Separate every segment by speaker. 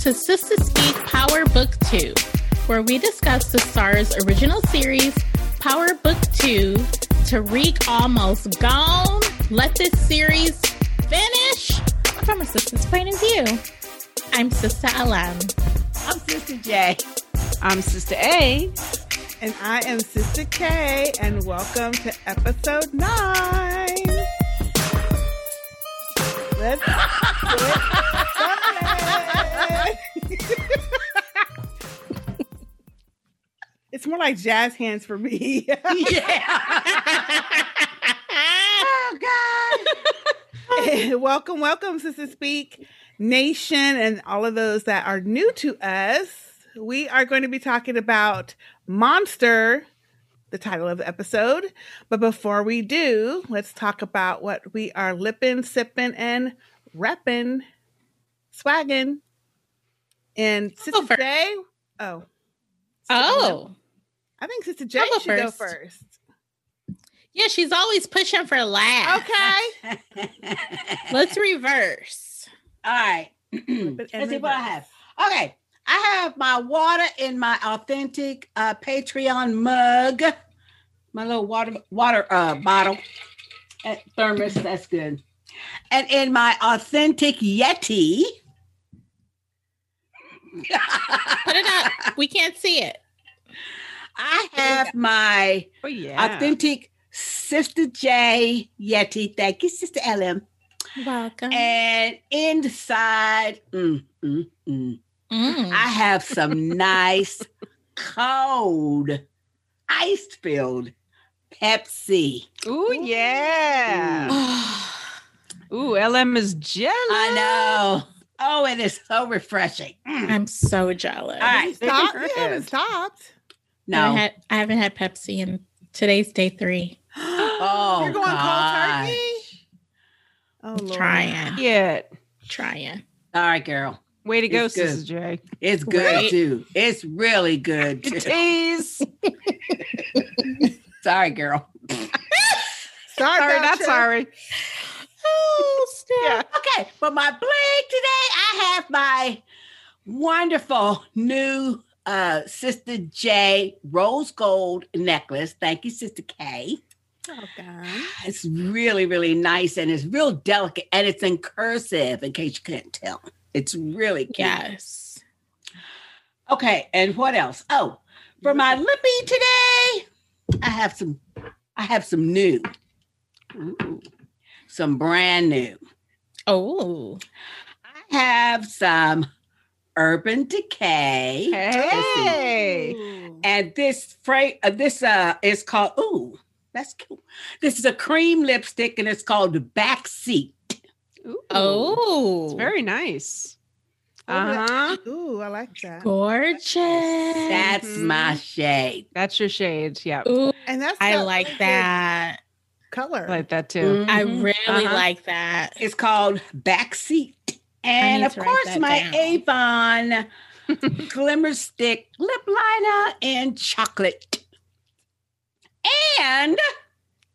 Speaker 1: to Sister Speak Power Book 2, where we discuss the STAR's original series, Power Book 2, Tariq Almost Gone, Let This Series Finish, from a sister's point of view. I'm Sister Alam.
Speaker 2: I'm Sister J.
Speaker 3: I'm Sister A.
Speaker 4: And I am Sister K, and welcome to episode nine. Let's get started. it's more like jazz hands for me.
Speaker 2: Yeah. oh
Speaker 4: welcome, welcome, Sister Speak Nation, and all of those that are new to us. We are going to be talking about Monster, the title of the episode. But before we do, let's talk about what we are lipping, sipping, and repping, swagging. And Sister
Speaker 1: Over.
Speaker 4: J, oh,
Speaker 1: Oh,
Speaker 4: I think Sister J
Speaker 1: I'll go
Speaker 4: should go
Speaker 1: first.
Speaker 4: first.
Speaker 1: yeah, she's always pushing for last.
Speaker 4: Okay.
Speaker 2: God.
Speaker 1: Let's reverse.
Speaker 2: All right. Hmm. Let's see what I have. Okay. I have my water in my authentic uh, Patreon mug, my little water water uh, bottle, and thermos. That's good. And in my authentic Yeti.
Speaker 1: Put it up. we can't see it.
Speaker 2: I have my
Speaker 3: Oh yeah.
Speaker 2: authentic Sister J Yeti. Thank you, Sister LM.
Speaker 1: Welcome.
Speaker 2: And inside, mm, mm, mm,
Speaker 1: Mm.
Speaker 2: I have some nice cold, ice filled Pepsi.
Speaker 3: Ooh yeah. Ooh, LM is jealous.
Speaker 2: I know. Oh, it is so refreshing. Mm.
Speaker 1: I'm so jealous.
Speaker 2: All right.
Speaker 4: You stopped? You haven't stopped.
Speaker 1: I, haven't
Speaker 2: No.
Speaker 1: had, I haven't had Pepsi in today's day three.
Speaker 2: Oh,
Speaker 4: You're going
Speaker 2: gosh.
Speaker 4: cold turkey? Oh, Lord.
Speaker 1: Trying,
Speaker 3: Yeah.
Speaker 1: trying.
Speaker 2: Sorry, girl.
Speaker 3: Way to go,
Speaker 2: It's good.
Speaker 3: Sister J.
Speaker 2: It's good
Speaker 1: Right.
Speaker 2: too. It's really good.
Speaker 3: Good
Speaker 2: Too.
Speaker 3: tease.
Speaker 2: Sorry, girl.
Speaker 4: Sorry,
Speaker 3: sorry,
Speaker 4: about
Speaker 3: not
Speaker 4: you.
Speaker 3: sorry.
Speaker 1: Oh,
Speaker 4: Yeah.
Speaker 2: Okay, but my bling today, I have my wonderful new uh Sister J rose gold necklace. Thank you, Sister K.
Speaker 4: Oh, Okay.
Speaker 2: It's really, really nice and it's real delicate and it's in cursive in case you couldn't tell. It's really cute.
Speaker 1: Yes.
Speaker 2: Okay, and what else? Oh, for my lippy today, I have some I have some new. Ooh, some brand new.
Speaker 1: Oh,
Speaker 2: I have some Urban Decay.
Speaker 3: Hey.
Speaker 2: And this fra- uh, this uh is called ooh, that's cute. This is a cream lipstick and it's called the Backseat.
Speaker 3: Ooh.
Speaker 1: oh,
Speaker 3: It's very nice.
Speaker 4: Over the-
Speaker 3: Uh huh.
Speaker 4: Ooh, I like that.
Speaker 1: gorgeous.
Speaker 2: That's
Speaker 1: Mm-hmm.
Speaker 2: my shade.
Speaker 3: That's your shade. Yeah.
Speaker 1: Ooh,
Speaker 4: And that's
Speaker 1: I
Speaker 4: got really
Speaker 1: like
Speaker 4: good
Speaker 1: that.
Speaker 4: color.
Speaker 3: I like that too.
Speaker 1: I
Speaker 2: Mhm.
Speaker 1: really
Speaker 3: Uh-huh.
Speaker 1: like that.
Speaker 2: It's called Backseat. And
Speaker 1: need
Speaker 2: of
Speaker 1: to write
Speaker 2: course,
Speaker 1: that
Speaker 2: my
Speaker 1: down.
Speaker 2: Avon Glimmer Stick Lip Liner and Chocolate. And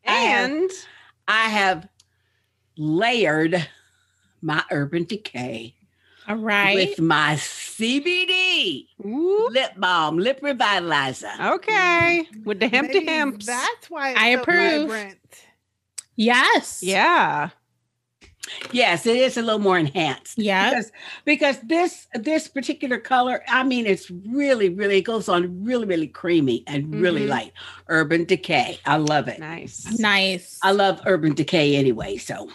Speaker 3: And
Speaker 2: I have layered my Urban Decay
Speaker 1: All right.
Speaker 2: with my CBD
Speaker 3: Ooh. Oh.
Speaker 2: lip balm, lip revitalizer.
Speaker 3: okay. With the hemp to
Speaker 4: Maybe
Speaker 3: hemps.
Speaker 4: That's why it's
Speaker 1: I
Speaker 4: so
Speaker 1: approve.
Speaker 4: vibrant.
Speaker 1: yes.
Speaker 3: Yeah.
Speaker 2: Yes, it is a little more enhanced
Speaker 1: Yeah.
Speaker 2: because because this this particular color, I mean, it's really really it goes on really really creamy and really
Speaker 3: Mhm.
Speaker 2: light. Urban Decay, I love it.
Speaker 3: Nice.
Speaker 1: Nice.
Speaker 2: I love Urban Decay anyway. So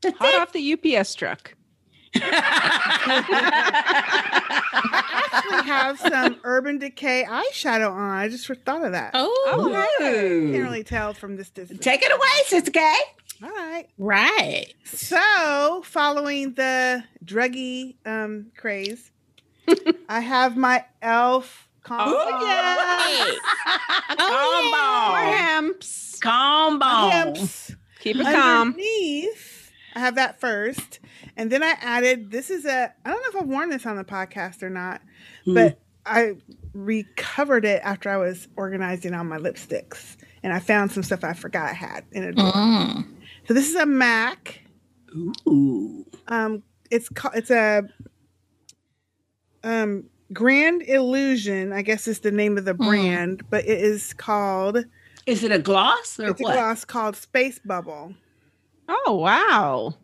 Speaker 2: that's
Speaker 3: Hot off the UPS truck.
Speaker 4: I
Speaker 2: it.
Speaker 4: have some Urban Decay eyeshadow on. I just thought of that.
Speaker 1: oh,
Speaker 3: Okay.
Speaker 4: Can't really tell from this distance.
Speaker 2: Take it away, Sister Kay.
Speaker 4: All right.
Speaker 1: right.
Speaker 4: So, following the druggy um, craze, I have my e elf. combo.
Speaker 3: Oh, yeah.
Speaker 1: Hey.
Speaker 3: More
Speaker 2: Combo.
Speaker 3: hemps.
Speaker 2: Combo.
Speaker 4: Hips.
Speaker 3: Keep it calm.
Speaker 4: underneath. I have that first, and then I added. This is a. I don't know if I've worn this on the podcast or not, but I recovered it after I was organizing all my lipsticks, and I found some stuff I forgot I had in a drawer.
Speaker 2: Mm-hmm.
Speaker 1: Mm.
Speaker 4: So this is a Mac.
Speaker 2: Ooh.
Speaker 4: Um, it's called. It's a um Grand Illusion, I guess is the name of the
Speaker 2: Mm.
Speaker 4: brand, but it is called
Speaker 2: Is it a gloss or
Speaker 4: it's
Speaker 2: what?
Speaker 4: a gloss called Space Bubble.
Speaker 3: Oh wow.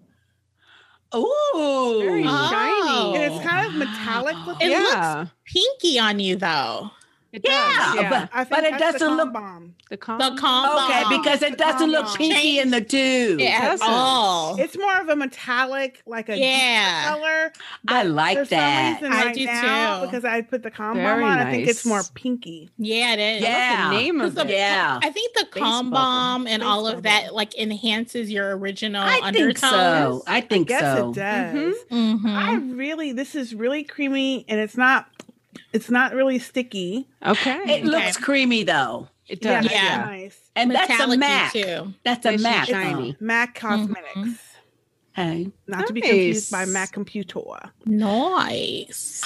Speaker 2: Ooh.
Speaker 3: Very
Speaker 2: Uh,
Speaker 3: shiny.
Speaker 4: and it's kind of metallic
Speaker 2: wow.
Speaker 4: looking.
Speaker 1: It looks-
Speaker 3: yeah.
Speaker 1: Pinky on you though.
Speaker 3: It
Speaker 2: yeah,
Speaker 3: does, yeah.
Speaker 2: but,
Speaker 4: I think
Speaker 2: but it
Speaker 4: that's the
Speaker 2: doesn't look-
Speaker 4: calm bomb.
Speaker 3: the con-
Speaker 1: The calm
Speaker 2: okay
Speaker 1: bomb.
Speaker 2: because it doesn't look
Speaker 4: Calm.
Speaker 2: pinky in the tube.
Speaker 1: yeah, at
Speaker 3: doesn't.
Speaker 1: all.
Speaker 4: It's more of a metallic, like a deep
Speaker 1: Oh. yeah.
Speaker 4: color.
Speaker 2: I
Speaker 4: For
Speaker 2: like that.
Speaker 4: some reason,
Speaker 1: I
Speaker 4: right
Speaker 1: do
Speaker 4: now,
Speaker 1: too.
Speaker 4: because I put the calm bomb
Speaker 3: Very
Speaker 4: on, I think it's
Speaker 3: nice.
Speaker 4: more pinky.
Speaker 1: Yeah, it is.
Speaker 2: Yeah.
Speaker 3: What's the name of
Speaker 1: It's a-
Speaker 3: it?
Speaker 2: Yeah.
Speaker 1: I think the
Speaker 3: Space
Speaker 1: calm
Speaker 3: bubble.
Speaker 1: bomb and
Speaker 4: Space
Speaker 1: all of
Speaker 4: bubble.
Speaker 1: that like enhances your
Speaker 3: Oh,
Speaker 1: original
Speaker 2: I think
Speaker 1: undertones.
Speaker 2: so. I think
Speaker 4: Yes,
Speaker 2: so.
Speaker 4: it does.
Speaker 3: Mhm.
Speaker 1: Mhm.
Speaker 4: I really, this is really creamy, and it's not, it's not really sticky.
Speaker 3: Okay.
Speaker 2: It looks
Speaker 1: Okay.
Speaker 2: creamy though,
Speaker 3: It
Speaker 1: Yeah.
Speaker 3: does.
Speaker 4: that's
Speaker 3: Yeah.
Speaker 4: nice.
Speaker 2: and that's a
Speaker 1: Metallic-y,
Speaker 2: Mac.
Speaker 1: too.
Speaker 2: That's a
Speaker 3: It's
Speaker 2: Mac.
Speaker 3: shiny.
Speaker 4: Mac Cosmetics,
Speaker 2: Hey,
Speaker 4: not to be
Speaker 3: Nice.
Speaker 4: confused by Mac Computor.
Speaker 1: Nice.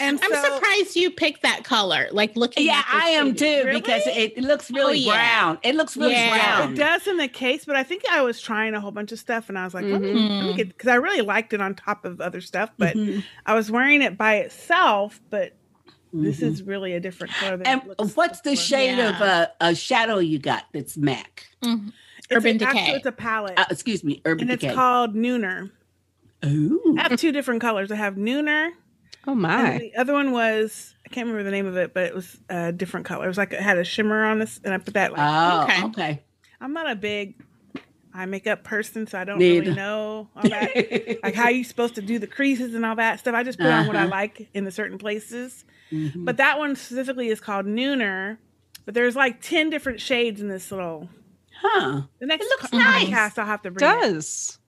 Speaker 4: And
Speaker 1: I'm
Speaker 4: so-
Speaker 1: surprised you picked that color. Like looking.
Speaker 2: yeah,
Speaker 1: at this
Speaker 2: I am
Speaker 1: page.
Speaker 2: too because it looks really
Speaker 1: yeah.
Speaker 3: Oh,
Speaker 2: brown. It looks really
Speaker 1: Yeah.
Speaker 2: brown.
Speaker 4: It does in the case, but I think I was trying a whole bunch of stuff, and I was like, let me, let me
Speaker 1: Mhm.
Speaker 4: get because I really liked it on top of other stuff, but
Speaker 2: Mhm.
Speaker 4: I was wearing it by itself. But this
Speaker 2: Mhm.
Speaker 4: is really a different color. Than
Speaker 2: And
Speaker 4: it looks
Speaker 2: what's the
Speaker 4: before.
Speaker 2: shade of
Speaker 1: Yeah.
Speaker 2: uh, a shadow you got that's Mac?
Speaker 1: Mhm.
Speaker 4: It's
Speaker 1: Urban
Speaker 4: a- actually,
Speaker 1: Decay.
Speaker 4: It's a palette,
Speaker 2: Uh, excuse me, Urban
Speaker 4: and it's
Speaker 2: Decay. Mm.
Speaker 4: called Nooner.
Speaker 2: Ooh.
Speaker 4: I have two different colors. I have Nooner.
Speaker 3: Oh
Speaker 4: And
Speaker 3: my.
Speaker 4: the other one was I can't remember the name of it, but it was a different color. It was like it had a shimmer on this, and I put that. Like,
Speaker 2: Oh,
Speaker 1: Okay.
Speaker 2: okay.
Speaker 4: I'm not a big eye makeup person, so I don't
Speaker 2: Neither.
Speaker 4: really know all that. like how you supposed to do the creases and all that stuff. I just put on what I
Speaker 2: Uh-huh.
Speaker 4: like in the certain places.
Speaker 2: Mhm.
Speaker 4: But that one specifically is called Nooner. But there's like ten different shades in this little.
Speaker 2: huh.
Speaker 4: The next
Speaker 2: looks
Speaker 4: co-
Speaker 2: nice.
Speaker 4: podcast I'll have to
Speaker 3: It
Speaker 4: bring. It.
Speaker 3: does.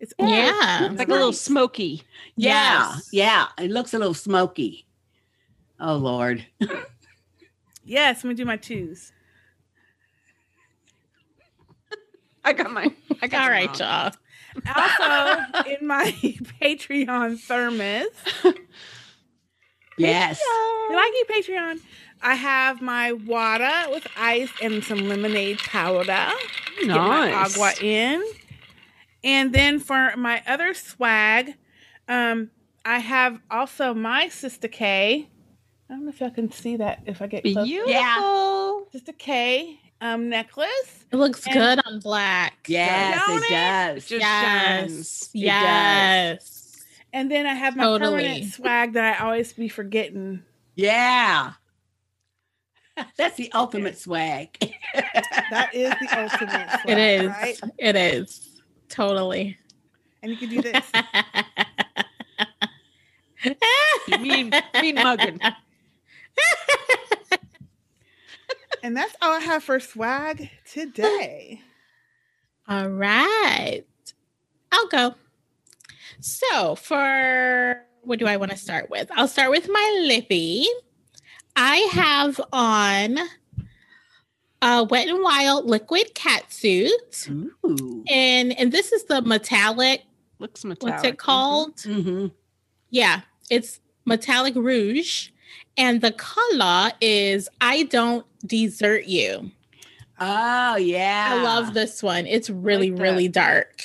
Speaker 4: It's
Speaker 1: Yeah.
Speaker 3: It's like a little
Speaker 2: Nice.
Speaker 3: smoky.
Speaker 2: Yeah,
Speaker 1: Yes.
Speaker 2: yeah. It looks a little smoky. Oh Lord.
Speaker 4: Yes, let me do my twos.
Speaker 3: I got mine. I got
Speaker 1: All
Speaker 3: them
Speaker 1: right,
Speaker 3: all.
Speaker 1: y'all.
Speaker 4: Also, in my Patreon thermos,
Speaker 2: Yes.
Speaker 4: And I get Patreon. I have my water with ice and some lemonade powder.
Speaker 3: Nice.
Speaker 4: Get my agua in. And then for my other swag, um, I have also my Sister K. I don't know if y'all can see that if I get close.
Speaker 3: Beautiful.
Speaker 4: Sister K um, necklace.
Speaker 1: It looks
Speaker 4: And-
Speaker 1: good on black.
Speaker 2: Yes,
Speaker 4: Don't
Speaker 2: it does.
Speaker 3: Just
Speaker 1: Yes.
Speaker 3: shines.
Speaker 2: It
Speaker 1: Yes.
Speaker 4: And then I have my
Speaker 1: Totally.
Speaker 4: permanent swag that I always be forgetting.
Speaker 2: Yeah. That's the ultimate swag.
Speaker 4: That is the ultimate swag.
Speaker 1: It is.
Speaker 4: Right?
Speaker 1: It is. Totally.
Speaker 4: And you can do this.
Speaker 3: You mean mean mugging.
Speaker 4: and that's all I have for swag today.
Speaker 1: All right. I'll go. So, for what do I want to start with? I'll start with my lippy. I have on a Wet n Wild liquid catsuit.
Speaker 2: Ooh.
Speaker 1: And and this is the metallic,
Speaker 3: Looks metallic. mm-hmm.
Speaker 1: what's it called?
Speaker 2: hmm
Speaker 1: Yeah, it's metallic rouge. And the color is I Don't Desert You.
Speaker 2: Oh yeah.
Speaker 1: I love this one. It's really,
Speaker 3: Ah. like that.
Speaker 1: really dark.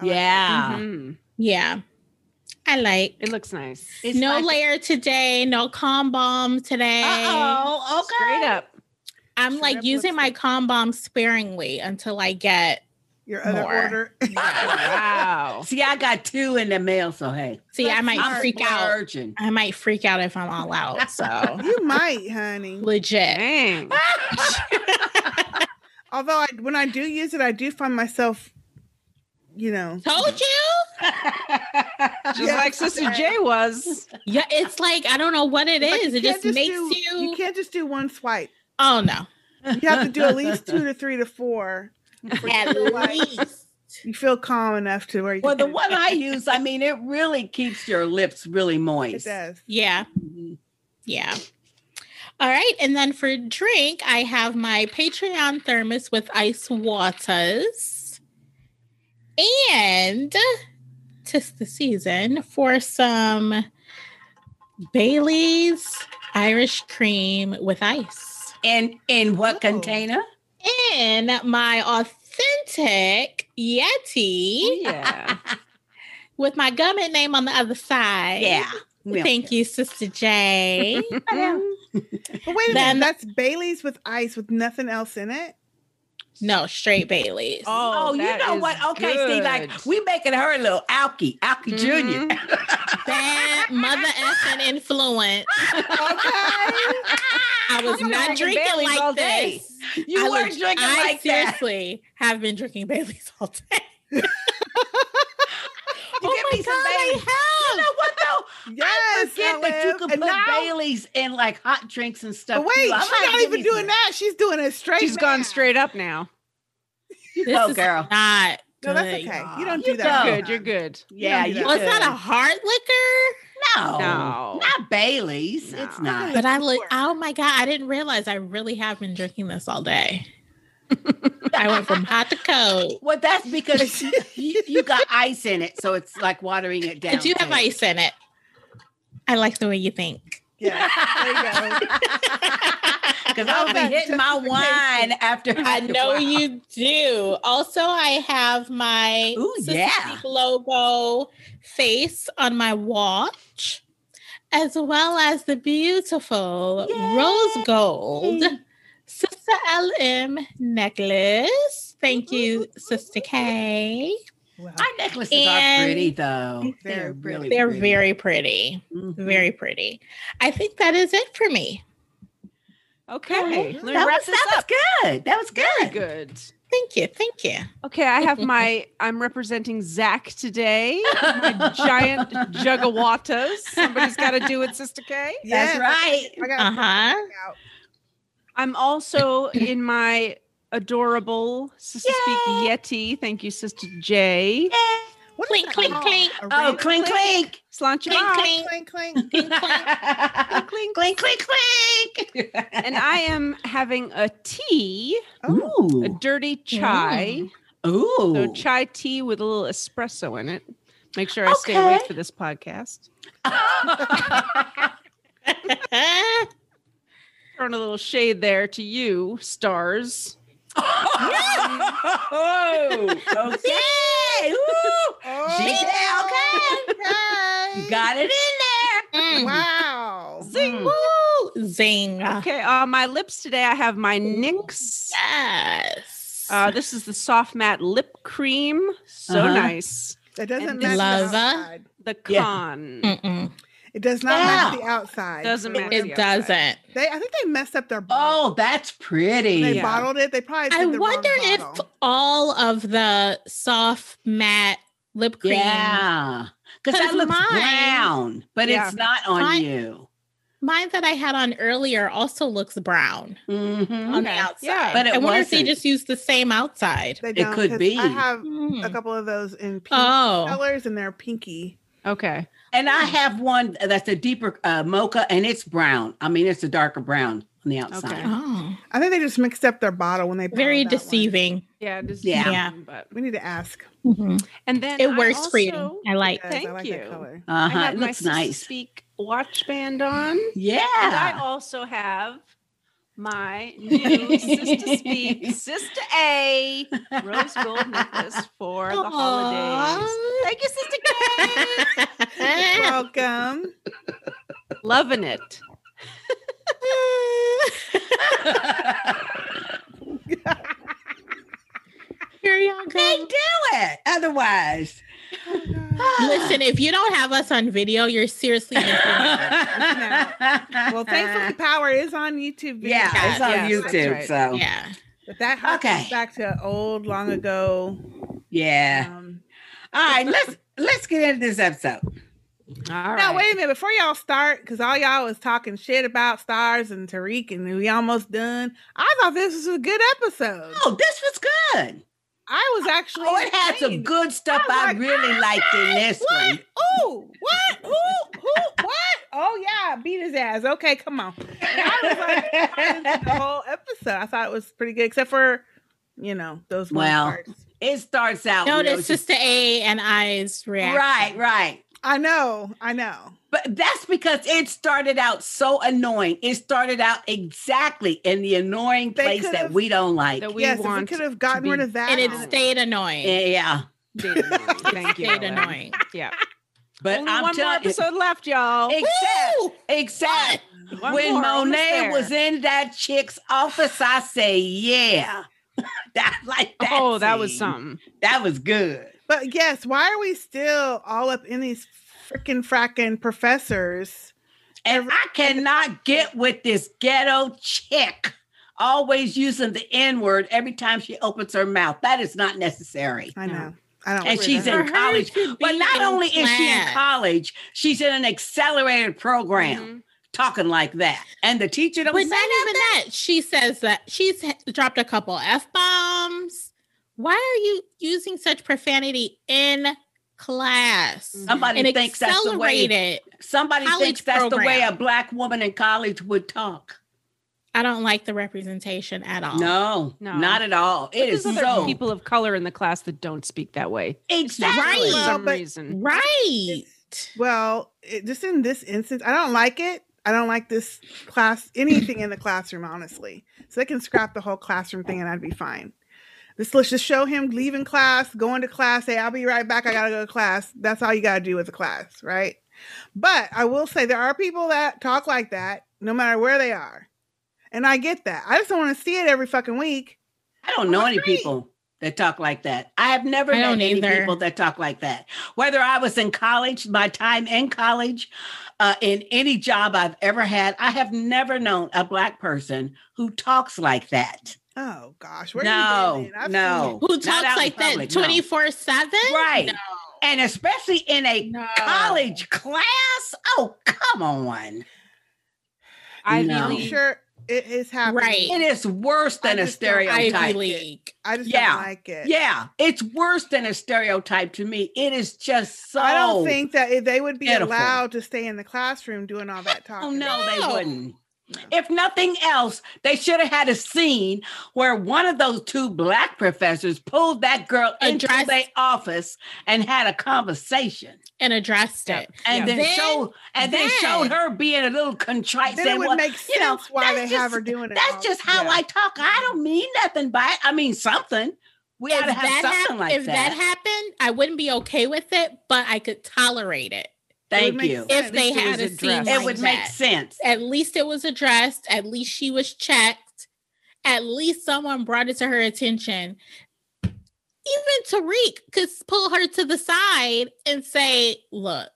Speaker 4: I like
Speaker 2: Yeah.
Speaker 4: Mm-hmm.
Speaker 3: Mhm.
Speaker 1: Yeah. I like
Speaker 3: It looks nice.
Speaker 2: It's
Speaker 1: no
Speaker 2: like-
Speaker 1: layer today, no calm bomb today.
Speaker 2: Uh-oh, okay.
Speaker 3: Straight up.
Speaker 1: I'm
Speaker 4: Straight
Speaker 1: like
Speaker 4: up
Speaker 1: using my
Speaker 4: lipstick.
Speaker 1: calm bomb sparingly until I get.
Speaker 4: your other
Speaker 1: More.
Speaker 4: order.
Speaker 3: Wow.
Speaker 2: See, I got two in the mail, so hey.
Speaker 1: See, I
Speaker 4: That's
Speaker 1: might
Speaker 4: smart.
Speaker 1: freak out.
Speaker 2: Virgin.
Speaker 1: I might freak out if I'm all out. So
Speaker 4: you might, honey.
Speaker 1: legit.
Speaker 3: Dang.
Speaker 4: Although I, when I do use it, I do find myself, you know,
Speaker 1: Told you.
Speaker 3: Just
Speaker 4: Yeah.
Speaker 3: like Sister J was.
Speaker 1: Yeah, it's like I don't know what it
Speaker 4: Like,
Speaker 1: is.
Speaker 4: you
Speaker 1: it
Speaker 4: can't
Speaker 1: just makes
Speaker 4: do-
Speaker 1: you.
Speaker 4: You can't just do one swipe.
Speaker 1: oh no.
Speaker 4: You have to do at least two to three to four.
Speaker 1: At least.
Speaker 4: You feel calm enough to where you.
Speaker 2: Well, the
Speaker 4: can-
Speaker 2: one I use, I mean, it really keeps your lips really
Speaker 4: it
Speaker 2: moist.
Speaker 4: does.
Speaker 1: Yeah.
Speaker 2: Mhm.
Speaker 1: Yeah. All right. And then for drink, I have my Patreon thermos with ice waters. And tis the season for some Bailey's Irish cream with ice
Speaker 2: And in what
Speaker 4: Oh.
Speaker 2: container?
Speaker 1: in my authentic Yeti
Speaker 3: Yeah.
Speaker 1: with my government name on the other side.
Speaker 2: Yeah. milk.
Speaker 1: Thank you, Sister J.
Speaker 4: But wait a
Speaker 1: Then-
Speaker 4: minute, that's Bailey's with ice with nothing else in it.
Speaker 1: no, straight Bailey's.
Speaker 2: Oh, you
Speaker 3: that
Speaker 2: know
Speaker 3: is
Speaker 2: what? Okay, see, like
Speaker 3: good.
Speaker 2: we making her a little Alky,
Speaker 3: Mm-hmm.
Speaker 2: Alky Junior.
Speaker 1: That mother effing influence.
Speaker 4: Okay.
Speaker 1: I was
Speaker 3: I'm
Speaker 1: not
Speaker 3: drinking
Speaker 1: drinking
Speaker 3: Baileys all
Speaker 1: like
Speaker 3: day.
Speaker 1: this.
Speaker 2: You
Speaker 1: I
Speaker 2: were
Speaker 1: leg-
Speaker 2: drinking
Speaker 1: I
Speaker 2: like that.
Speaker 1: seriously have been drinking Bailey's all day.
Speaker 2: You
Speaker 1: oh
Speaker 2: get
Speaker 1: my
Speaker 2: me some
Speaker 1: god,
Speaker 2: Baileys. You know what though? I
Speaker 4: yes.
Speaker 2: forget that you
Speaker 4: Olive.
Speaker 2: could
Speaker 4: And
Speaker 2: put
Speaker 4: now-
Speaker 2: Bailey's in like hot drinks and stuff.
Speaker 4: But wait, she's
Speaker 2: too. I might
Speaker 4: not
Speaker 2: give
Speaker 4: even
Speaker 2: me some
Speaker 4: doing
Speaker 2: of
Speaker 4: that. She's doing it straight.
Speaker 3: She's
Speaker 4: now.
Speaker 3: gone straight up now.
Speaker 1: I this
Speaker 2: go,
Speaker 1: is
Speaker 2: girl.
Speaker 1: not
Speaker 4: No, that's
Speaker 1: good,
Speaker 4: okay.
Speaker 1: y'all.
Speaker 4: You don't
Speaker 2: You
Speaker 4: do that.
Speaker 2: go.
Speaker 4: all the
Speaker 3: Good, you're
Speaker 4: time.
Speaker 3: good.
Speaker 2: Yeah, you
Speaker 4: You don't do
Speaker 1: Was
Speaker 2: could.
Speaker 1: that a hard liquor?
Speaker 2: No,
Speaker 3: No.
Speaker 2: not Bailey's. It's
Speaker 3: No.
Speaker 2: not.
Speaker 1: But I look.
Speaker 4: Sure.
Speaker 1: Oh my god! I didn't realize I really have been drinking this all day. I went from hot to cold.
Speaker 2: Well, that's because you, you got ice in it, so it's like watering it down.
Speaker 1: I do have
Speaker 2: too.
Speaker 1: ice in it. I like the way you think.
Speaker 4: Yeah. There you
Speaker 2: Because I'll be hitting my wine after.
Speaker 1: I know you do. Also, I have my
Speaker 2: Ooh,
Speaker 1: Sister
Speaker 2: yeah.
Speaker 1: Speak logo face on my watch, as well as the beautiful
Speaker 2: Yay.
Speaker 1: rose gold Sister LM necklace. Thank you, Sister K.
Speaker 4: Wow.
Speaker 2: Our necklaces
Speaker 1: And-
Speaker 2: are pretty, though.
Speaker 4: They're really
Speaker 1: They're
Speaker 2: pretty.
Speaker 1: very pretty.
Speaker 2: Mhm.
Speaker 1: Very pretty. I think that is it for me.
Speaker 3: Okay.
Speaker 2: That
Speaker 3: Let me wrap
Speaker 2: was,
Speaker 3: this
Speaker 2: that
Speaker 3: up.
Speaker 2: was good. That was good.
Speaker 3: Good.
Speaker 1: Thank you. Thank you.
Speaker 3: Okay, I have my I'm representing Zach today. My giant jugawatos. Somebody's gotta do it, Sister K.
Speaker 2: That's
Speaker 4: Yes,
Speaker 2: right.
Speaker 4: I got
Speaker 1: Uh huh.
Speaker 4: out.
Speaker 3: I'm also in my adorable Sister
Speaker 2: Yay.
Speaker 3: Speak Yeti. Thank you, Sister J.
Speaker 4: What is
Speaker 1: Clink,
Speaker 4: that
Speaker 1: clink,
Speaker 4: called?
Speaker 1: clink.
Speaker 4: A
Speaker 2: Oh,
Speaker 4: ring?
Speaker 2: clink, clink.
Speaker 3: Slant your
Speaker 1: Clink,
Speaker 3: eye.
Speaker 1: clink.
Speaker 4: clink, clink.
Speaker 1: Clink, clink.
Speaker 2: Clink, clink, clink, clink.
Speaker 3: And I am having a tea,
Speaker 4: Oh,
Speaker 2: Ooh.
Speaker 3: a dirty chai.
Speaker 1: uh,
Speaker 2: Ooh.
Speaker 3: So chai tea with a little espresso in it. Make sure I stay
Speaker 2: Okay.
Speaker 3: awake for this podcast.
Speaker 1: Uh,
Speaker 3: Throwing a little shade there to you, stars.
Speaker 2: oh, okay. Ooh.
Speaker 3: Oh.
Speaker 2: She did okay.
Speaker 4: okay.
Speaker 2: You got it in
Speaker 1: Mm.
Speaker 4: Wow.
Speaker 2: there.
Speaker 3: Hmm.
Speaker 2: Mm.
Speaker 1: Woo! Zing.
Speaker 3: Okay, on my lips today I have my NYX.
Speaker 1: Yes.
Speaker 3: Uh, this is the soft matte lip cream. So
Speaker 2: Uh-huh.
Speaker 3: nice.
Speaker 4: It doesn't
Speaker 3: And
Speaker 4: match
Speaker 1: lava.
Speaker 4: the outside.
Speaker 3: The
Speaker 2: Yeah.
Speaker 3: con.
Speaker 1: Mm-mm.
Speaker 4: It does not match the outside.
Speaker 3: Doesn't match
Speaker 4: They,
Speaker 1: it
Speaker 3: outside.
Speaker 1: doesn't.
Speaker 4: they, I think they messed up their bottle.
Speaker 2: Oh, that's pretty.
Speaker 4: they
Speaker 3: yeah.
Speaker 4: bottled it. They probably.
Speaker 1: I
Speaker 4: did the wrong
Speaker 1: wonder if
Speaker 4: bottle.
Speaker 1: all of the soft matte lip cream.
Speaker 2: Yeah. Because that
Speaker 1: Because
Speaker 2: looks
Speaker 1: mine-
Speaker 2: brown, but
Speaker 3: Yeah.
Speaker 2: it's not on
Speaker 1: Mine-
Speaker 2: you.
Speaker 1: Mine that I had on earlier also looks brown
Speaker 2: Mhm.
Speaker 1: on the
Speaker 3: Okay.
Speaker 1: outside.
Speaker 3: Yeah.
Speaker 2: But it
Speaker 1: I wonder if
Speaker 2: wasn't.
Speaker 1: they just used the same outside.
Speaker 4: They
Speaker 2: it
Speaker 4: don't,
Speaker 2: could
Speaker 4: 'cause
Speaker 2: be.
Speaker 4: I have
Speaker 1: Mm.
Speaker 4: a couple of those in pink
Speaker 1: Oh,
Speaker 4: colors, and they're pinky.
Speaker 3: Okay.
Speaker 2: And I have one that's a deeper uh, mocha, and it's brown. I mean, it's a darker brown on the outside.
Speaker 3: Okay.
Speaker 1: oh,
Speaker 4: I think they just mixed up their bottle when they.
Speaker 1: very
Speaker 4: bottled that one.
Speaker 1: deceiving.
Speaker 3: Yeah, it is
Speaker 2: Yeah.
Speaker 1: Yeah.
Speaker 3: But
Speaker 4: We need to ask.
Speaker 2: Mm-hmm.
Speaker 1: Mhm.
Speaker 3: and then
Speaker 1: It
Speaker 3: I
Speaker 1: works for you. Uh-huh,
Speaker 3: also-
Speaker 1: I like.
Speaker 4: because I
Speaker 3: Thank
Speaker 4: like
Speaker 3: you.
Speaker 4: That color.
Speaker 2: Uh huh.
Speaker 3: I have
Speaker 2: It
Speaker 3: my
Speaker 2: looks
Speaker 3: Sister
Speaker 2: nice.
Speaker 3: Speak watch band on. And I
Speaker 2: Yeah.
Speaker 3: also have my new Sister Speak, Sister A rose gold necklace for the holidays. Thank you, Sister Kay.
Speaker 4: Welcome.
Speaker 3: Loving it.
Speaker 1: Here y'all
Speaker 2: they
Speaker 1: go.
Speaker 2: do it. Otherwise,
Speaker 1: Listen, if you don't have us on video, you're seriously missing out.
Speaker 4: well, thankfully, power is on YouTube. video.
Speaker 2: yeah, it's on
Speaker 3: Yes, that's
Speaker 2: YouTube.
Speaker 3: right.
Speaker 2: So
Speaker 1: Yeah.
Speaker 4: But that harkens
Speaker 2: Okay.
Speaker 4: back to old, long ago.
Speaker 2: yeah.
Speaker 4: Um,
Speaker 2: All right, let's let's get into this episode.
Speaker 3: All right.
Speaker 4: now, wait a minute. Before y'all start, because all y'all was talking shit about stars and Tariq, and we almost done. I thought this was a good episode.
Speaker 2: Oh, this was good.
Speaker 4: I was actually.
Speaker 2: Oh, it had some
Speaker 4: entertained.
Speaker 2: good stuff
Speaker 4: I was
Speaker 2: I,
Speaker 4: like,
Speaker 2: really liked in this
Speaker 4: What?
Speaker 2: one.
Speaker 4: Ooh, what? Who? Who? What? Oh yeah, beat his ass. Okay, come on. I was like, I listened to the whole episode. I thought it was pretty good, except for you know those. one
Speaker 2: Well,
Speaker 4: parts.
Speaker 2: It starts out you know,
Speaker 1: Notice
Speaker 2: it's just-
Speaker 1: Sister A and I's reaction.
Speaker 2: right, right.
Speaker 4: I know, I know.
Speaker 2: But that's because it started out so annoying. It started out exactly in the annoying
Speaker 4: They
Speaker 2: place that
Speaker 4: could've-
Speaker 2: we don't like.
Speaker 3: That we
Speaker 4: yes, if we
Speaker 3: want
Speaker 4: could have gotten
Speaker 3: be-
Speaker 4: rid of that,
Speaker 1: And it
Speaker 4: I
Speaker 1: stayed annoying.
Speaker 2: yeah.
Speaker 3: Data annoying. Thank you.
Speaker 1: Stayed
Speaker 3: Ellen.
Speaker 1: annoying.
Speaker 3: Yeah.
Speaker 2: But
Speaker 3: Only
Speaker 2: I'm
Speaker 3: one more
Speaker 2: telling you,
Speaker 3: episode left, y'all.
Speaker 2: except,
Speaker 1: Woo!
Speaker 2: except
Speaker 3: One
Speaker 2: when
Speaker 3: more, almost
Speaker 2: Monet
Speaker 3: there.
Speaker 2: was in that chick's office, I say, yeah. that like that.
Speaker 3: oh, that was
Speaker 2: scene.
Speaker 3: something.
Speaker 2: That was good.
Speaker 4: But yes, why are we still all up in these freaking fracking professors?
Speaker 2: And I cannot get with this ghetto chick always using the N word every time she opens her mouth. That is not necessary.
Speaker 4: I
Speaker 3: No.
Speaker 4: know. I don't.
Speaker 2: And
Speaker 4: agree
Speaker 2: she's
Speaker 4: with that.
Speaker 2: in college. But not only is she in college, she's in an accelerated program
Speaker 3: Mhm.
Speaker 2: talking like that. And the teacher don't
Speaker 1: But not
Speaker 2: say
Speaker 1: even
Speaker 2: nothing.
Speaker 1: that. She says that she's h- dropped a couple f bombs. Why are you using such profanity in class?
Speaker 3: Mhm.
Speaker 2: Somebody
Speaker 1: And
Speaker 2: thinks that's the way
Speaker 1: accelerated.
Speaker 2: somebody
Speaker 1: college
Speaker 2: thinks that's the way a
Speaker 1: program.
Speaker 2: black woman in college would talk.
Speaker 1: I don't like the representation at all.
Speaker 2: No,
Speaker 3: No.
Speaker 2: not at all. It is
Speaker 3: There's other
Speaker 2: so
Speaker 3: people of color in the class that don't speak that way
Speaker 1: Right.
Speaker 2: exactly
Speaker 3: for
Speaker 4: Well,
Speaker 3: some
Speaker 4: but-
Speaker 3: reason.
Speaker 1: Right.
Speaker 4: Well, it, just in this instance, I don't like it. I don't like this class, anything in the classroom, honestly. So they can scrap the whole classroom thing and I'd be fine. This let's just show him leaving class, going to class, say, I'll be right back. I gotta go to class. That's all you gotta do with a class, right? But I will say there are people that talk like that no matter where they are. And I get that. I just don't want to see it every fucking week.
Speaker 2: I don't know
Speaker 4: That's
Speaker 2: any
Speaker 4: right.
Speaker 2: people that talk like that. I have never
Speaker 1: I
Speaker 2: met
Speaker 1: don't
Speaker 2: any
Speaker 1: either.
Speaker 2: people that talk like that. Whether I was in college, my time in college, uh, in any job I've ever had, I have never known a black person who talks like that.
Speaker 4: Oh gosh, where
Speaker 2: No,
Speaker 4: you been? I've
Speaker 2: no.
Speaker 4: seen
Speaker 1: Who
Speaker 2: Not out in
Speaker 1: talks like that
Speaker 2: public, no.
Speaker 1: 24 7?
Speaker 2: Right. And especially in a
Speaker 1: No.
Speaker 2: college class. Oh, come on.
Speaker 3: I
Speaker 4: it.
Speaker 2: No.
Speaker 4: I'm
Speaker 3: really
Speaker 4: sure it is happening.
Speaker 1: Right.
Speaker 2: It is worse than
Speaker 4: I
Speaker 2: a
Speaker 4: just don't- I
Speaker 1: Ivy
Speaker 2: stereotype.
Speaker 1: League.
Speaker 4: I just
Speaker 2: Yeah.
Speaker 4: don't like it.
Speaker 2: Yeah, it's worse than a stereotype to me. It is just so.
Speaker 4: I don't think that if they would be
Speaker 2: pitiful.
Speaker 4: allowed to stay in the classroom doing all that talking.
Speaker 2: Oh no,
Speaker 1: No.
Speaker 2: they wouldn't. If nothing else, they should have had a scene where one of those two black professors pulled that girl into
Speaker 1: Addressed.
Speaker 2: their office and had a conversation,
Speaker 1: And addressed
Speaker 3: Yeah.
Speaker 1: it.
Speaker 2: and
Speaker 3: Yeah.
Speaker 2: then,
Speaker 1: Then-
Speaker 2: showed and then,
Speaker 1: then-
Speaker 2: showed her being a little contrite,
Speaker 4: Then it
Speaker 2: saying,
Speaker 4: would
Speaker 2: "Well,
Speaker 4: make sense
Speaker 2: you know,
Speaker 4: why they
Speaker 2: that's
Speaker 4: have
Speaker 2: just-
Speaker 4: her doing it. all-
Speaker 2: that's just how
Speaker 4: yeah.
Speaker 2: I talk. I don't mean nothing by it. I mean something. We ought to have
Speaker 1: hap-
Speaker 2: something like
Speaker 1: if that happened, I wouldn't be okay with it, but I could tolerate it.
Speaker 4: It would
Speaker 2: Thank
Speaker 4: make
Speaker 2: you.
Speaker 4: sense.
Speaker 1: if they
Speaker 3: least it
Speaker 1: had a
Speaker 3: was
Speaker 1: scene
Speaker 3: addressed.
Speaker 2: It
Speaker 1: like
Speaker 2: would make
Speaker 1: that.
Speaker 2: sense.
Speaker 1: At least it was addressed. At least she was checked. At least someone brought it to her attention. Even Tariq could s- pull her to the side and say, "Look,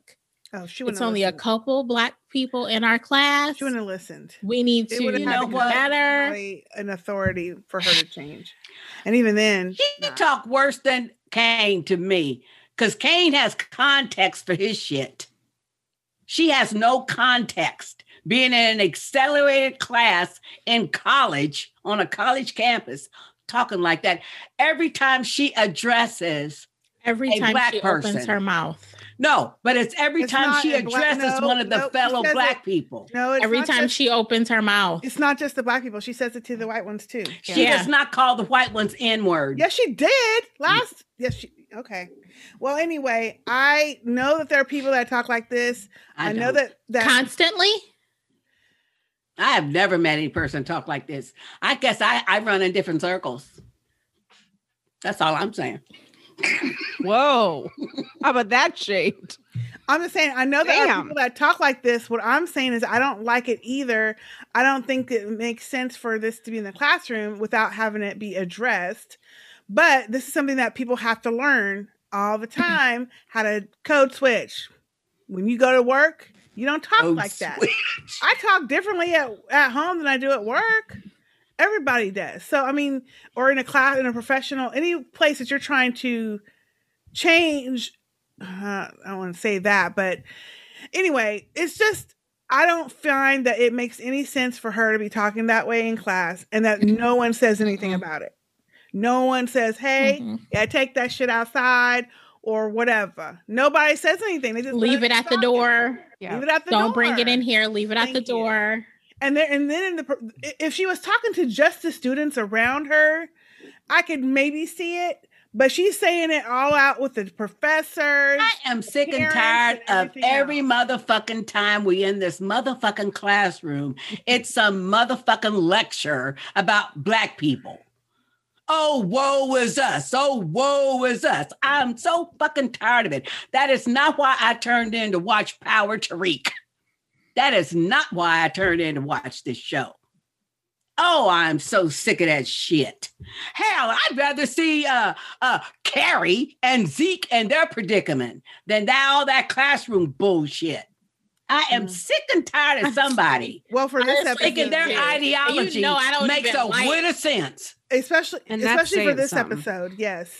Speaker 4: Oh, she wouldn't.
Speaker 1: it's
Speaker 4: have
Speaker 1: only a
Speaker 4: listened.
Speaker 1: couple black people in our class.
Speaker 4: She wouldn't have listened.
Speaker 1: We need
Speaker 4: It
Speaker 1: to
Speaker 4: would
Speaker 1: do
Speaker 4: have
Speaker 2: You know
Speaker 4: had to
Speaker 2: what?
Speaker 4: come from
Speaker 1: better."
Speaker 4: somebody, an authority for her to change, and even then,
Speaker 2: He
Speaker 4: nah.
Speaker 2: talked worse than Kane to me because Kane has context for his shit. She has no context. Being in an accelerated class in college on a college campus, talking like that every time she addresses.
Speaker 1: Every
Speaker 2: a
Speaker 1: time
Speaker 2: black
Speaker 1: she opens
Speaker 2: person.
Speaker 1: her mouth,
Speaker 2: No, but it's every
Speaker 4: It's
Speaker 2: time
Speaker 4: not
Speaker 2: she
Speaker 4: a black-
Speaker 2: addresses
Speaker 4: no,
Speaker 2: one of the
Speaker 4: no, she
Speaker 2: fellow
Speaker 4: says
Speaker 2: black
Speaker 4: it-
Speaker 2: people.
Speaker 4: no, it's
Speaker 1: every
Speaker 4: not
Speaker 1: time
Speaker 4: just-
Speaker 1: she opens her mouth,
Speaker 4: It's not just the black people. She says it to the white ones too.
Speaker 2: She
Speaker 1: Yeah.
Speaker 2: does not call the white ones N word.
Speaker 4: Yes, she did last. Yes, she. Okay. Well, anyway, I know that there are people that talk like this. I, know that that
Speaker 1: constantly.
Speaker 2: I have never met any person talk like this. I guess I, I run in different circles. That's all I'm saying.
Speaker 3: Whoa. How about that shade?
Speaker 4: I'm just saying, I know there are
Speaker 3: Damn.
Speaker 4: people that talk like this. What I'm saying is, I don't like it either. I don't think it makes sense for this to be in the classroom without having it be addressed. But this is something that people have to learn all the time how to code switch. When you go to work, you don't talk
Speaker 2: Code
Speaker 4: like that.
Speaker 2: switch.
Speaker 4: I talk differently at, at home than I do at work. Everybody does. So I mean, or in a class, in a professional, any place that you're trying to change. Uh, I don't want to say that, but anyway, it's just I don't find that it makes any sense for her to be talking that way in class, and that
Speaker 1: Mm-hmm.
Speaker 4: no one says anything
Speaker 1: Mhm.
Speaker 4: about it. No one says, "Hey,
Speaker 1: Mhm.
Speaker 4: yeah, take that shit outside." Or whatever. Nobody says anything. They just let
Speaker 1: Leave
Speaker 4: her
Speaker 1: it at the
Speaker 4: talking.
Speaker 1: door.
Speaker 3: Yeah.
Speaker 4: Leave it at the door.
Speaker 1: Don't bring it in here. Leave it at the
Speaker 4: Thank you.
Speaker 1: door.
Speaker 4: And there, and then in the per- if she was talking to just the students around her, I could maybe see it. But she's saying it all out with the professors.
Speaker 2: I am sick and
Speaker 4: Parents
Speaker 2: tired of
Speaker 4: and everything
Speaker 2: every motherfucking time we in this motherfucking classroom. It's some motherfucking lecture about black people. Oh, woe is us. Oh, woe is us. I'm so fucking tired of it. That is not why I turned in to watch Power Tariq. That is not why I turned in to watch this show. Oh, I'm so sick of that shit. Hell, I'd rather see uh uh Carrie and Zeke and their predicament than that all that classroom bullshit. I am sick and tired of somebody
Speaker 4: Well, for this
Speaker 1: Honestly,
Speaker 4: episode,
Speaker 2: thinking their
Speaker 1: Yeah. And Mm. you
Speaker 2: ideology
Speaker 1: know I don't
Speaker 2: makes
Speaker 1: even
Speaker 2: a
Speaker 1: like-
Speaker 2: whit of sense.
Speaker 4: especially
Speaker 3: And that's
Speaker 4: especially for
Speaker 3: saying
Speaker 4: this
Speaker 3: something.
Speaker 4: episode, yes.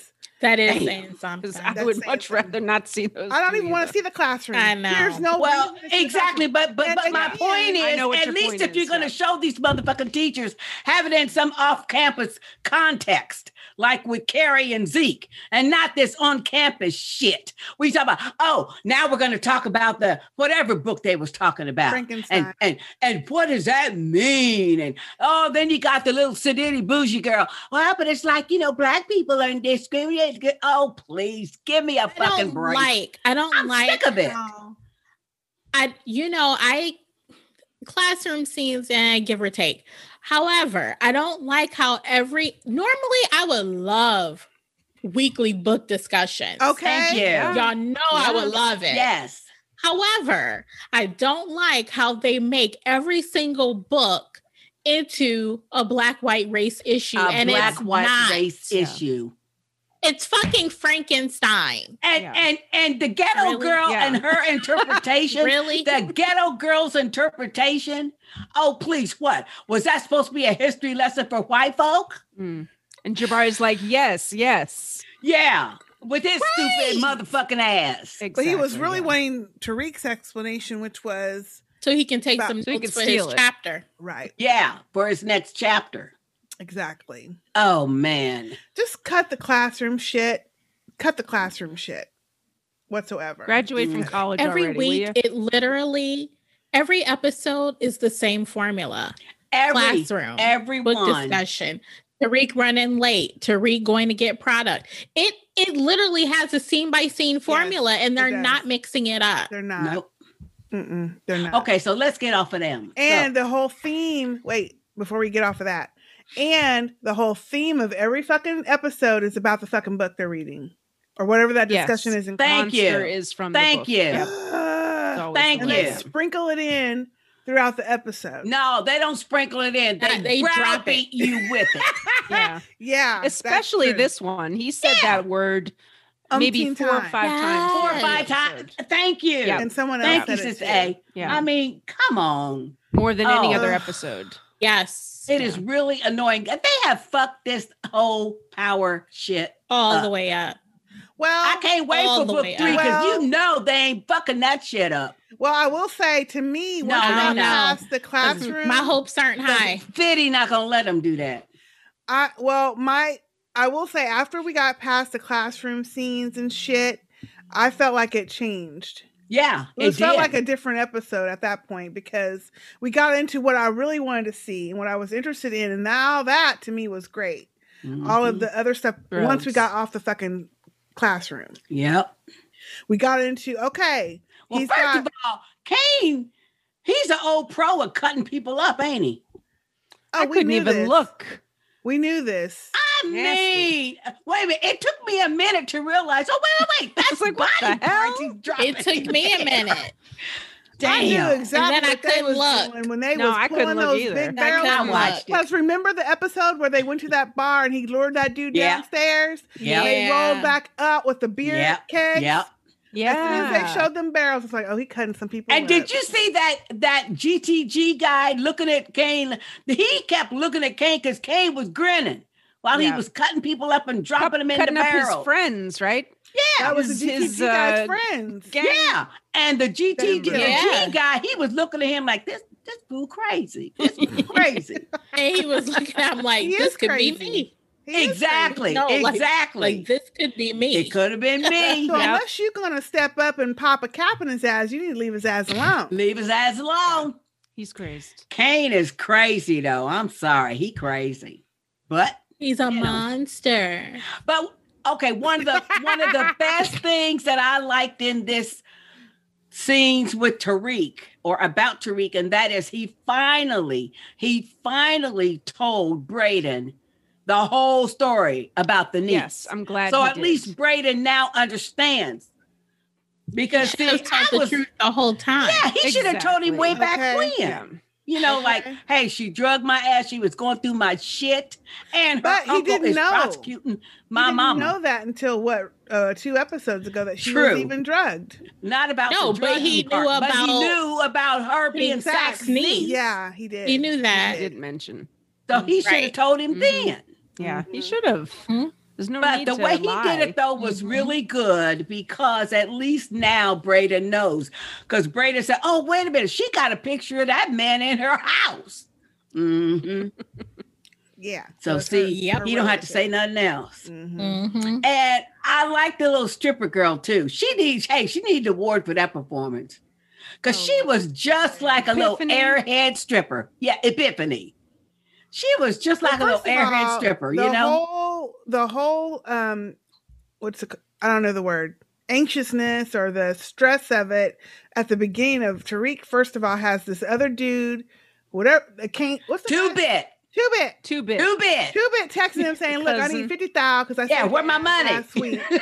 Speaker 1: That is
Speaker 2: Damn.
Speaker 1: saying something.
Speaker 3: Because I
Speaker 4: That's
Speaker 3: would
Speaker 4: saying
Speaker 3: much
Speaker 4: something.
Speaker 3: rather not see those.
Speaker 4: I don't
Speaker 3: two
Speaker 4: even want
Speaker 3: either.
Speaker 4: to see the classroom.
Speaker 1: I Oh, know.
Speaker 4: There's no
Speaker 2: Well,
Speaker 4: reason to see the
Speaker 2: exactly, but but,
Speaker 4: And
Speaker 2: but my
Speaker 4: again-
Speaker 2: point
Speaker 3: I
Speaker 2: is,
Speaker 3: know what
Speaker 2: at
Speaker 3: your
Speaker 2: least
Speaker 3: point
Speaker 2: if you're
Speaker 3: is,
Speaker 2: going to
Speaker 3: yeah.
Speaker 2: show these motherfucking teachers, have it in some off-campus context, like with Carrie and Zeke, and not this on-campus shit. We talk about, oh, now we're going to talk about the whatever book they was talking about,
Speaker 4: Frankenstein.
Speaker 2: and and and what does that mean? And oh, then you got the little sedity bougie girl. Well, but it's like you know, black people are discriminated. Oh, please give me a
Speaker 1: I
Speaker 2: fucking
Speaker 1: don't
Speaker 2: break.
Speaker 1: like. I don't
Speaker 2: I'm
Speaker 1: like.
Speaker 2: sick of it.
Speaker 1: how- I you know I classroom scenes and give or take. However, I don't like how every normally I would love weekly book discussions.
Speaker 4: okay.
Speaker 2: Thank you.
Speaker 1: Y'all know I would
Speaker 3: Yes.
Speaker 1: love it.
Speaker 2: Yes.
Speaker 1: However, I don't like how they make every single book into a black white race issue.
Speaker 2: a
Speaker 1: and
Speaker 2: black
Speaker 1: it's
Speaker 2: white
Speaker 1: not.
Speaker 2: race
Speaker 3: Yeah.
Speaker 2: issue.
Speaker 1: It's fucking Frankenstein.
Speaker 2: And
Speaker 3: Yeah.
Speaker 2: and and the ghetto
Speaker 1: Really?
Speaker 2: girl
Speaker 3: Yeah.
Speaker 2: and her interpretation.
Speaker 1: Really?
Speaker 2: The ghetto girl's interpretation. Oh, please, what? Was that supposed to be a history lesson for white folk?
Speaker 3: Mm. And Jabari's like, yes, yes.
Speaker 2: Yeah. With his
Speaker 1: Right.
Speaker 2: stupid motherfucking ass.
Speaker 3: Exactly.
Speaker 4: But he was really
Speaker 3: yeah.
Speaker 4: wanting Tariq's explanation, which was
Speaker 1: so he can take
Speaker 4: But-
Speaker 1: some
Speaker 3: So he
Speaker 1: notes
Speaker 3: can
Speaker 1: for his
Speaker 3: steal it.
Speaker 1: chapter.
Speaker 4: right,
Speaker 2: Yeah, for his next chapter.
Speaker 4: exactly.
Speaker 2: Oh man.
Speaker 4: Just cut the classroom shit. Cut the classroom shit whatsoever.
Speaker 3: Graduate from
Speaker 2: Mm.
Speaker 3: college
Speaker 1: Every
Speaker 3: already, will
Speaker 1: week,
Speaker 3: ya?
Speaker 1: it literally, every episode is the same formula.
Speaker 2: Every
Speaker 1: Classroom, book
Speaker 2: everyone.
Speaker 1: discussion, Tariq running late, Tariq going to get product. It it literally has a scene by scene formula, and
Speaker 4: it
Speaker 1: they're
Speaker 4: does.
Speaker 1: not mixing it up.
Speaker 4: They're not.
Speaker 2: Nope.
Speaker 4: Mm-mm, they're not.
Speaker 2: Okay, so let's get off of them. So-
Speaker 4: And the whole theme, wait, before we get off of that, and the whole theme of every fucking episode is about the fucking book they're reading or whatever that
Speaker 3: Yes.
Speaker 4: discussion is in
Speaker 2: Thank
Speaker 3: Monster
Speaker 2: you.
Speaker 3: is from.
Speaker 2: Thank
Speaker 3: the
Speaker 2: you.
Speaker 3: book. Yep. It's
Speaker 4: Ugh.
Speaker 3: always
Speaker 2: Thank
Speaker 3: the
Speaker 4: and
Speaker 2: you.
Speaker 4: they
Speaker 3: book.
Speaker 4: sprinkle it in throughout the episode.
Speaker 2: no, they don't sprinkle it in. They,
Speaker 1: Uh, they drop
Speaker 2: drop it. you with it.
Speaker 3: Yeah.
Speaker 4: Yeah. that's
Speaker 3: Especially
Speaker 4: true.
Speaker 3: this one. He said that word maybe
Speaker 4: Umpteen
Speaker 3: four or
Speaker 4: times.
Speaker 3: five times.
Speaker 2: Four or
Speaker 1: Yes.
Speaker 3: during the
Speaker 2: five times. Um,
Speaker 3: episode.
Speaker 2: Thank you.
Speaker 3: Yeah.
Speaker 4: And someone else.
Speaker 2: Thank you,
Speaker 4: said it
Speaker 2: Sis
Speaker 4: too.
Speaker 2: A.
Speaker 3: Yeah.
Speaker 2: I mean, come on.
Speaker 3: More than any
Speaker 2: Oh.
Speaker 3: other episode.
Speaker 1: Yes,
Speaker 2: it is really annoying. They have fucked this whole power shit.
Speaker 1: all
Speaker 2: Uh,
Speaker 1: the way up.
Speaker 4: Well,
Speaker 2: I can't wait
Speaker 1: All
Speaker 2: for
Speaker 1: the
Speaker 2: book
Speaker 1: way
Speaker 2: three because
Speaker 4: up.
Speaker 2: you know they ain't fucking that shit up.
Speaker 4: well, I will say to me,
Speaker 2: No,
Speaker 4: when I got
Speaker 1: no, no.
Speaker 4: past the classroom,
Speaker 1: My hopes aren't high.
Speaker 2: Fitty not gonna let them do that.
Speaker 4: I well, my I will say after we got past the classroom scenes and shit, I felt like it changed.
Speaker 2: Yeah,
Speaker 4: It,
Speaker 2: it,
Speaker 4: felt
Speaker 2: did.
Speaker 4: like a different episode at that point because we got into what I really wanted to see and what I was interested in, and now that to me was great.
Speaker 2: Mhm.
Speaker 4: All of the other stuff once we
Speaker 3: Mm-hmm. Gross.
Speaker 4: got off the fucking classroom,
Speaker 2: Mm-hmm. Yep.
Speaker 4: we got into okay.
Speaker 2: Well,
Speaker 4: He's
Speaker 2: first
Speaker 4: got-
Speaker 2: of all, Kane, he's an old pro at cutting people up, ain't he?
Speaker 4: Oh,
Speaker 3: I
Speaker 4: we
Speaker 3: couldn't
Speaker 4: knew
Speaker 3: even
Speaker 4: this.
Speaker 3: look.
Speaker 4: We knew this.
Speaker 2: I mean,
Speaker 3: Nasty.
Speaker 2: wait a minute. It took me a minute to realize. Oh wait, wait, wait. That's like
Speaker 3: like,
Speaker 2: body
Speaker 3: what the hell?
Speaker 2: parts he's dropping.
Speaker 1: It took me a minute.
Speaker 2: Damn.
Speaker 4: I knew exactly
Speaker 1: And then I
Speaker 4: what they
Speaker 1: couldn't
Speaker 4: was
Speaker 1: look.
Speaker 4: doing when they
Speaker 3: No,
Speaker 4: was
Speaker 3: I couldn't
Speaker 4: pulling
Speaker 3: look
Speaker 4: those
Speaker 3: either.
Speaker 4: big
Speaker 1: I
Speaker 4: barrels.
Speaker 1: couldn't
Speaker 2: I watched it.
Speaker 4: Plus, remember the episode where they went to that bar and he lured that dude
Speaker 2: Yeah. Oh,
Speaker 4: downstairs?
Speaker 2: Yeah.
Speaker 4: And They
Speaker 1: Yeah.
Speaker 4: rolled back up with the beer
Speaker 2: Yeah.
Speaker 4: keg.
Speaker 2: Yep.
Speaker 4: As soon
Speaker 3: Yeah.
Speaker 4: as they showed them barrels, it's like, oh, he cutting some people.
Speaker 2: And did
Speaker 4: up.
Speaker 2: you see that that GTG guy looking at Kane? He kept looking at Kane because Kane was grinning while he
Speaker 3: Yeah.
Speaker 2: was cutting people up and
Speaker 3: Cut-
Speaker 2: dropping them in the
Speaker 3: cutting up
Speaker 2: barrel.
Speaker 3: his friends, right?
Speaker 4: That was
Speaker 3: his-
Speaker 4: the GTG
Speaker 3: his,
Speaker 4: guy's
Speaker 3: uh,
Speaker 4: friends.
Speaker 3: gang-
Speaker 2: yeah, and the GTG
Speaker 4: Them
Speaker 1: Yeah.
Speaker 2: guy, he was looking at him like this. This fool crazy. This fool crazy.
Speaker 1: And he was looking at him like,
Speaker 4: He
Speaker 1: this
Speaker 4: is
Speaker 1: could be
Speaker 4: crazy.
Speaker 1: me.
Speaker 4: He is
Speaker 2: exactly.
Speaker 1: No, like-
Speaker 2: exactly.
Speaker 1: Like, this could be me.
Speaker 2: it could have been me.
Speaker 4: crazy. So unless you're gonna step up and pop a cap in his ass, you need to leave his ass alone.
Speaker 2: Leave his ass alone.
Speaker 3: He's crazed.
Speaker 2: Kane is crazy though. I'm sorry, he crazy. But
Speaker 1: He's a
Speaker 2: You know.
Speaker 1: monster.
Speaker 2: But okay, one of the one of the best things that I liked in this scenes with Tariq or about Tariq, and that is he finally, he finally told Braden the whole story about the niece.
Speaker 3: Yes, I'm glad.
Speaker 2: so
Speaker 3: he
Speaker 2: at
Speaker 3: did.
Speaker 2: least Braden now understands. Because see,
Speaker 1: Should've
Speaker 2: I
Speaker 1: told the
Speaker 2: was,
Speaker 1: truth the whole time.
Speaker 2: yeah, he should have told him
Speaker 3: Exactly.
Speaker 2: way back
Speaker 4: Okay.
Speaker 2: when.
Speaker 3: Yeah.
Speaker 2: You know,
Speaker 4: Okay.
Speaker 2: like, hey, she drugged my ass. She was going through my shit, and her
Speaker 4: But he
Speaker 2: uncle
Speaker 4: didn't
Speaker 2: is
Speaker 4: know.
Speaker 2: prosecuting
Speaker 4: You
Speaker 2: my
Speaker 4: didn't
Speaker 2: mama.
Speaker 4: know that until what uh, two episodes ago that she
Speaker 2: True.
Speaker 4: was even drugged.
Speaker 2: Not about
Speaker 1: No,
Speaker 2: the
Speaker 1: but
Speaker 2: drugging
Speaker 1: he knew
Speaker 2: part, but he
Speaker 1: about-
Speaker 2: knew about her being
Speaker 1: Exact
Speaker 2: Saxonese.
Speaker 1: niece.
Speaker 4: Yeah, he did.
Speaker 1: He knew
Speaker 3: he
Speaker 1: that.
Speaker 3: did mention.
Speaker 2: So he should have
Speaker 1: Right. Mm-hmm.
Speaker 2: told him
Speaker 3: Mhm.
Speaker 2: then.
Speaker 3: Yeah, he
Speaker 4: Mhm.
Speaker 3: should have.
Speaker 1: Mhm.
Speaker 3: There's no
Speaker 2: Hmm? But
Speaker 3: need
Speaker 2: the
Speaker 3: to
Speaker 2: way he
Speaker 3: lie.
Speaker 2: did it though was
Speaker 1: Mhm.
Speaker 2: really good because at least now Braden knows. Because Braden said, "Oh, wait a minute, she got a picture of that man in her house." hmm
Speaker 4: Yeah.
Speaker 2: So
Speaker 4: it's
Speaker 2: see,
Speaker 1: yep,
Speaker 4: her
Speaker 2: You don't have to say
Speaker 4: relative.
Speaker 2: nothing else.
Speaker 4: Mhm.
Speaker 1: Mhm.
Speaker 2: And I like the little stripper girl too. She needs, hey, she needs an award for that performance because
Speaker 3: Oh,
Speaker 2: she was just like a
Speaker 3: Epiphany?
Speaker 2: little airhead stripper. Yeah, Epiphany. She was just like a
Speaker 4: Well,
Speaker 2: little
Speaker 4: first of
Speaker 2: airhead
Speaker 4: all,
Speaker 2: stripper,
Speaker 4: the
Speaker 2: you know.
Speaker 4: whole the whole um what's the I don't know the word anxiousness or the stress of it at the beginning of Tariq. First of all, has this other dude, whatever the can't what's the
Speaker 2: Two
Speaker 4: guy's-
Speaker 2: bit,
Speaker 4: two bit
Speaker 3: Too big.
Speaker 2: two bit.
Speaker 4: two bit texting him saying, "Look, I need
Speaker 3: Cousin.
Speaker 4: fifty thousand because I
Speaker 2: Yeah,
Speaker 4: said
Speaker 2: where my money?
Speaker 4: last week, so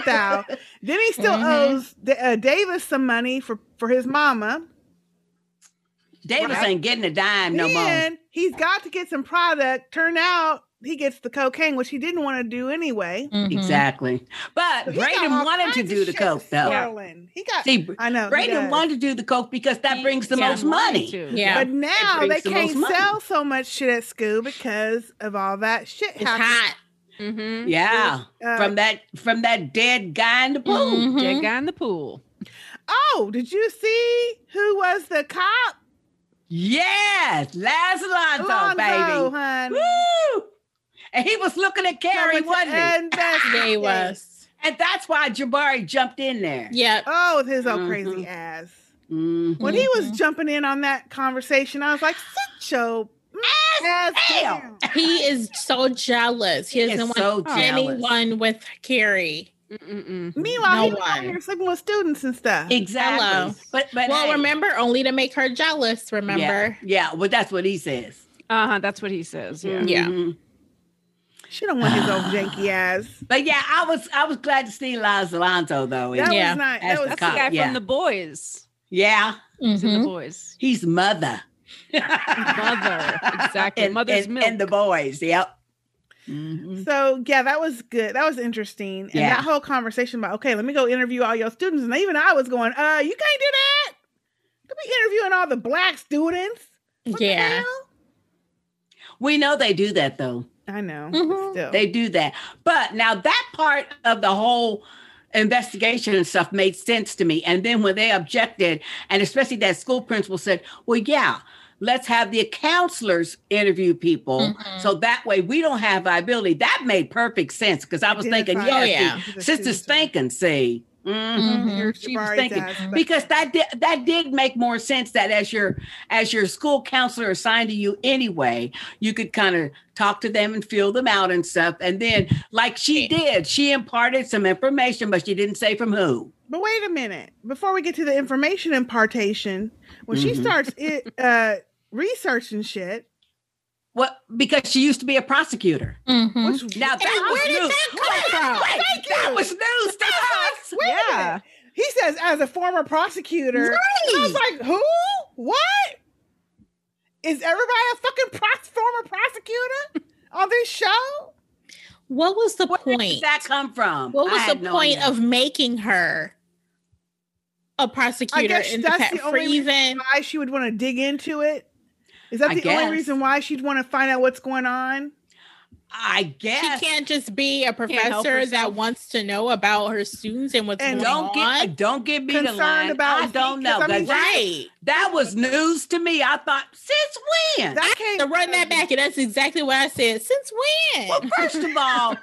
Speaker 4: thousand. Then he still
Speaker 1: Mhm.
Speaker 4: owes Da- uh, Davis some money for for his mama.
Speaker 2: Davis
Speaker 4: Right.
Speaker 2: ain't getting a dime no more.
Speaker 4: then he's got to get some product. Turn out he gets the cocaine, which he didn't want to do anyway.
Speaker 1: Mhm.
Speaker 2: Exactly. But
Speaker 4: Mm-hmm. He got
Speaker 2: Braden
Speaker 4: all
Speaker 2: Mm. wanted to
Speaker 4: kinds of
Speaker 2: do the
Speaker 4: shit Oh,
Speaker 2: coke though.
Speaker 4: swirling. He got.
Speaker 2: See,
Speaker 4: I know. he
Speaker 2: Braden
Speaker 4: does.
Speaker 2: wanted to do the coke because that
Speaker 3: He
Speaker 2: brings the
Speaker 1: yeah,
Speaker 2: most money.
Speaker 3: Too.
Speaker 1: Yeah.
Speaker 4: But now they
Speaker 2: brings the most
Speaker 4: can't
Speaker 2: money.
Speaker 4: sell so much shit at school because of all that shit
Speaker 1: It's
Speaker 4: happening.
Speaker 1: hot.
Speaker 3: Mm-hmm.
Speaker 2: Yeah,
Speaker 4: Uh,
Speaker 2: from that from that dead guy in the pool.
Speaker 1: Mhm.
Speaker 3: Dead guy in the pool.
Speaker 4: oh, did you see who was the cop?
Speaker 2: Yes, Laz Alonso,
Speaker 4: Alonzo,
Speaker 2: baby.
Speaker 4: hun.
Speaker 2: Woo! And he was looking at Carrie,
Speaker 4: Coming to
Speaker 2: wasn't he?
Speaker 4: investigate.
Speaker 1: They was.
Speaker 2: And that's why Jabari jumped in there.
Speaker 1: Yep.
Speaker 4: Oh, with his old crazy
Speaker 2: Mhm.
Speaker 4: ass.
Speaker 2: Mhm.
Speaker 4: When he was jumping in on that conversation, I was like, sit your ass
Speaker 2: down.
Speaker 4: down.
Speaker 1: He is so jealous. He,
Speaker 2: He is
Speaker 1: doesn't want
Speaker 2: so jealous.
Speaker 1: anyone with Carrie.
Speaker 3: Mm-mm-mm.
Speaker 4: Meanwhile,
Speaker 1: No
Speaker 4: he was out
Speaker 1: one.
Speaker 4: here sleeping with students and stuff.
Speaker 2: Exactly.
Speaker 1: Hello.
Speaker 2: But but
Speaker 1: well,
Speaker 2: hey,
Speaker 1: remember only to make her jealous. Remember,
Speaker 2: Yeah, well, that's what he says.
Speaker 3: Uh huh. That's what he says. Yeah.
Speaker 1: Yeah.
Speaker 2: Mhm.
Speaker 4: She don't want his old janky ass.
Speaker 2: But yeah, I was I was glad to see Laz Alonso though.
Speaker 4: That
Speaker 1: Yeah.
Speaker 4: was not.
Speaker 2: That's
Speaker 4: That was
Speaker 3: That's
Speaker 2: Cop,
Speaker 3: the guy
Speaker 2: yeah. Mm-hmm.
Speaker 3: from The Boys.
Speaker 2: yeah,
Speaker 3: He's
Speaker 1: Mm-hmm.
Speaker 3: in The Boys.
Speaker 2: he's mother.
Speaker 3: Mother, exactly.
Speaker 2: And,
Speaker 3: Mother's
Speaker 2: and,
Speaker 3: milk.
Speaker 2: and the boys. Yep. Mhm.
Speaker 4: So yeah, that was good. That was interesting. And
Speaker 2: Yeah.
Speaker 4: that whole conversation about okay, let me go interview all your students, and even I was going, uh, you can't do that. Don't be interviewing all the black students. What the
Speaker 1: yeah,
Speaker 4: hell?
Speaker 2: We know they do that though.
Speaker 4: I know.
Speaker 1: Mhm.
Speaker 4: Still,
Speaker 2: Mm-hmm. They do that. But now that part of the whole investigation and stuff made sense to me. And then when they objected, and especially that school principal said, Well, yeah, let's have the counselors interview people.
Speaker 1: Mhm.
Speaker 2: So that way we don't have liability. That made perfect sense because I was thinking,
Speaker 4: Identify
Speaker 1: Oh,
Speaker 2: yes,
Speaker 4: who
Speaker 2: the
Speaker 4: the
Speaker 2: sister's
Speaker 4: students are.
Speaker 2: thinking, see. Mhm.
Speaker 1: Mhm.
Speaker 4: Here's
Speaker 2: She was
Speaker 4: Jabari's
Speaker 2: thinking,
Speaker 4: ass, but-
Speaker 2: Because that did that did make more sense that as your as your school counselor assigned to you anyway, you could kind of talk to them and feel them out and stuff. And then, like she did, she imparted some information, but she didn't say from who.
Speaker 4: But wait a minute. Before we get to the information impartation, when she
Speaker 2: Mhm.
Speaker 4: starts it, uh, researching shit,
Speaker 2: What? Because she used to be a prosecutor.
Speaker 1: Mhm.
Speaker 4: which
Speaker 2: Mm-hmm. Now that
Speaker 4: And
Speaker 2: was
Speaker 4: where did
Speaker 2: news.
Speaker 4: that come from?
Speaker 2: Wait, wait,
Speaker 4: Thank
Speaker 2: that
Speaker 4: you.
Speaker 2: was news to us.
Speaker 4: Wait a
Speaker 3: Yeah.
Speaker 4: minute. He says, as a former prosecutor, I was like, who? What? Is everybody a fucking pros- former prosecutor on this show?
Speaker 1: What was the
Speaker 2: Where
Speaker 1: point?
Speaker 2: did that come from?
Speaker 1: What
Speaker 2: I
Speaker 1: was the
Speaker 2: had no
Speaker 1: point
Speaker 2: idea.
Speaker 1: of making her a prosecutor
Speaker 4: guess
Speaker 1: in the
Speaker 4: that's
Speaker 1: past
Speaker 4: the
Speaker 1: for
Speaker 4: only reason
Speaker 1: even?
Speaker 4: Why she would want to dig into it? Is that
Speaker 2: I
Speaker 4: the
Speaker 2: guess.
Speaker 4: only reason why she'd want to find out what's going on?
Speaker 2: I
Speaker 1: She
Speaker 2: guess.
Speaker 1: can't just be a
Speaker 3: help
Speaker 1: professor that
Speaker 3: herself.
Speaker 1: wants to know about her students and what's
Speaker 4: And
Speaker 1: going
Speaker 2: don't
Speaker 1: on.
Speaker 2: get don't get me to
Speaker 4: Concerned
Speaker 2: line.
Speaker 4: about
Speaker 2: I don't
Speaker 4: me,
Speaker 2: know.
Speaker 4: 'cause I mean,
Speaker 2: That-
Speaker 1: right.
Speaker 2: that was news to me. I thought, since when?
Speaker 4: That can't
Speaker 1: So run that back, and that's exactly what I said. Since
Speaker 2: Well,
Speaker 1: when?
Speaker 2: first of all,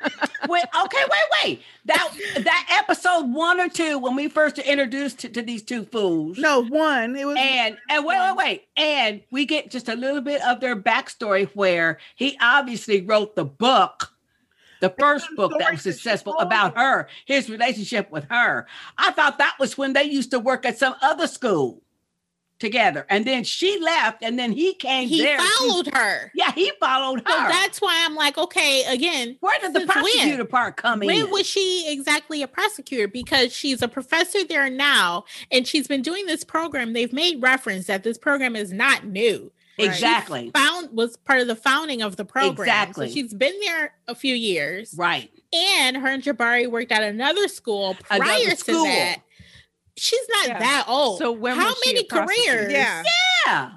Speaker 2: wait, okay, wait, wait. That that episode one or two when we first introduced to, to these two fools.
Speaker 4: No, one. It was
Speaker 2: And and wait, wait, wait. And we get just a little bit of their backstory where he obviously wrote the book, the first
Speaker 4: some
Speaker 2: book that
Speaker 4: stories
Speaker 2: was
Speaker 4: that she
Speaker 2: successful
Speaker 4: told.
Speaker 2: about her, his relationship with her. I thought that was when they used to work at some other school. together. And then she left, and then he came
Speaker 1: He
Speaker 2: there.
Speaker 1: followed her.
Speaker 2: Yeah, he followed
Speaker 1: So
Speaker 2: her.
Speaker 1: that's why I'm like, okay, again,
Speaker 2: Where did the
Speaker 1: since when?
Speaker 2: prosecutor part come
Speaker 1: when
Speaker 2: in?
Speaker 1: was she exactly a prosecutor? Because she's a professor there now, and she's been doing this program. They've made reference that this program is not new.
Speaker 4: Right.
Speaker 2: exactly.
Speaker 1: Found was part of the founding of the program.
Speaker 2: Exactly.
Speaker 1: So she's been there a few years,
Speaker 2: Right.
Speaker 1: and her and Jabari worked at another school prior
Speaker 2: Another
Speaker 1: to
Speaker 2: school.
Speaker 1: that. She's not
Speaker 3: Yeah.
Speaker 1: that old.
Speaker 3: So when
Speaker 1: how
Speaker 3: was she a
Speaker 1: many
Speaker 3: prosecutor?
Speaker 1: careers?
Speaker 4: Yeah.
Speaker 2: Yeah.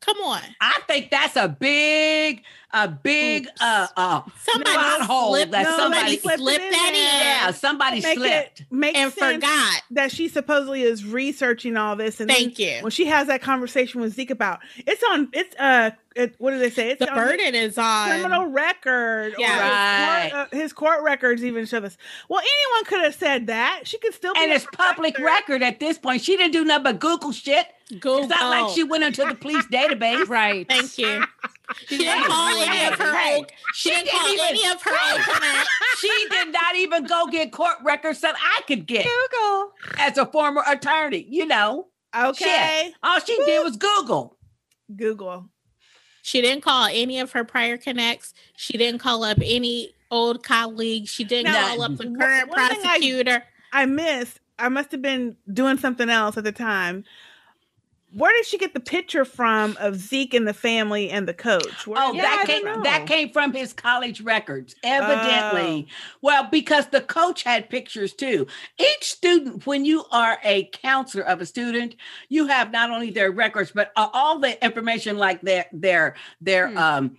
Speaker 1: Come on.
Speaker 2: I think that's a big, a big,
Speaker 1: Oops.
Speaker 2: uh, uh,
Speaker 1: Somebody
Speaker 2: Pothole
Speaker 1: slipped,
Speaker 2: that
Speaker 1: somebody
Speaker 2: somebody
Speaker 1: slipped,
Speaker 4: slipped in
Speaker 1: that in,
Speaker 4: there.
Speaker 2: yeah, somebody
Speaker 4: Make
Speaker 2: slipped.
Speaker 4: it make
Speaker 1: and
Speaker 4: sense
Speaker 1: forgot.
Speaker 4: that she supposedly is researching all this. And then
Speaker 1: Thank you.
Speaker 4: when she has that conversation with Zeke about it's on it's uh it, what do they say? It's
Speaker 1: the
Speaker 4: on
Speaker 1: burden is on
Speaker 4: criminal record. or
Speaker 1: Yeah.
Speaker 4: his, court, uh, his court records even show this. Well, anyone could have said that. She could still be
Speaker 2: And
Speaker 4: a
Speaker 2: it's public
Speaker 4: professor.
Speaker 2: record at this point. She didn't do nothing but Google shit.
Speaker 1: Google.
Speaker 2: It's not
Speaker 1: oh.
Speaker 2: like she went into the police database.
Speaker 3: Right.
Speaker 1: Thank you. She didn't
Speaker 2: Right.
Speaker 1: call any of her
Speaker 2: Right.
Speaker 1: old. She
Speaker 2: She
Speaker 1: didn't call
Speaker 2: didn't even-
Speaker 1: any of her old comments.
Speaker 2: She did not even go get court records that I could get
Speaker 3: Google.
Speaker 2: as a former attorney. You know,
Speaker 4: Okay.
Speaker 2: all she did was Google.
Speaker 4: Google.
Speaker 1: She didn't call any of her prior connects. She didn't call up any old colleagues. She didn't
Speaker 2: Now,
Speaker 1: call up the
Speaker 4: one-
Speaker 1: current
Speaker 4: one thing I-
Speaker 1: prosecutor.
Speaker 4: I missed. I must have been doing something else at the time. Where did she get the picture from of Zeke and the family and the coach? Where
Speaker 2: Oh,
Speaker 4: did
Speaker 2: that
Speaker 4: she get
Speaker 2: came
Speaker 4: from?
Speaker 2: that came from his college records, evidently.
Speaker 3: Oh.
Speaker 2: Well, because the coach had pictures too. Each student, when you are a counselor of a student, you have not only their records but uh, all the information, like their their their
Speaker 3: Hmm.
Speaker 2: um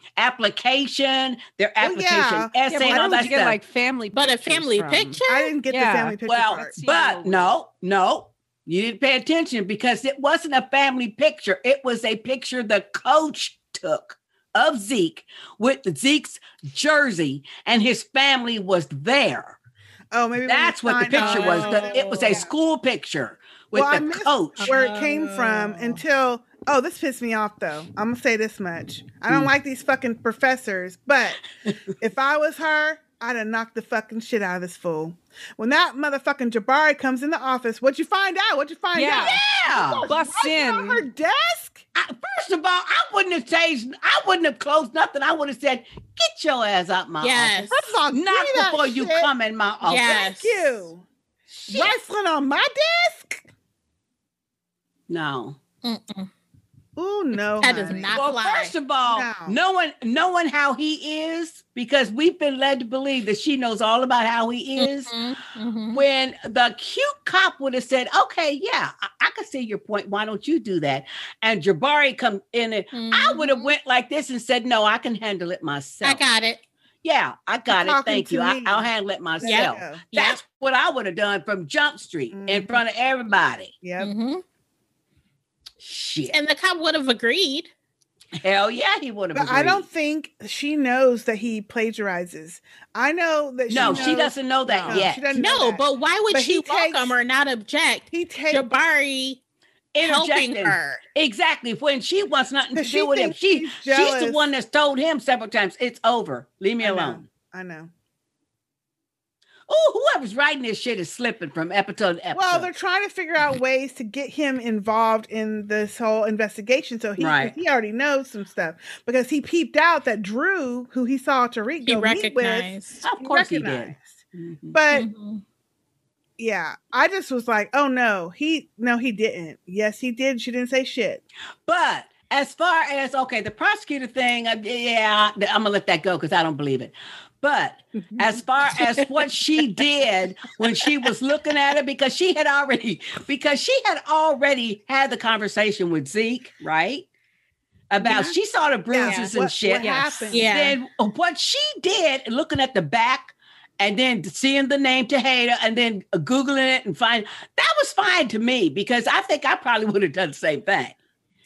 Speaker 2: application, their
Speaker 4: Well,
Speaker 2: application
Speaker 4: yeah.
Speaker 3: Yeah,
Speaker 2: essay,
Speaker 3: but
Speaker 2: and
Speaker 3: why
Speaker 2: all
Speaker 3: don't
Speaker 2: that
Speaker 3: you get
Speaker 2: stuff.
Speaker 3: like family,
Speaker 1: But a
Speaker 3: pictures
Speaker 1: family
Speaker 3: from?
Speaker 1: picture?
Speaker 4: I didn't get
Speaker 3: Yeah.
Speaker 4: the family picture
Speaker 2: Well,
Speaker 4: part.
Speaker 3: see how
Speaker 2: But
Speaker 3: old.
Speaker 2: no, no, you didn't pay attention because it wasn't a family picture. It was a picture the coach took of Zeke with Zeke's jersey, and his family was there.
Speaker 4: Oh, maybe when they
Speaker 2: That's what the
Speaker 4: signed
Speaker 2: picture
Speaker 4: off.
Speaker 2: was. The-
Speaker 1: Oh.
Speaker 2: it was a school picture with
Speaker 4: Well, I
Speaker 2: the
Speaker 4: missed-
Speaker 2: coach.
Speaker 4: where it came from
Speaker 1: Oh.
Speaker 4: until oh this pissed me off though i'm gonna say this much i don't
Speaker 2: Mm.
Speaker 4: like these fucking professors but if i was her i'd have knocked the fucking shit out of this fool when that motherfucking jabari comes in the office what you find out what you find
Speaker 3: Yeah.
Speaker 2: Yeah.
Speaker 3: Bust
Speaker 4: out on her
Speaker 3: in.
Speaker 4: desk
Speaker 2: I, first of all, I wouldn't have changed. I wouldn't have closed nothing. I would have said, "Get your ass out my
Speaker 1: Yes.
Speaker 4: First of all,
Speaker 2: office."
Speaker 4: give
Speaker 2: Not
Speaker 4: me that
Speaker 2: before you
Speaker 4: shit.
Speaker 2: come in my office.
Speaker 1: Yes.
Speaker 4: Thank you wrestling on my desk
Speaker 2: No.
Speaker 1: Mm-mm.
Speaker 4: oh no
Speaker 1: That is
Speaker 4: honey.
Speaker 1: not-
Speaker 2: Well,
Speaker 1: fly.
Speaker 2: first of all,
Speaker 4: No.
Speaker 2: knowing knowing how he is, because we've been led to believe that she knows all about how he is.
Speaker 1: Mhm, mhm.
Speaker 2: When the cute cop would have said, "Okay, yeah, I, I can see your point. Why don't you do that?" and Jabari come in, and I would have went like this and said, "No, I can handle it myself."
Speaker 1: mm-hmm. I got it.
Speaker 2: yeah, I got
Speaker 4: You're
Speaker 2: it. Thank
Speaker 4: talking
Speaker 2: you.
Speaker 4: to
Speaker 2: I,
Speaker 4: me.
Speaker 2: I'll handle it myself.
Speaker 4: yeah
Speaker 1: Yep.
Speaker 2: That's what I would have done from Jump Street in
Speaker 4: Mhm.
Speaker 2: front of everybody.
Speaker 4: yep
Speaker 1: Mhm.
Speaker 2: Shit,
Speaker 1: And the cop would have agreed.
Speaker 2: hell yeah, he would have.
Speaker 4: But I don't think she knows that he plagiarizes. I know that she
Speaker 2: No,
Speaker 4: knows,
Speaker 2: she doesn't know that
Speaker 4: No,
Speaker 2: yet.
Speaker 4: she doesn't know
Speaker 1: No,
Speaker 4: that.
Speaker 1: but why would
Speaker 4: But
Speaker 1: she
Speaker 4: he
Speaker 1: welcome
Speaker 4: takes-
Speaker 1: or not object?
Speaker 4: he takes
Speaker 1: Jabari helping
Speaker 2: Interjecting.
Speaker 1: her.
Speaker 2: Exactly. When she wants nothing to
Speaker 4: But she
Speaker 2: do with him,
Speaker 4: thinks
Speaker 2: she
Speaker 4: he's
Speaker 2: she's the
Speaker 4: jealous.
Speaker 2: one that's told him several times, "It's over. Leave me
Speaker 4: I know.
Speaker 2: alone."
Speaker 4: I know.
Speaker 2: Oh, whoever's writing this shit is slipping from episode to episode.
Speaker 4: Well, they're trying to figure out ways to get him involved in this whole investigation. So he
Speaker 2: Right.
Speaker 4: he already knows some stuff because he peeped out that Drew, who he saw Tariq
Speaker 1: He
Speaker 4: go meet with,
Speaker 1: recognized.
Speaker 2: of course he did. Mhm.
Speaker 4: But
Speaker 1: Mhm.
Speaker 4: yeah, I just was like, oh no, he no, he didn't. Yes, he did. She didn't say shit.
Speaker 2: But as far as okay, the prosecutor thing, uh, yeah, I'm gonna let that go because I don't believe it. But as far as what she did when she was looking at it, because she had already because she had already had the conversation with Zeke, right? About
Speaker 4: Yeah.
Speaker 2: she saw the bruises
Speaker 4: what,
Speaker 2: and shit.
Speaker 4: What
Speaker 3: Yes.
Speaker 4: happened?
Speaker 1: Yeah.
Speaker 2: then what she did, looking at the back and then seeing the name Tejada and then Googling it and find that was fine to me because I think I probably would have done the same thing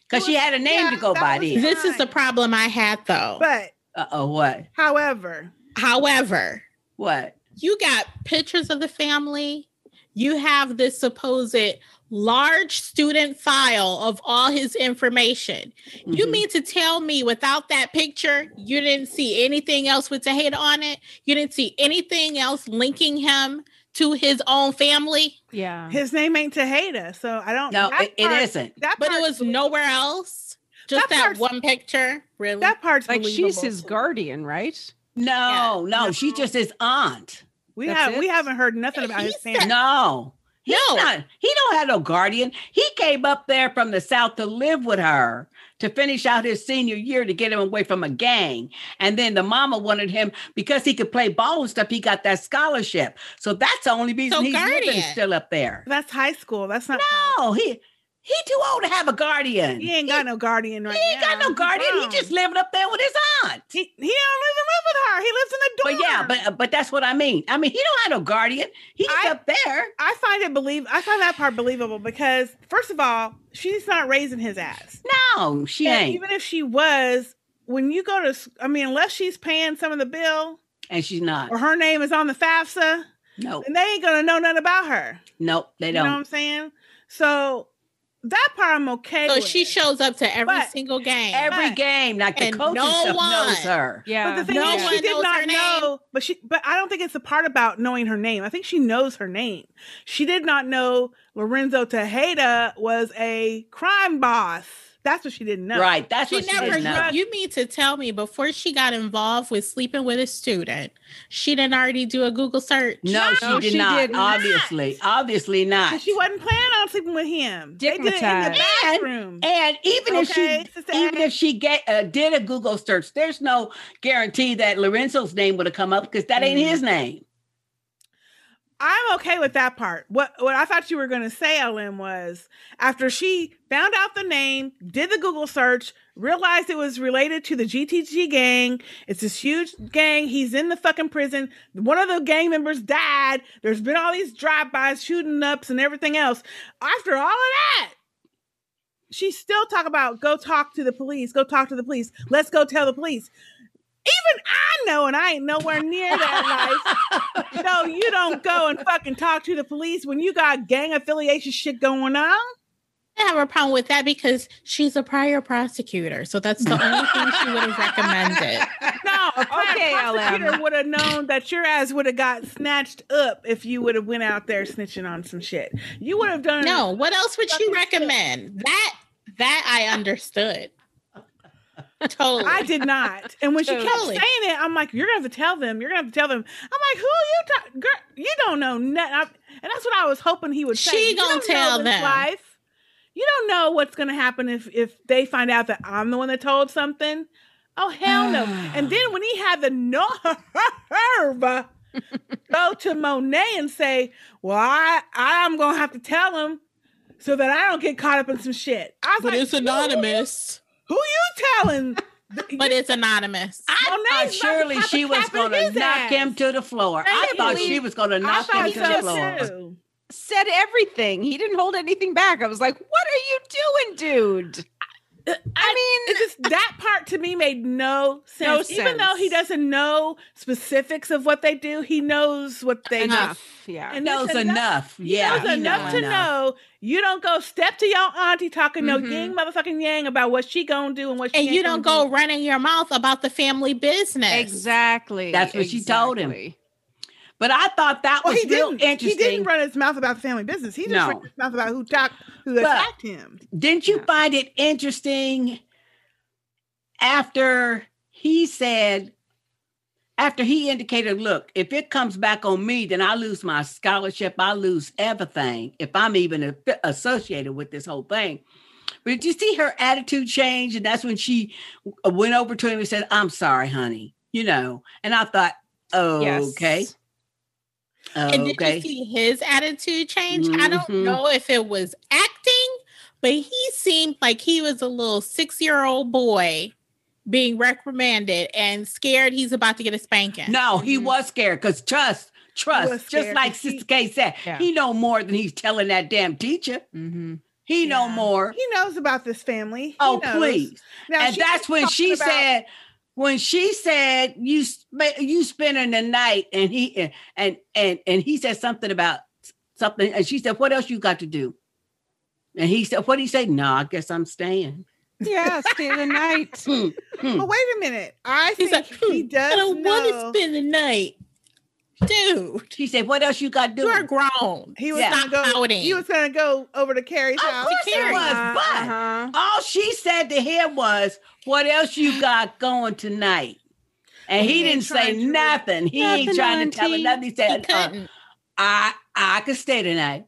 Speaker 2: because she had a name to
Speaker 4: yeah,
Speaker 2: go
Speaker 4: that
Speaker 2: by
Speaker 4: was-
Speaker 2: then.
Speaker 1: This is the problem I had though.
Speaker 4: But
Speaker 2: Uh oh, what?
Speaker 4: however,
Speaker 1: However,
Speaker 2: What?
Speaker 1: you got pictures of the family. You have this supposed large student file of all his information. You
Speaker 4: Mm-hmm.
Speaker 2: Mhm.
Speaker 1: mean to tell me without that picture, you didn't see anything else with Tejada on it? You didn't see anything else linking him to his own family,
Speaker 3: Yeah.
Speaker 4: His name ain't Tejada, so I don't.
Speaker 2: No,
Speaker 4: that
Speaker 2: it, it
Speaker 4: part-
Speaker 2: isn't.
Speaker 4: That
Speaker 1: but it
Speaker 4: part's
Speaker 1: was nowhere else. Just
Speaker 4: That
Speaker 1: that,
Speaker 4: part's-
Speaker 1: one picture, really.
Speaker 4: That part's
Speaker 3: Like she's
Speaker 4: believable.
Speaker 3: his guardian, right?
Speaker 2: No,
Speaker 1: Yeah.
Speaker 2: no, she's just his aunt.
Speaker 4: We
Speaker 3: That's
Speaker 4: have
Speaker 3: it?
Speaker 4: we haven't heard nothing
Speaker 1: Yeah,
Speaker 4: about
Speaker 1: he
Speaker 4: his
Speaker 1: said-
Speaker 4: family.
Speaker 2: No, he's
Speaker 1: No.
Speaker 2: not. He don't have no guardian. He came up there from the south to live with her to finish out his senior year to get him away from a gang. And then the mama wanted him because he could play ball and stuff. He got that scholarship, so that's the only reason
Speaker 1: So
Speaker 2: he's living
Speaker 1: guardian.
Speaker 2: still up there.
Speaker 4: That's high school. That's not.
Speaker 2: No, he he too old to have a guardian.
Speaker 4: He ain't got no guardian right
Speaker 2: He ain't got
Speaker 4: now.
Speaker 2: no guardian.
Speaker 4: grown.
Speaker 2: He just living up there with his aunt.
Speaker 4: he, he don't even live with her. He lives in a dorm.
Speaker 2: But yeah, but but that's what I mean. I mean, he don't have no guardian. He's
Speaker 4: I-
Speaker 2: up there.
Speaker 4: I find it believe I find that part believable because first of all, she's not raising his ass.
Speaker 2: No, she
Speaker 4: And
Speaker 2: ain't,
Speaker 4: Even if she was, when you go to, s- I mean, unless she's paying some of the bill
Speaker 2: and she's not.
Speaker 4: or her name is on the FAFSA,
Speaker 2: No,
Speaker 4: and they ain't gonna know nothing about her.
Speaker 2: no, they
Speaker 4: You know what I'm
Speaker 2: don't.
Speaker 4: saying? So that part I'm okay.
Speaker 1: so
Speaker 4: with.
Speaker 1: she shows up to every
Speaker 4: But
Speaker 1: single game.
Speaker 2: Every
Speaker 4: But-
Speaker 2: game, like the
Speaker 1: and
Speaker 2: coach
Speaker 1: no
Speaker 2: stuff
Speaker 1: one.
Speaker 2: knows her.
Speaker 3: Yeah.
Speaker 4: But the thing
Speaker 1: No
Speaker 4: is, she
Speaker 1: one
Speaker 4: did
Speaker 1: knows her
Speaker 4: not
Speaker 1: name.
Speaker 4: know. But she, but I don't think it's the part about knowing her name. I think she knows her name. She did not know Lorenzo Tejeda was a crime boss. That's what she didn't know.
Speaker 2: Right, that's
Speaker 1: she
Speaker 2: what she
Speaker 1: never
Speaker 2: didn't know.
Speaker 1: you mean to tell me before she got involved with sleeping with a student, she didn't already do a Google search.
Speaker 2: No, she
Speaker 3: No,
Speaker 2: did
Speaker 3: she
Speaker 2: not.
Speaker 3: did not.
Speaker 2: Obviously, obviously
Speaker 4: So
Speaker 2: not.
Speaker 4: she wasn't planning on sleeping with him. They did it in
Speaker 3: Digmatized.
Speaker 4: the bathroom.
Speaker 2: And even if
Speaker 4: Okay,
Speaker 2: she,
Speaker 4: Sister
Speaker 2: even
Speaker 4: Ann.
Speaker 2: if she get uh, did a Google search, there's no guarantee that Lorenzo's name would have come up because that ain't
Speaker 3: Mm.
Speaker 4: Mm-hmm.
Speaker 2: his name.
Speaker 4: I'm okay with that part. What what I thought you were going to say, LM, was after she found out the name, did the Google search, realized it was related to the GTG gang. It's this huge gang. He's in the fucking prison. One of the gang members died. There's been all these drive-bys, shooting ups, and everything else. After all of that, she still talk about go talk to the police. Go talk to the police. Let's go tell the police. Even I know, and I ain't nowhere near that life. No, you don't go and fucking talk to the police when you got gang affiliation shit going on.
Speaker 1: I have a problem with that because she's a prior prosecutor. So that's the only thing she would have recommended.
Speaker 4: No, a
Speaker 3: Okay,
Speaker 4: okay, prosecutor
Speaker 3: LM.
Speaker 4: would have known that your ass would have got snatched up if you would have went out there snitching on some shit. You would have done
Speaker 1: No, what else would she recommend? That that I understood. Totally.
Speaker 4: I did not. And when she kept
Speaker 1: Totally.
Speaker 4: saying it, I'm like, "You're gonna have to tell them. You're gonna have to tell them." I'm like, "Who are you, ta- girl? You don't know nothing." I- And that's what I was hoping he would say.
Speaker 1: She
Speaker 4: "You
Speaker 1: gonna
Speaker 4: don't know
Speaker 1: tell
Speaker 4: this
Speaker 1: them."
Speaker 4: Life. You don't know what's gonna happen if if they find out that I'm the one that told something. Oh hell no! and then when he had the nerve go to Monet and say, "Well, I I'm gonna have to tell him." So that I don't get caught up in some shit. I was
Speaker 1: but
Speaker 4: like,
Speaker 1: it's
Speaker 4: "Who-
Speaker 1: anonymous.
Speaker 4: Who you telling?
Speaker 1: But it's anonymous.
Speaker 4: Oh,
Speaker 2: I thought Uh, surely she was going to knock him to the floor. I
Speaker 4: Thank
Speaker 2: thought
Speaker 4: you.
Speaker 2: she was going to
Speaker 4: I
Speaker 2: knock
Speaker 4: thought
Speaker 2: him to the
Speaker 4: so
Speaker 2: floor.
Speaker 4: too.
Speaker 3: Said everything. He didn't hold anything back. I was like, what are you doing, dude? I mean,
Speaker 4: It's just that part to me made no
Speaker 3: No
Speaker 4: sense. Even though he
Speaker 3: sense.
Speaker 4: doesn't know specifics of what they do, he knows what they
Speaker 3: enough. Yeah.
Speaker 4: do. And
Speaker 2: knows
Speaker 4: that's
Speaker 2: enough. Yeah,
Speaker 4: knows
Speaker 2: he
Speaker 4: enough to know you don't go step to your auntie talking no
Speaker 2: Mm-hmm.
Speaker 3: Mhm.
Speaker 4: yang motherfucking yang about what she gonna do and what she
Speaker 1: And
Speaker 4: ain't
Speaker 1: you don't
Speaker 4: gonna
Speaker 1: go running your mouth about the family business.
Speaker 3: Exactly.
Speaker 2: That's what she told him.
Speaker 3: exactly.
Speaker 2: But I thought that
Speaker 4: do. Well,
Speaker 2: was
Speaker 4: he
Speaker 2: real
Speaker 4: didn't.
Speaker 2: interesting.
Speaker 4: He didn't run his mouth about the family business. He just
Speaker 2: No.
Speaker 4: ran his mouth about who talked, who
Speaker 2: But-
Speaker 4: attacked him.
Speaker 2: Didn't you
Speaker 3: Yeah.
Speaker 2: find it interesting after he said, after he indicated, look, if it comes back on me, then I lose my scholarship, I lose everything if I'm even a- associated with this whole thing. But did you see her attitude change? And that's when she w- went over to him and said, I'm sorry, honey, you know. And I thought,
Speaker 3: Yes.
Speaker 2: okay,
Speaker 1: And did
Speaker 2: Oh, okay.
Speaker 1: you see his attitude change? I
Speaker 2: Mhm.
Speaker 1: don't know if it was acting, but he seemed like he was a little six year old boy being reprimanded and scared he's about to get a spanking.
Speaker 2: No, he
Speaker 3: Mhm.
Speaker 2: was scared because trust, trust,
Speaker 4: Mm-hmm. was
Speaker 2: just
Speaker 4: scared
Speaker 2: like
Speaker 4: 'cause he-
Speaker 2: Sister K said,
Speaker 3: Yeah.
Speaker 2: he know more than he's telling that damn teacher.
Speaker 3: Mm-hmm.
Speaker 2: He know
Speaker 1: Yeah.
Speaker 2: more.
Speaker 4: He knows about this family. He
Speaker 2: oh,
Speaker 4: knows.
Speaker 2: please.
Speaker 4: Now,
Speaker 2: and
Speaker 4: she
Speaker 2: that's
Speaker 4: was
Speaker 2: when
Speaker 4: talking
Speaker 2: she
Speaker 4: about-
Speaker 2: said, when she said you sp- you spending the night, and he and and and he said something about something, and she said, "What else you got to do?" And he said, "What would he say? No, I guess I'm staying."
Speaker 3: Yeah, stay the night.
Speaker 2: Hmm, hmm.
Speaker 4: But wait a minute. I
Speaker 1: He's
Speaker 4: think
Speaker 1: like,
Speaker 4: he
Speaker 1: "Hmm,
Speaker 4: does
Speaker 1: I don't
Speaker 4: know.
Speaker 1: want to spend the night. Dude,
Speaker 2: She said, "What else you got
Speaker 1: you are
Speaker 2: doing?"
Speaker 1: grown.
Speaker 4: He was
Speaker 2: Yeah.
Speaker 4: gonna go.
Speaker 1: Outing.
Speaker 4: He was gonna go over to Carrie's
Speaker 2: Of
Speaker 4: house.
Speaker 2: course
Speaker 4: to
Speaker 2: he
Speaker 4: Carrie.
Speaker 2: was, but-
Speaker 4: Uh-huh.
Speaker 2: All she said to him was, "What else you got going tonight?" And he
Speaker 4: He
Speaker 2: didn't
Speaker 4: ain't
Speaker 2: say
Speaker 4: trying to-
Speaker 2: nothing. He ain't
Speaker 1: Nothing,
Speaker 2: trying to tell her
Speaker 1: auntie.
Speaker 2: nothing. He
Speaker 1: He
Speaker 2: said, uh,
Speaker 1: couldn't.
Speaker 2: "I I could stay tonight."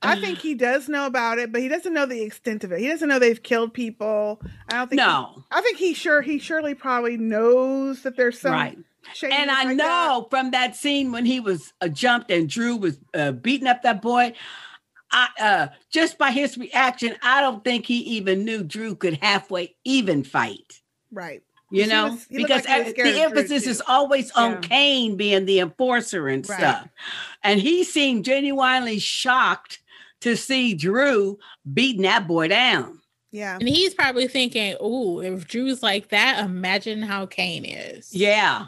Speaker 4: I
Speaker 2: Mm.
Speaker 4: think he does know about it, but he doesn't know the extent of it. He doesn't know they've killed people. I don't think.
Speaker 2: No,
Speaker 4: he- I think he sure he surely probably knows that there's some
Speaker 2: right.
Speaker 4: shady
Speaker 2: And
Speaker 4: like
Speaker 2: I
Speaker 4: that.
Speaker 2: know from that scene when he was uh, jumped and Drew was uh, beating up that boy. I uh, just by his reaction, I don't think he even knew Drew could halfway even fight.
Speaker 4: Right.
Speaker 2: You
Speaker 4: He
Speaker 2: know,
Speaker 4: was- he looked
Speaker 2: because
Speaker 4: like he was
Speaker 2: ev-
Speaker 4: scared
Speaker 2: the
Speaker 4: of Drew,
Speaker 2: emphasis
Speaker 4: too.
Speaker 2: is always
Speaker 4: Yeah.
Speaker 2: on Kane being the enforcer and
Speaker 4: Right.
Speaker 2: stuff. And he seemed genuinely shocked to see Drew beating that boy down.
Speaker 4: Yeah.
Speaker 2: uh,
Speaker 1: And he's probably thinking, "Ooh, if Drew's like that, imagine how Kane is."
Speaker 2: Yeah,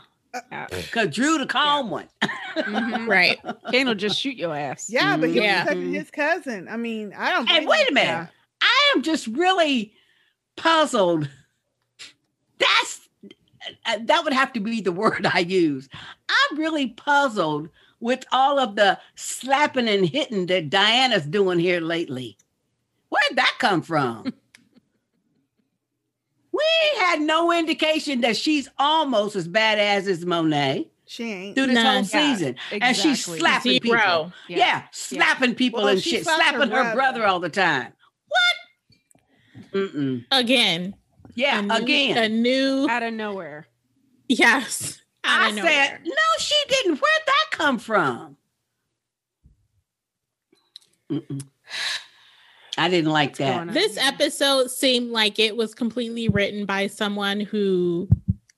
Speaker 3: Yeah.
Speaker 2: because Drew the calm one.
Speaker 1: Mhm, right.
Speaker 3: Mm-hmm. Kane will just shoot your ass.
Speaker 4: Yeah, but he
Speaker 1: Yeah.
Speaker 4: was protecting his cousin. I mean, I don't.
Speaker 2: Mm, And
Speaker 4: blame
Speaker 2: wait a
Speaker 4: him.
Speaker 2: minute.
Speaker 4: Yeah.
Speaker 2: I am just really puzzled. That's uh, that would have to be the word I use. I'm really puzzled with all of the slapping and hitting that Diana's doing here lately. Where'd that come from? we had no indication that she's almost as badass as Monet
Speaker 4: She ain't.
Speaker 2: through this whole
Speaker 1: None.
Speaker 3: Yeah,
Speaker 2: season.
Speaker 3: Exactly.
Speaker 2: And she slapped- Happy people.
Speaker 1: Zero.
Speaker 2: Yeah, slapping people
Speaker 4: Well,
Speaker 2: and
Speaker 4: she
Speaker 2: shit,
Speaker 4: slapped her
Speaker 2: slapping her brother.
Speaker 4: brother
Speaker 2: all the time. What? Mm-mm.
Speaker 1: Again.
Speaker 2: Yeah,
Speaker 1: A new-
Speaker 2: again.
Speaker 1: A new
Speaker 3: Out of nowhere.
Speaker 1: yes. Out
Speaker 2: I
Speaker 1: of
Speaker 2: said,
Speaker 1: nowhere.
Speaker 2: no, she didn't. Where'd that come from? Mm-mm. I didn't like
Speaker 3: What's
Speaker 2: that.
Speaker 3: going on?
Speaker 1: This episode seemed like it was completely written by someone who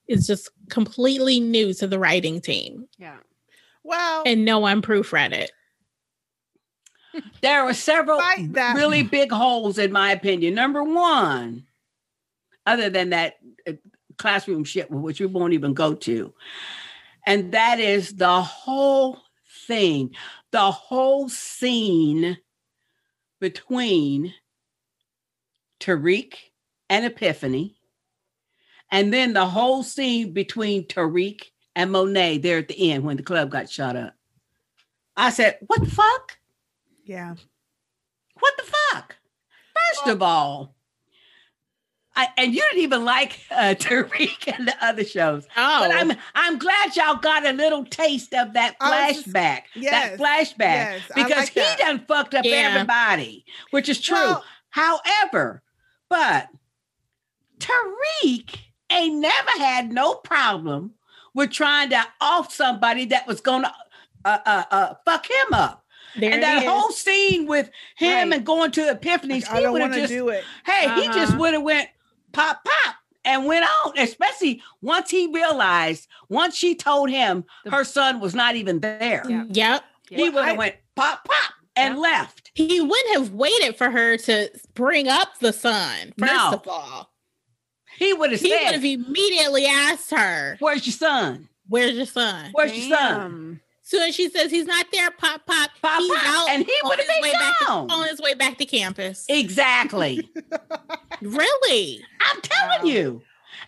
Speaker 1: is just completely new to the writing team
Speaker 3: Yeah.
Speaker 4: Well,
Speaker 1: and no one proofread it.
Speaker 2: There were several
Speaker 4: fight that.
Speaker 2: really big holes, in my opinion. Number one, other than that uh, classroom shit, which we won't even go to, and that is the whole thing, the whole scene between Tariq and Epiphany, and then the whole scene between Tariq and Monet there at the end when the club got shut up. I said, What the fuck?
Speaker 4: Yeah.
Speaker 2: What the fuck? First of all, I, and you didn't even like uh, Tariq and the other shows.
Speaker 1: Oh,
Speaker 2: But I'm I'm glad y'all got a little taste of that
Speaker 4: I was just-
Speaker 2: flashback.
Speaker 4: Yes.
Speaker 2: that flashback.
Speaker 4: Yes. I
Speaker 2: because
Speaker 4: like
Speaker 2: he
Speaker 4: that.
Speaker 2: done fucked up
Speaker 1: Yeah.
Speaker 2: everybody, which is true.
Speaker 4: Well,
Speaker 2: However, but Tariq ain't never had no problem with trying to off somebody that was gonna uh, uh, uh, fuck him up
Speaker 1: there
Speaker 2: and
Speaker 1: it
Speaker 2: that
Speaker 1: is.
Speaker 2: whole scene with him
Speaker 3: Right.
Speaker 2: and going to Epiphany's,
Speaker 4: I
Speaker 2: he
Speaker 4: don't
Speaker 2: would have
Speaker 4: want to
Speaker 2: just
Speaker 4: do it.
Speaker 2: hey, he just
Speaker 3: Uh-huh.
Speaker 2: would have went pop pop and went on. Especially once he realized, once she told him
Speaker 3: The-
Speaker 2: her son was not even there,
Speaker 3: Yeah.
Speaker 1: Yep.
Speaker 2: he would have
Speaker 4: I-
Speaker 2: went pop pop and
Speaker 3: Yeah.
Speaker 2: left.
Speaker 1: He wouldn't have waited for her to bring up the son, first
Speaker 2: No.
Speaker 1: of all.
Speaker 2: He would have
Speaker 1: He e would have
Speaker 2: said,
Speaker 1: immediately asked her,
Speaker 2: "Where's your son?
Speaker 1: Where's your son?
Speaker 2: Where's your son?
Speaker 3: Damn.
Speaker 1: Soon as she says he's not there, pop pop,
Speaker 2: Pop
Speaker 1: he's
Speaker 2: pop!"
Speaker 1: out
Speaker 2: And he
Speaker 1: on
Speaker 2: would have
Speaker 1: his way back
Speaker 2: been
Speaker 1: to-
Speaker 2: gone.
Speaker 1: on his way back to campus.
Speaker 2: Exactly.
Speaker 1: really?
Speaker 2: I'm telling
Speaker 3: Wow.
Speaker 2: you.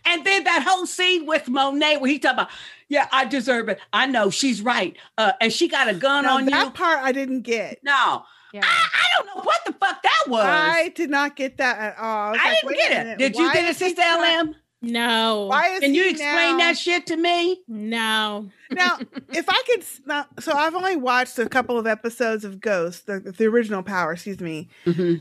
Speaker 2: And then that whole scene with Monet where he talking about, yeah, I deserve it. I know she's right. Uh, and she got a gun
Speaker 4: Now,
Speaker 2: on
Speaker 4: that
Speaker 2: you.
Speaker 4: part I didn't get.
Speaker 2: No,
Speaker 3: Yeah.
Speaker 2: I, I don't know what the fuck that was. I,
Speaker 4: I did not get that at all. was like,
Speaker 2: didn't
Speaker 4: wait a
Speaker 2: get it.
Speaker 4: minute,
Speaker 2: Did you
Speaker 4: why
Speaker 2: get it,
Speaker 4: is he
Speaker 2: Sister
Speaker 4: trying-
Speaker 2: LM?
Speaker 1: No.
Speaker 4: Why is
Speaker 2: Can you
Speaker 4: he
Speaker 2: explain
Speaker 4: now-
Speaker 2: that shit to me?
Speaker 1: No.
Speaker 4: Now, if I could, s- now, so I've only watched a couple of episodes of Ghost, the, the original Power, excuse me,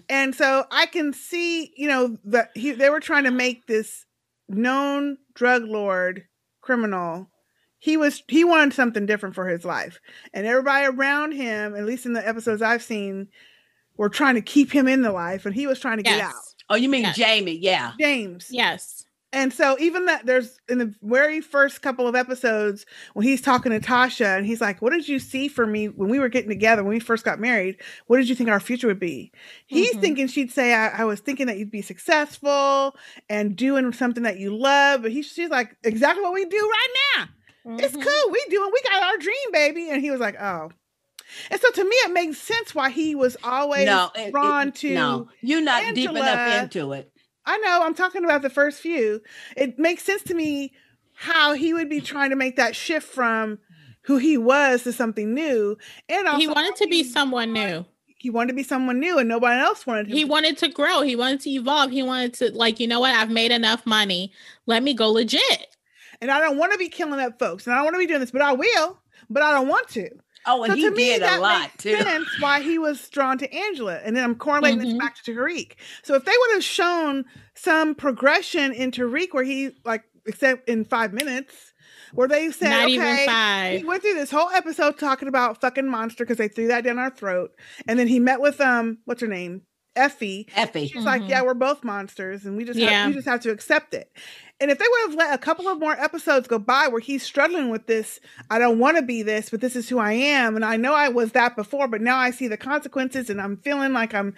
Speaker 4: and so I can see, you know, that he they were trying to make this known drug lord criminal. He was he wanted something different for his life, and everybody around him, at least in the episodes I've seen, were trying to keep him in the life, and he was trying to get
Speaker 1: Yes.
Speaker 4: out.
Speaker 2: Oh, you mean
Speaker 1: Yes.
Speaker 2: Jamie? Yeah.
Speaker 4: James,
Speaker 1: Yes.
Speaker 4: and so even that there's in the very first couple of episodes when he's talking to Tasha and he's like, "What did you see for me when we were getting together when we first got married? What did you think our future would be?" He's
Speaker 1: Mhm.
Speaker 4: thinking she'd say, I, "I was thinking that you'd be successful and doing something that you love," but he, she's like, "Exactly what we do right now.
Speaker 1: Mm-hmm.
Speaker 4: It's cool. We doing. We got our dream, baby." And he was like, "Oh." And so to me, it makes sense why he was always
Speaker 2: no, it- it-
Speaker 4: drawn to
Speaker 2: no. You're not deep
Speaker 4: Angela.
Speaker 2: enough into it.
Speaker 4: I know I'm talking about the first few. It makes sense to me how he would be trying to make that shift from who he was to something new. And also,
Speaker 1: he wanted to be someone new.
Speaker 4: He wanted to be someone new, and nobody else wanted. Him
Speaker 1: He
Speaker 4: to-
Speaker 1: wanted to grow. He wanted to evolve. He wanted to like, you know what? I've made enough money. Let me go legit.
Speaker 4: and I don't want to be killing up folks, and I don't want to be doing this, but I will. But I don't want to.
Speaker 2: Oh, and
Speaker 4: So
Speaker 2: he
Speaker 4: to me,
Speaker 2: did
Speaker 4: that
Speaker 2: a lot
Speaker 4: makes
Speaker 2: too.
Speaker 4: sense why he was drawn to Angela, and then I'm correlating this
Speaker 1: Mhm.
Speaker 4: back to Tariq. So if they would have shown some progression in Tariq, where he like, except in five minutes, where they said,
Speaker 1: Not
Speaker 4: okay,
Speaker 1: even
Speaker 4: he
Speaker 1: five.
Speaker 4: went through this whole episode talking about fucking monster because they threw that down our throat, and then he met with um, what's her name, Effie.
Speaker 2: Effie.
Speaker 4: She's like,
Speaker 1: Mhm.
Speaker 4: yeah, we're both monsters, and we just
Speaker 1: Yeah.
Speaker 4: have, we just have to accept it. And if they would have let a couple of more episodes go by where he's struggling with this, I don't want to be this, but this is who I am, and I know I was that before, but now I see the consequences, and I'm feeling like I'm.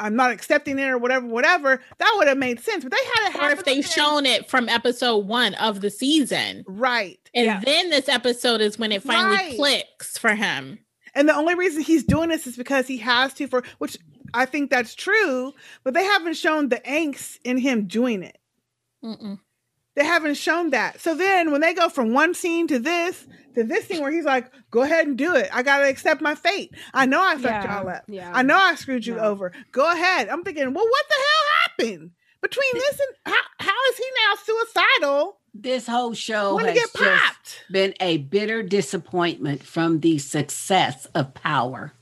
Speaker 4: I'm not accepting it or whatever, whatever. That would have made sense. But they had it
Speaker 1: Or
Speaker 4: happen
Speaker 1: if they've
Speaker 4: within-
Speaker 1: shown it from episode one of the season.
Speaker 4: right.
Speaker 1: And
Speaker 3: Yeah.
Speaker 1: then this episode is when it finally
Speaker 4: Right.
Speaker 1: clicks for him.
Speaker 4: And the only reason he's doing this is because he has to for which I think that's true, but they haven't shown the angst in him doing it.
Speaker 1: Mm-mm.
Speaker 4: They haven't shown that. So then when they go from one scene to this to this scene where he's like, go ahead and do it. I gotta accept my fate. I know I fucked y'all up.
Speaker 3: Yeah.
Speaker 4: I know I screwed you
Speaker 3: No.
Speaker 4: over. Go ahead. I'm thinking, well, what the hell happened? Between this and how, how is he now suicidal
Speaker 2: This whole
Speaker 1: Oh,
Speaker 2: show
Speaker 4: when he
Speaker 2: has
Speaker 4: get
Speaker 2: just
Speaker 4: popped?
Speaker 2: been a bitter disappointment from the success of Power.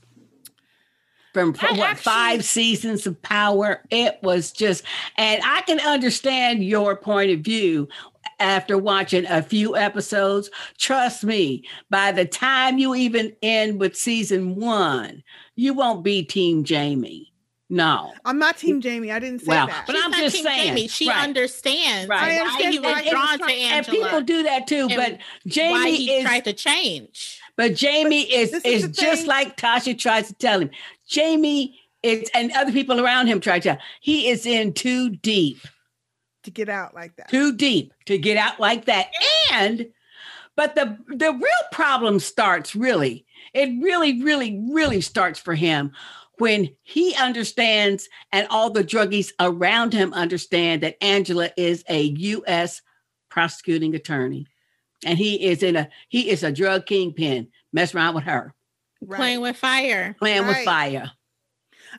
Speaker 2: From
Speaker 4: I
Speaker 2: what,
Speaker 4: actually-
Speaker 2: five seasons of Power, it was just, and I can understand your point of view after watching a few episodes. Trust me, by the time you even end with season one, you won't be Team Jamie. No.
Speaker 4: I'm not team Jamie. I didn't say
Speaker 2: Well,
Speaker 4: that.
Speaker 1: But
Speaker 2: She's
Speaker 1: I'm
Speaker 2: not
Speaker 1: just
Speaker 2: Team
Speaker 1: saying,
Speaker 2: Jamie.
Speaker 1: she
Speaker 2: Right.
Speaker 1: understands
Speaker 2: Right.
Speaker 4: I
Speaker 1: why he
Speaker 4: understand
Speaker 1: was
Speaker 4: why he
Speaker 1: drawn
Speaker 4: was
Speaker 1: to
Speaker 2: And
Speaker 1: Angela.
Speaker 2: people do that too,
Speaker 1: And
Speaker 2: but
Speaker 1: why
Speaker 2: Jamie
Speaker 1: he
Speaker 2: is
Speaker 1: tried to change.
Speaker 2: But Jamie is
Speaker 4: this is
Speaker 2: is
Speaker 4: the
Speaker 2: just
Speaker 4: thing-
Speaker 2: like Tasha tries to tell him. Jamie is and other people around him try to tell. He is in too deep,
Speaker 4: to get out like that.
Speaker 2: too deep to get out like that. And but the the real problem starts really. It really, really, really starts for him when he understands and all the druggies around him understand that Angela is a US prosecuting attorney. And he is in a he is a drug kingpin. Mess around with her
Speaker 4: Right.
Speaker 1: Playing with fire.
Speaker 2: playing with
Speaker 4: Right.
Speaker 2: fire.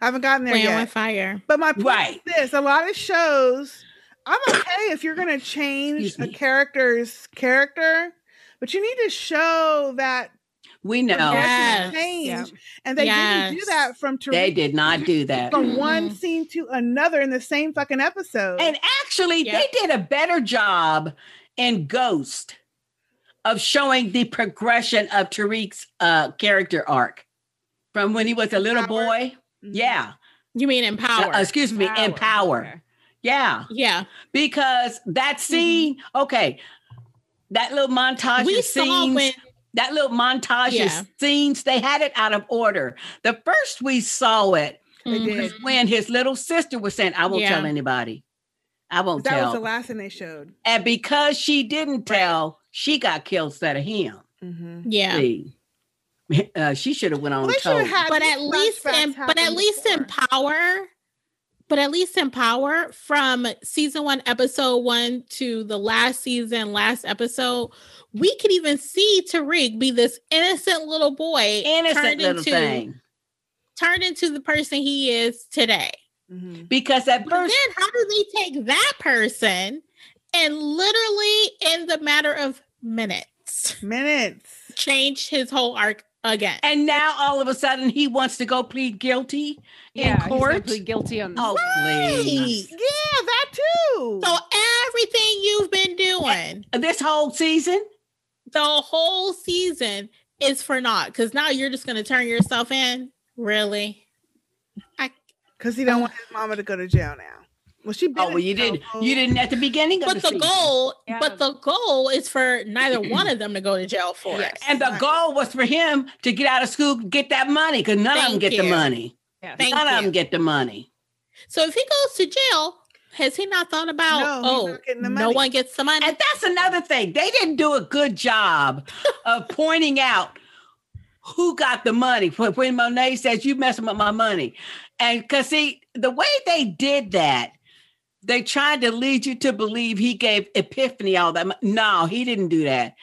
Speaker 4: I haven't gotten there
Speaker 1: Playing
Speaker 4: yet.
Speaker 1: with fire.
Speaker 4: But my point
Speaker 2: Right.
Speaker 4: is this: a lot of shows, I'm okay if you're going to change
Speaker 2: Excuse
Speaker 4: a
Speaker 2: me.
Speaker 4: character's character, but you need to show that
Speaker 2: We know
Speaker 1: Yes.
Speaker 4: change,
Speaker 3: Yeah.
Speaker 4: and they didn't do
Speaker 1: Yes.
Speaker 4: that from Tariq
Speaker 2: they did not do that.
Speaker 4: from
Speaker 1: Mhm.
Speaker 4: one scene to another in the same fucking episode.
Speaker 2: And actually,
Speaker 1: Yeah.
Speaker 2: they did a better job in Ghost of showing the progression of Tariq's uh, character arc from when he was a little
Speaker 4: Power.
Speaker 2: boy.
Speaker 4: Mm-hmm.
Speaker 2: Yeah.
Speaker 1: You mean in
Speaker 2: Uh,
Speaker 1: power?
Speaker 2: excuse me, in power. Yeah.
Speaker 1: yeah.
Speaker 2: Because
Speaker 1: Mm-hmm.
Speaker 2: that scene, okay, that little montage
Speaker 1: We
Speaker 2: of
Speaker 1: saw
Speaker 2: scenes,
Speaker 1: when
Speaker 2: that little montage
Speaker 1: Yeah.
Speaker 2: of scenes, they had it out of order. The first we saw it
Speaker 4: They
Speaker 1: Mhm.
Speaker 4: did.
Speaker 2: when his little sister was saying, I won't
Speaker 1: Yeah.
Speaker 2: tell anybody. I won't
Speaker 4: That
Speaker 2: tell.
Speaker 4: was the last thing they showed.
Speaker 2: and because she didn't tell, she got killed instead of him.
Speaker 4: Mm-hmm.
Speaker 1: Yeah.
Speaker 2: See, uh, she should have went on
Speaker 4: Well, they should
Speaker 2: told.
Speaker 4: have had
Speaker 1: but
Speaker 4: these
Speaker 1: at least
Speaker 4: flashbacks
Speaker 1: in but at
Speaker 4: happen
Speaker 1: least in
Speaker 4: before.
Speaker 1: power but at least in power from season one episode one to the last season last episode we could even see tariq be this innocent little boy
Speaker 2: Innocent little
Speaker 1: into
Speaker 2: thing.
Speaker 1: turned into the person he is today
Speaker 3: Mm-hmm.
Speaker 4: Mhm.
Speaker 2: Because at
Speaker 1: but
Speaker 2: first,
Speaker 1: then how do they take that person and literally in the matter of minutes
Speaker 4: minutes.
Speaker 1: change his whole arc again
Speaker 2: and now all of a sudden he wants to go plead guilty in
Speaker 3: Yeah, he's gonna
Speaker 2: court.
Speaker 3: plead guilty on
Speaker 2: Oh, please.
Speaker 4: Yeah, that too.
Speaker 1: so everything you've been doing
Speaker 2: This whole season, Oh,
Speaker 1: the whole season is for naught because now you're just going to turn yourself in. Really?
Speaker 4: Because he don't want his mama to go to jail now. Well, she. been
Speaker 2: oh well,
Speaker 4: in
Speaker 2: you
Speaker 4: jail
Speaker 2: didn't.
Speaker 4: for-
Speaker 2: You didn't at the beginning of
Speaker 1: But
Speaker 2: the
Speaker 1: the
Speaker 2: season.
Speaker 1: goal,
Speaker 3: Yeah.
Speaker 1: but the goal is for neither one of them to go to jail for
Speaker 4: Yes.
Speaker 1: it.
Speaker 2: And the
Speaker 4: Right.
Speaker 2: goal was for him to get out of school, get that money, because none of them
Speaker 1: Thank
Speaker 2: get the
Speaker 1: you.
Speaker 2: money.
Speaker 3: Yes.
Speaker 1: Thank
Speaker 2: none
Speaker 1: you.
Speaker 2: of them get the money.
Speaker 1: So if he goes to jail, has he not thought about?
Speaker 4: No, he's
Speaker 1: oh,
Speaker 4: not getting the
Speaker 1: no
Speaker 4: money.
Speaker 1: one gets the money.
Speaker 2: And that's another thing. They didn't do a good job of pointing out who got the money. When when Monet says, You messing with my money. And because, see, the way they did that, they tried to lead you to believe he gave Epiphany all that. Mo- no, he didn't do that.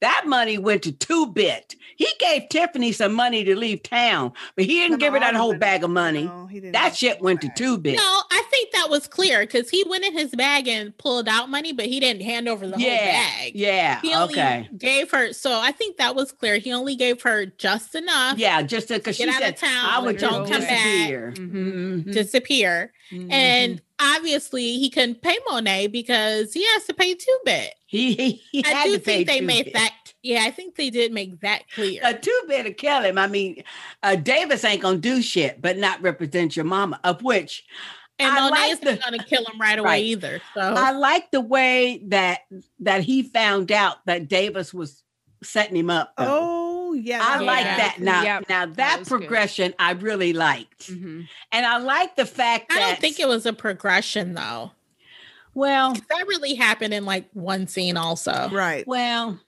Speaker 2: That money went to Two Bit. He gave Tiffany some money to leave town, but he didn't
Speaker 4: No,
Speaker 2: give her that
Speaker 4: I
Speaker 2: whole
Speaker 4: wouldn't.
Speaker 2: bag of money.
Speaker 4: No, he didn't.
Speaker 2: that shit went to Two Bit.
Speaker 1: No, I think that was clear because he went in his bag and pulled out money, but he didn't hand over the whole
Speaker 2: yeah,
Speaker 1: bag.
Speaker 2: yeah,
Speaker 1: He only
Speaker 2: okay,
Speaker 1: gave her, so I think that was clear. He only gave her just enough
Speaker 2: yeah. Just because
Speaker 1: Get
Speaker 2: she
Speaker 1: out
Speaker 2: said
Speaker 1: of town,
Speaker 2: I would
Speaker 3: don't
Speaker 2: just
Speaker 3: come Mm-hmm.
Speaker 1: back."
Speaker 2: disappear.
Speaker 1: to disappear.
Speaker 2: Mm-hmm.
Speaker 1: And obviously, he couldn't pay Monet because he has to pay two bit.
Speaker 2: he, he, he
Speaker 1: I
Speaker 2: had
Speaker 1: do
Speaker 2: to pay
Speaker 1: think they
Speaker 2: Two
Speaker 1: made
Speaker 2: Bit.
Speaker 1: that. Yeah, I think they did make that clear.
Speaker 2: A two bit to kill him. I mean, uh, Davis ain't gonna do shit, but not represent your mama. Of which
Speaker 1: and
Speaker 2: I
Speaker 1: Monet
Speaker 2: like
Speaker 1: isn't
Speaker 2: the-
Speaker 1: going to kill him right away
Speaker 2: Right.
Speaker 1: either. So
Speaker 2: I like the way that that he found out that Davis was setting him up. though.
Speaker 4: Oh yeah,
Speaker 2: I
Speaker 4: that
Speaker 2: like
Speaker 4: was-
Speaker 1: Yeah.
Speaker 2: that. Now,
Speaker 3: Yep,
Speaker 2: now
Speaker 3: that
Speaker 2: that,
Speaker 3: was good.
Speaker 2: progression I really liked,
Speaker 3: Mhm.
Speaker 2: and I like the fact
Speaker 1: I
Speaker 2: that
Speaker 1: don't think it was a progression though.
Speaker 2: well,
Speaker 1: That really happened in like one scene, also.
Speaker 4: Right.
Speaker 2: well,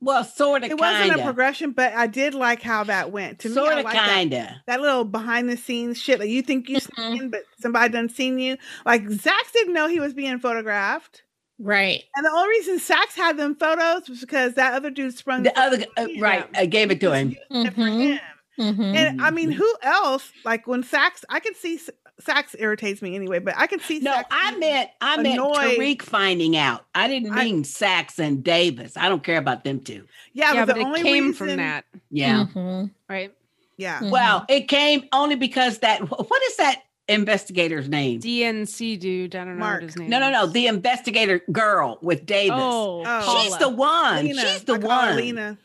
Speaker 2: well, sort of.
Speaker 4: It wasn't a
Speaker 2: kinda.
Speaker 4: progression, but I did like how that went. To me,
Speaker 2: Sort
Speaker 4: I
Speaker 2: of,
Speaker 4: like that
Speaker 2: kinda. Mm-hmm.
Speaker 4: that little behind the scenes shit. Like you think you seen, but somebody done seen you. Like Zax didn't know he was being photographed,
Speaker 1: Right.
Speaker 4: and the only reason Zax had them photos was because that other dude sprung
Speaker 2: The other, uh, right, I gave it to him.
Speaker 4: for
Speaker 1: Mm-hmm.
Speaker 3: Mm-hmm.
Speaker 4: him.
Speaker 1: Mhm.
Speaker 4: And I
Speaker 2: Mm-hmm.
Speaker 4: mean, who else? Like when Sax, I can see S- Sax irritates me anyway, but I can see.
Speaker 2: No,
Speaker 4: Sax
Speaker 2: I
Speaker 4: being-
Speaker 2: meant I meant
Speaker 4: annoyed.
Speaker 2: Tariq finding out. I didn't
Speaker 4: I-
Speaker 2: mean Sachs and Davis. I don't care about them two.
Speaker 4: yeah,
Speaker 3: yeah,
Speaker 4: but,
Speaker 3: but
Speaker 4: the only
Speaker 3: it came
Speaker 4: reason,
Speaker 3: from that,
Speaker 2: Yeah.
Speaker 1: Mhm.
Speaker 3: right?
Speaker 4: Yeah,
Speaker 1: Mhm.
Speaker 2: Well, it came only because that wh- what is that investigator's name?
Speaker 3: DNC dude. I don't know
Speaker 4: Mark.
Speaker 3: what his name.
Speaker 2: no, no, no.
Speaker 3: is.
Speaker 2: The investigator girl with Davis.
Speaker 3: Oh,
Speaker 4: Oh.
Speaker 2: She's the one.
Speaker 4: Lena,
Speaker 2: She's the
Speaker 4: I call her
Speaker 2: one.
Speaker 4: Lena.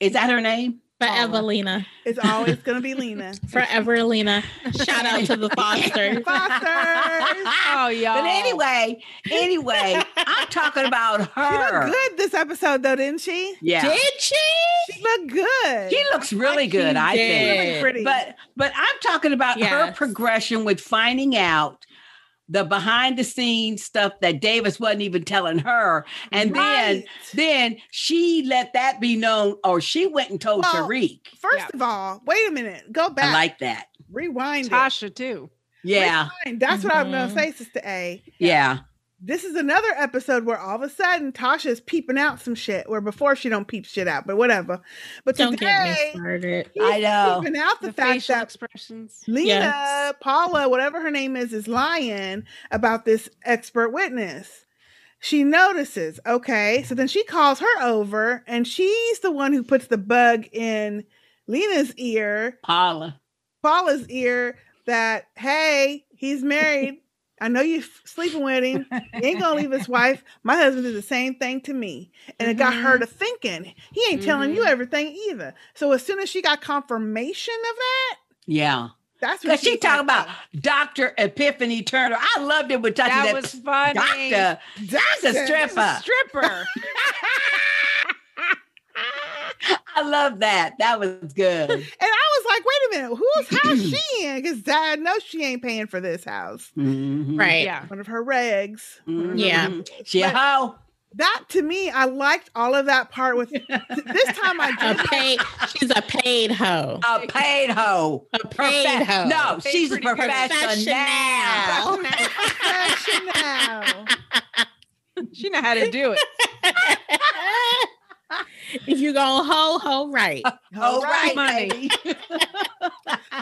Speaker 2: Is that her name?
Speaker 1: forever Lena,
Speaker 4: It's always gonna be Lena.
Speaker 1: forever Lena. Shout out to the foster.
Speaker 4: Fosters.
Speaker 3: Oh, yeah.
Speaker 2: But anyway, anyway, I'm talking about
Speaker 4: She
Speaker 2: her.
Speaker 4: looked good this episode, though, didn't she?
Speaker 2: Yeah.
Speaker 1: Did she?
Speaker 4: She looked good.
Speaker 2: She looks really good, I think.
Speaker 1: did.
Speaker 4: really pretty.
Speaker 2: But but I'm talking about her
Speaker 1: Yes.
Speaker 2: progression with finding out the behind the scenes stuff that Davis wasn't even telling her. And then
Speaker 4: Right.
Speaker 2: then she let that be known or she went and told
Speaker 4: Well,
Speaker 2: Tariq.
Speaker 4: first
Speaker 3: Yeah.
Speaker 4: of all, wait a minute, go
Speaker 2: I
Speaker 4: back,
Speaker 2: like that.
Speaker 4: rewind. it.
Speaker 3: Tasha too.
Speaker 2: Yeah.
Speaker 4: Rewind. That's what I'm gonna
Speaker 1: Mhm.
Speaker 4: say, Sister A.
Speaker 2: Yeah.
Speaker 4: This is another episode where all of a sudden Tasha's peeping out some shit. Where before she don't peep shit out, but whatever. But
Speaker 1: Don't
Speaker 4: today,
Speaker 1: get me started.
Speaker 4: He's
Speaker 2: I know.
Speaker 4: Keeping out the,
Speaker 3: The
Speaker 4: fact
Speaker 3: facial
Speaker 4: that
Speaker 3: expressions.
Speaker 4: Lena,
Speaker 1: Yes.
Speaker 4: Paula, whatever her name is, is lying about this expert witness. She notices. Okay. So then she calls her over, and she's the one who puts the bug in Lena's ear,
Speaker 2: Paula.
Speaker 4: Paula's ear, that, hey, he's married. I know you're f- sleeping with him. He ain't going to leave his wife. My husband did the same thing to me. And it got her to
Speaker 2: Mm-hmm.
Speaker 4: thinking, he ain't telling you everything either. So as soon as she got confirmation of that,
Speaker 2: Yeah.
Speaker 4: that's what
Speaker 2: Because she
Speaker 4: was
Speaker 2: talking
Speaker 4: like,
Speaker 2: about Dr. Epiphany Turner. I loved it with Dr.
Speaker 3: That was funny.
Speaker 2: Doctor, that's a stripper.
Speaker 3: Stripper.
Speaker 2: I love that. That was good.
Speaker 4: And I was like, wait a minute, whose house she in? Because I know she ain't paying for this house.
Speaker 2: Mhm.
Speaker 1: Right.
Speaker 3: yeah.
Speaker 4: One of her regs.
Speaker 2: Mhm.
Speaker 1: Yeah.
Speaker 2: She a hoe.
Speaker 4: That to me, I liked all of that part with this time I
Speaker 1: A
Speaker 4: did
Speaker 1: paid, she's a paid hoe.
Speaker 2: A paid hoe.
Speaker 1: A paid
Speaker 2: Profe-
Speaker 1: hoe.
Speaker 2: No,
Speaker 3: Paid
Speaker 2: she's a
Speaker 3: pretty paid.
Speaker 2: professional.
Speaker 1: Professional.
Speaker 4: fashion now.
Speaker 3: she know how to do it.
Speaker 1: you gonna hoe hoe right.
Speaker 2: Oh, right,
Speaker 3: right, money.
Speaker 2: baby.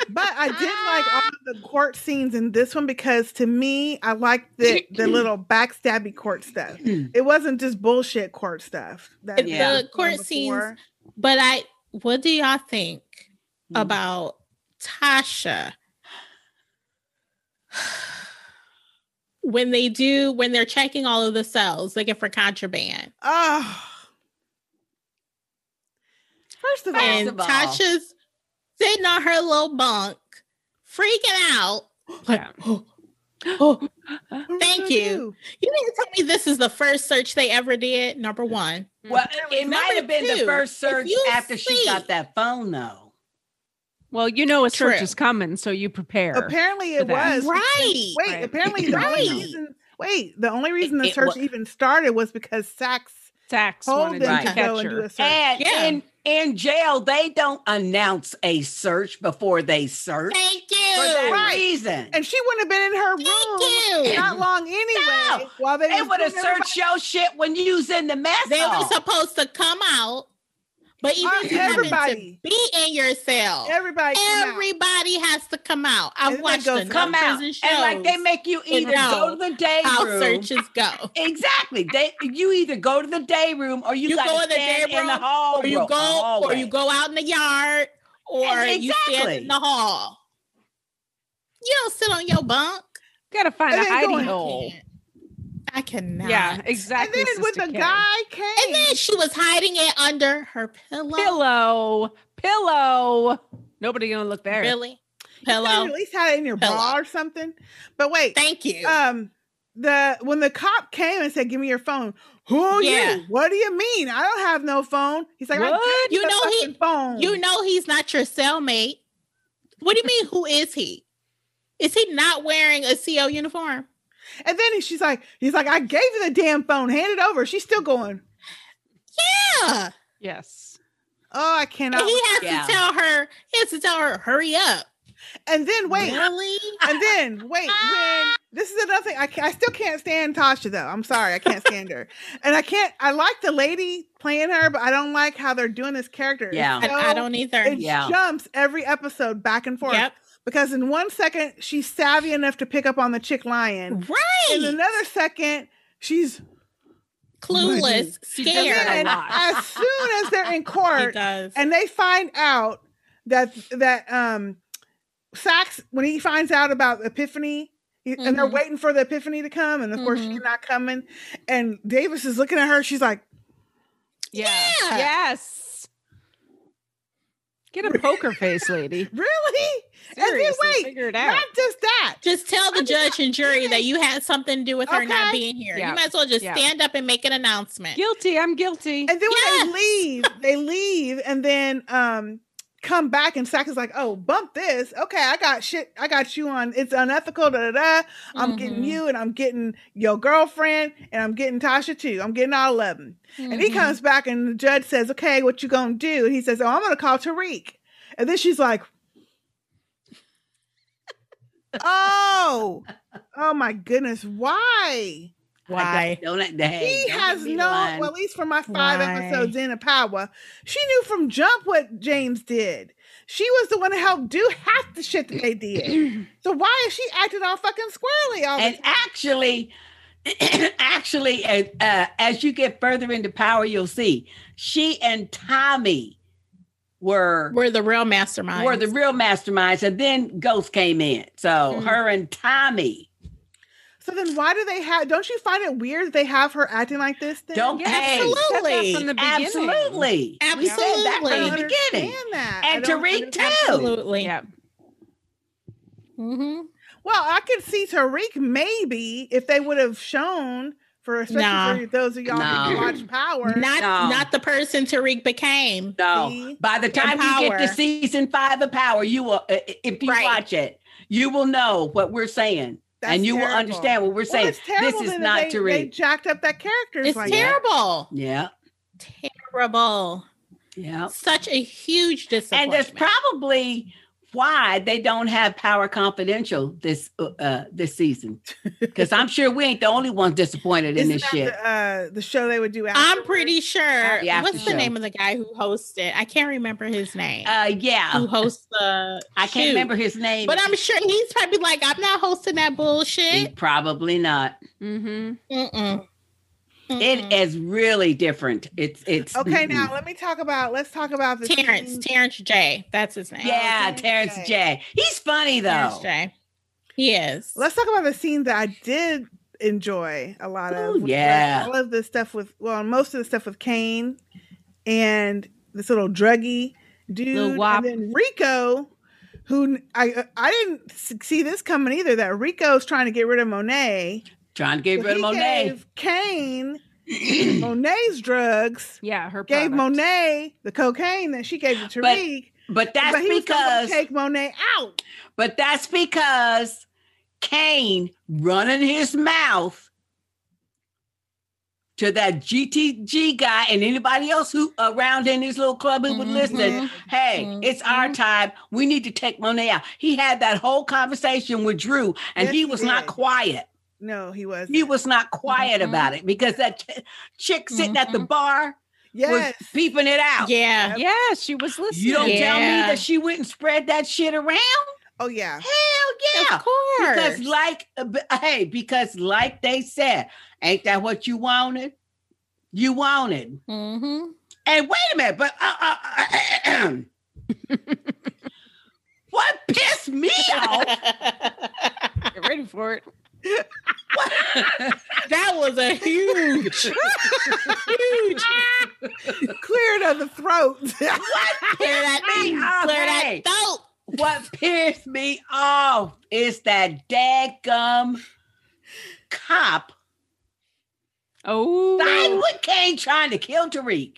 Speaker 4: But I did like all of the court scenes in this one because to me, I liked the, the little backstabby court stuff. It wasn't just bullshit court stuff. That
Speaker 2: Yeah.
Speaker 4: was
Speaker 1: The court
Speaker 4: done
Speaker 1: scenes
Speaker 4: before.
Speaker 1: But I, what do y'all think about Tasha? When they do, when they're checking all of the cells looking for contraband,
Speaker 4: Oh. First of all,
Speaker 1: and
Speaker 2: of all-
Speaker 1: Tasha's sitting on her little bunk, freaking out. Like,
Speaker 3: Yeah.
Speaker 1: oh,
Speaker 4: what am I
Speaker 1: thank
Speaker 4: gonna
Speaker 1: you.
Speaker 4: do?
Speaker 1: you didn't tell me this is the first search they ever did. Number one,
Speaker 2: Well, it
Speaker 1: Number
Speaker 2: might have been
Speaker 1: two,
Speaker 2: the first
Speaker 1: if
Speaker 2: search
Speaker 1: you
Speaker 2: after she
Speaker 1: see-
Speaker 2: got that phone, though.
Speaker 3: Well, you know a search
Speaker 1: True.
Speaker 3: is coming, so you prepare.
Speaker 4: Apparently,
Speaker 3: for
Speaker 4: it
Speaker 3: that.
Speaker 4: was
Speaker 1: right?
Speaker 4: Wait,
Speaker 3: Right.
Speaker 4: apparently the
Speaker 1: Right.
Speaker 4: only reason. wait, the only reason the
Speaker 1: It
Speaker 4: search
Speaker 1: wa-
Speaker 4: even started was because Sachs
Speaker 3: Sachs
Speaker 4: told
Speaker 3: wanted
Speaker 4: them
Speaker 2: Right.
Speaker 4: to
Speaker 3: to
Speaker 4: go and do
Speaker 3: capture.
Speaker 4: a search.
Speaker 2: And
Speaker 1: Yeah.
Speaker 2: in, in jail, they don't announce a search before they search
Speaker 1: Thank
Speaker 2: for that
Speaker 1: you.
Speaker 4: Right.
Speaker 2: reason.
Speaker 4: And she wouldn't have been in her
Speaker 1: Thank
Speaker 4: room
Speaker 1: you.
Speaker 4: not long anyway.
Speaker 2: No.
Speaker 4: While they,
Speaker 2: They
Speaker 4: was
Speaker 2: would have
Speaker 4: doing everybody-
Speaker 2: searched your shit when you was in the mess
Speaker 1: They were
Speaker 2: hall.
Speaker 1: supposed to come out, but even
Speaker 4: Uh,
Speaker 1: if you happen
Speaker 4: everybody.
Speaker 1: to be in your cell,
Speaker 4: Everybody, come out.
Speaker 1: everybody has to come out. I've
Speaker 4: Everybody
Speaker 1: watched
Speaker 4: goes,
Speaker 1: enough
Speaker 2: Come out.
Speaker 1: prison
Speaker 2: And like they
Speaker 1: shows
Speaker 2: make you
Speaker 1: and
Speaker 2: either go
Speaker 1: know
Speaker 2: to the day
Speaker 1: how
Speaker 2: room.
Speaker 1: searches go.
Speaker 2: Exactly. They you either go to the day room or you,
Speaker 1: You
Speaker 2: gotta
Speaker 1: go in the
Speaker 2: stand
Speaker 1: day
Speaker 2: in the
Speaker 1: room,
Speaker 2: hall.
Speaker 1: or you
Speaker 2: room,
Speaker 1: go or
Speaker 2: hallway.
Speaker 1: you go out in the yard or
Speaker 2: And-
Speaker 1: you stand in
Speaker 2: exactly.
Speaker 1: the hall. You don't sit on your bunk.
Speaker 3: Gotta find a
Speaker 4: And then go
Speaker 3: hiding
Speaker 4: in.
Speaker 3: hole.
Speaker 1: I cannot.
Speaker 3: Yeah,
Speaker 4: And
Speaker 3: exactly.
Speaker 4: then when
Speaker 3: Sister
Speaker 4: the
Speaker 3: K.
Speaker 4: guy came,
Speaker 1: And then she was hiding it under her pillow.
Speaker 3: pillow, pillow. Nobody gonna look there.
Speaker 1: Really?
Speaker 4: You
Speaker 1: Pillow.
Speaker 4: could've at least had it in your
Speaker 1: Pillow.
Speaker 4: bra or something. But wait,
Speaker 1: Thank you.
Speaker 4: um, the when the cop came and said, "Give me your phone," who are
Speaker 1: Yeah.
Speaker 4: you? What do you mean? I don't have no phone. He's like, I
Speaker 3: What?
Speaker 4: gave
Speaker 1: You
Speaker 4: the
Speaker 1: know he-
Speaker 4: fucking phone.
Speaker 1: you know he's not your cellmate. What do you mean? Who is he? Is he not wearing a CO uniform?
Speaker 4: And then she's like, he's like, I gave you the damn phone. Hand it over. She's still going.
Speaker 1: Yeah.
Speaker 3: Yes.
Speaker 4: Oh, I cannot.
Speaker 1: And he has
Speaker 2: yeah.
Speaker 1: to tell her, he has to tell her, hurry up.
Speaker 4: and then wait.
Speaker 1: Really?
Speaker 4: and then wait when this is another thing I, ca- I still can't stand tasha though i'm sorry i can't stand her and i can't i like the lady playing her but i don't like how they're doing this character It's
Speaker 2: Yeah.
Speaker 1: I, I
Speaker 4: so-
Speaker 1: don't either.
Speaker 4: it
Speaker 2: Yeah.
Speaker 4: jumps every episode back and forth
Speaker 1: Yep.
Speaker 4: because in one second she's savvy enough to pick up on the chick lying in
Speaker 1: Right.
Speaker 4: another second she's
Speaker 1: Clueless,
Speaker 3: does that a
Speaker 1: scared.
Speaker 4: and
Speaker 3: lot.
Speaker 4: as soon as they're
Speaker 1: He
Speaker 4: in court
Speaker 1: does.
Speaker 4: and they find out that that um Sachs when he finds out about Epiphany he- and they're
Speaker 1: Mhm.
Speaker 4: waiting for the Epiphany to come and of course she's
Speaker 1: Mhm.
Speaker 4: not coming and Davis is looking at her she's like
Speaker 3: Yeah.
Speaker 1: Yeah.
Speaker 3: Yes. Get a poker face, lady.
Speaker 4: really And then
Speaker 3: Seriously,
Speaker 4: wait,
Speaker 3: figure it out.
Speaker 4: not just that
Speaker 1: Just tell the judge and jury that you had something to do with her not
Speaker 4: Okay.
Speaker 1: being here.
Speaker 3: Yeah.
Speaker 1: You might as well just
Speaker 3: Yeah.
Speaker 1: stand up and make an announcement.
Speaker 3: Guilty. I'm guilty.
Speaker 4: and then when
Speaker 1: Yes.
Speaker 4: they leave they leave and then um come back and Sachs is like oh bump this okay I got shit I got you on it's unethical da da da I'm getting
Speaker 1: Mhm.
Speaker 4: you and I'm getting your girlfriend and I'm getting Tasha too I'm getting all of them And he
Speaker 1: Mhm.
Speaker 4: comes
Speaker 2: Mm-hmm.
Speaker 4: back and the judge says, Okay, what you gonna do? And he says, Oh, I'm gonna call Tariq. And then she's like, Oh, oh my goodness, why?
Speaker 2: I
Speaker 1: Why?
Speaker 2: don't, don't, hey,
Speaker 4: He
Speaker 2: don't
Speaker 4: has
Speaker 2: give me
Speaker 4: no
Speaker 2: line.
Speaker 4: well, at least for my five
Speaker 1: Why?
Speaker 4: episodes in of power, she knew from jump what James did. She was the one to help do half the shit that they did. so why is she acting all fucking squirrely all the
Speaker 2: and
Speaker 4: time?
Speaker 2: actually actually uh, uh, as you get further into power you'll see she and tommy were
Speaker 1: We're the real mastermind.
Speaker 2: were the real masterminds and then ghost came in so
Speaker 1: Mhm.
Speaker 2: her and tommy
Speaker 4: So then why do they have don't you find it weird they have her acting like this then?
Speaker 2: don't
Speaker 3: Yeah,
Speaker 2: pay
Speaker 1: absolutely.
Speaker 3: Set that from the beginning.
Speaker 2: absolutely We said that
Speaker 1: Absolutely.
Speaker 2: from
Speaker 4: I
Speaker 2: the
Speaker 4: don't
Speaker 2: beginning
Speaker 4: understand that.
Speaker 2: and
Speaker 4: I don't
Speaker 2: Tariq
Speaker 4: understand-
Speaker 2: too
Speaker 1: Absolutely.
Speaker 3: Yeah.
Speaker 1: Mm-hmm.
Speaker 4: Well, I could see Tariq maybe if they would have shown for especially
Speaker 1: Nah.
Speaker 4: for those of y'all who
Speaker 2: No.
Speaker 4: watch Power.
Speaker 1: Not
Speaker 2: No.
Speaker 1: not the person Tariq became.
Speaker 2: no
Speaker 4: See?
Speaker 2: by the time you get
Speaker 1: Power.
Speaker 2: to season five of power you will uh, if you
Speaker 1: Right.
Speaker 2: watch it you will know what we're saying
Speaker 4: That's
Speaker 2: and you
Speaker 4: terrible.
Speaker 2: will understand what we're
Speaker 4: Well,
Speaker 2: saying
Speaker 4: it's terrible
Speaker 2: this is
Speaker 4: then that
Speaker 2: not
Speaker 4: they,
Speaker 2: Tariq.
Speaker 4: They jacked up that character.
Speaker 1: It's
Speaker 4: like,
Speaker 1: terrible.
Speaker 2: yeah
Speaker 1: Terrible.
Speaker 2: yeah
Speaker 1: Such a huge
Speaker 2: and
Speaker 1: disappointment.
Speaker 2: that's probably why they don't have Power Confidential this uh, uh this season. Because I'm sure we ain't the only ones disappointed in
Speaker 4: Isn't
Speaker 2: this
Speaker 4: that
Speaker 2: shit.
Speaker 4: The, uh, the show they would do after.
Speaker 1: I'm pretty sure.
Speaker 2: The after
Speaker 1: What's the
Speaker 2: show.
Speaker 1: name of the guy who hosts it? I can't remember his name.
Speaker 2: uh, yeah,
Speaker 1: who hosts the?
Speaker 2: I can't
Speaker 1: shoot.
Speaker 2: remember his name,
Speaker 1: But I'm sure he's probably like, I'm not hosting that
Speaker 2: He
Speaker 1: bullshit.
Speaker 2: probably not.
Speaker 3: Mm-hmm.
Speaker 1: Mm-mm.
Speaker 2: It
Speaker 1: Mm-mm.
Speaker 2: is really different. It's it's
Speaker 4: Okay,
Speaker 2: mm-mm.
Speaker 4: now let me talk about let's talk about the
Speaker 1: Terrence.
Speaker 4: team.
Speaker 1: Terrence J. That's his name.
Speaker 2: Yeah,
Speaker 4: Oh, Terrence
Speaker 2: Terrence J. He's funny
Speaker 1: Terrence
Speaker 2: though.
Speaker 1: J. He is.
Speaker 4: Let's talk about the scene that I did enjoy a lot of.
Speaker 2: Ooh,
Speaker 4: which was
Speaker 2: yeah.
Speaker 4: all of the stuff with well, most of the stuff with Kane and this little druggy dude,
Speaker 3: wop.
Speaker 4: and then Rico, who I uh, I didn't s- see this coming either. That Rico's trying to get rid of Monet.
Speaker 2: Trying to get
Speaker 4: But
Speaker 2: rid of
Speaker 4: he
Speaker 2: Monet.
Speaker 4: gave Kane Monet's drugs.
Speaker 3: Yeah, her
Speaker 4: Gave
Speaker 3: product.
Speaker 4: Monet the cocaine that she gave to
Speaker 2: But
Speaker 4: Tariq,
Speaker 2: But that's
Speaker 4: but he was gonna
Speaker 2: because
Speaker 4: take Monet out.
Speaker 2: but that's because Kane running his mouth to that GTG guy and anybody else who around in his little club who would
Speaker 4: Mm-hmm.
Speaker 2: listen. Hey, it's our time. We need to take Monet out. He had that whole conversation with Drew, and
Speaker 4: Yes,
Speaker 2: he
Speaker 4: he
Speaker 2: was not
Speaker 4: did.
Speaker 2: quiet.
Speaker 4: No, he was.
Speaker 2: He was not quiet
Speaker 1: Mhm.
Speaker 2: about it because that ch- chick sitting at the
Speaker 1: Mhm.
Speaker 2: bar
Speaker 4: Yes.
Speaker 2: was peeping it out.
Speaker 1: Yeah.
Speaker 3: Yeah, she was listening.
Speaker 2: You don't tell me
Speaker 1: Yeah.
Speaker 2: that she went and spread that shit around.
Speaker 4: Oh yeah.
Speaker 2: Hell yeah.
Speaker 1: Of course.
Speaker 2: Because like uh, b- hey, because like they said, ain't that what you wanted? You wanted.
Speaker 1: mm-hmm.
Speaker 2: And wait a minute, but uh, uh, uh, what pissed me off?
Speaker 3: Get ready for it.
Speaker 1: That was a huge, huge.
Speaker 4: Cleared of the throat.
Speaker 1: Clear that,
Speaker 2: Me off,
Speaker 1: clear that
Speaker 2: hey.
Speaker 1: throat.
Speaker 2: what pissed me off is that dadgum cop
Speaker 3: Oh,
Speaker 2: signed with Kane trying to kill Tariq.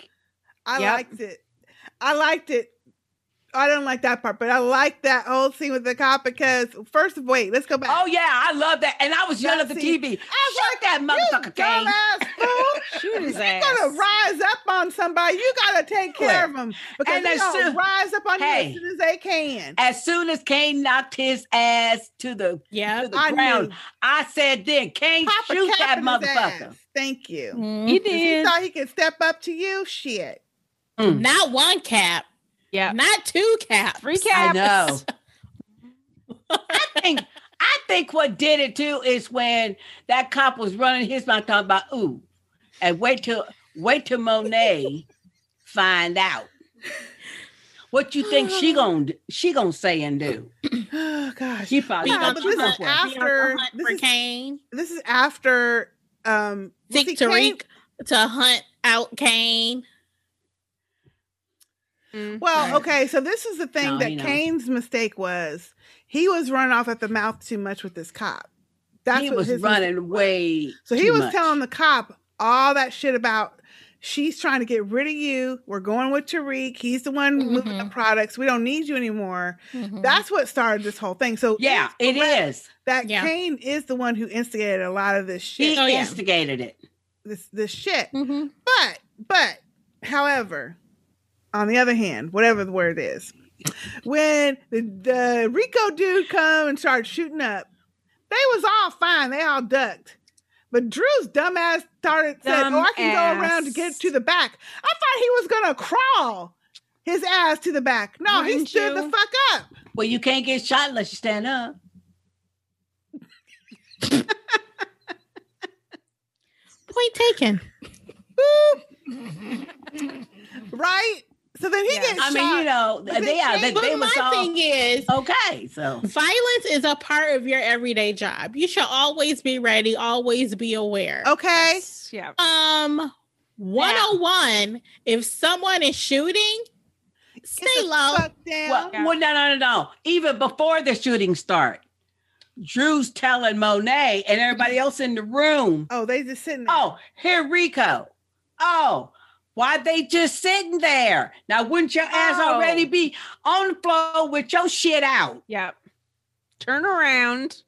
Speaker 4: I
Speaker 3: Yep.
Speaker 4: liked it. I liked it. I don't like that part, but I like that whole scene with the cop because first of wait, let's go back.
Speaker 2: Oh yeah, I love that. And I was yelling at the
Speaker 4: That scene.
Speaker 2: TV. Shut that
Speaker 4: you
Speaker 2: Oh, motherfucker, Kane.
Speaker 4: dumbass fool!
Speaker 3: shoot his
Speaker 4: You're gonna rise up on somebody. You gotta take care of them because
Speaker 2: And
Speaker 4: they're
Speaker 2: as
Speaker 4: gonna
Speaker 2: soon-
Speaker 4: rise up on
Speaker 2: Hey.
Speaker 4: you as soon as they can.
Speaker 2: As soon as Kane knocked his ass to the
Speaker 1: Yeah.
Speaker 2: to the
Speaker 4: I
Speaker 2: ground,
Speaker 4: knew.
Speaker 2: I said, "Then Kane
Speaker 4: Pop a
Speaker 2: shoot
Speaker 4: cap
Speaker 2: that
Speaker 4: in his
Speaker 2: motherfucker."
Speaker 4: ass. Thank you.
Speaker 3: He
Speaker 1: Mhm.
Speaker 2: Mm-hmm.
Speaker 4: If He
Speaker 3: did.
Speaker 4: thought he could step up to you. Shit.
Speaker 1: Not one cap.
Speaker 3: Yeah.
Speaker 1: Not two caps.
Speaker 3: Three
Speaker 2: I
Speaker 3: caps.
Speaker 2: know. I think I think what did it too is when that cop was running his mouth talking about ooh, and wait till wait till Monet find out what you think she gonna d- she gonna say and do.
Speaker 4: Oh gosh.
Speaker 2: She probably
Speaker 4: Yeah,
Speaker 2: thought
Speaker 4: but
Speaker 2: she
Speaker 4: listen,
Speaker 2: was going for it.
Speaker 1: Be on the
Speaker 4: After-
Speaker 1: hunt
Speaker 4: this
Speaker 1: for
Speaker 4: is-
Speaker 1: Kane.
Speaker 4: This is after um
Speaker 1: Seek
Speaker 4: see, Kane-
Speaker 1: Tariq to hunt out Kane.
Speaker 3: Mm.
Speaker 4: Well,
Speaker 2: Right.
Speaker 4: okay, so this is the thing
Speaker 2: No,
Speaker 4: that
Speaker 2: he knows.
Speaker 4: Kane's mistake was. He was running off at the mouth too much with this cop. That's
Speaker 2: he
Speaker 4: what
Speaker 2: was
Speaker 4: his
Speaker 2: running way.
Speaker 4: So he
Speaker 2: too
Speaker 4: was
Speaker 2: much.
Speaker 4: telling the cop all that shit about she's trying to get rid of you. We're going with Tariq. He's the one moving the
Speaker 1: Mhm.
Speaker 4: products. We don't need you anymore.
Speaker 1: Mhm.
Speaker 4: That's what started this whole thing. So
Speaker 2: Yeah, it is.
Speaker 4: that
Speaker 1: Yeah.
Speaker 4: Kane is the one who instigated a lot of this shit.
Speaker 2: He
Speaker 1: Oh, yeah.
Speaker 2: instigated it.
Speaker 4: this this shit.
Speaker 1: Mhm.
Speaker 4: But, but, however, on the other hand, whatever the word is, when the, the Rico dude come and started shooting up, they was all fine. They all ducked. But Drew's dumbass started said, "Oh, I can go around to get
Speaker 3: Dumbass.
Speaker 4: to the back." I thought he was gonna crawl his ass to the back. No, he
Speaker 3: Wouldn't
Speaker 4: stood the
Speaker 3: you?
Speaker 4: fuck up.
Speaker 2: Well, you can't get shot unless you stand up.
Speaker 1: Point taken.
Speaker 4: Right. So then he
Speaker 3: Yeah.
Speaker 4: gets
Speaker 2: I
Speaker 4: shot.
Speaker 2: mean, you know, they
Speaker 4: But they
Speaker 2: yeah, they,
Speaker 4: changed-
Speaker 1: But
Speaker 2: they
Speaker 1: my
Speaker 2: was all
Speaker 1: thing is,
Speaker 2: okay. So
Speaker 1: violence is a part of your everyday job. You should always be ready, always be aware.
Speaker 4: okay.
Speaker 3: Yes, Yeah.
Speaker 1: Um, 101, if someone is shooting,
Speaker 4: Get
Speaker 1: stay
Speaker 4: the
Speaker 1: low.
Speaker 4: fuck down.
Speaker 2: Well,
Speaker 3: Yeah.
Speaker 2: well, no, no, no, no. Even before the shooting start, Drew's telling Monet and everybody else in the room,
Speaker 4: Oh, they just sitting. There.
Speaker 2: "Oh, here Rico. Oh, why they just sitting there? Now, wouldn't your ass
Speaker 3: Oh.
Speaker 2: already be on the floor with your shit out?"
Speaker 3: Yeah. Turn around.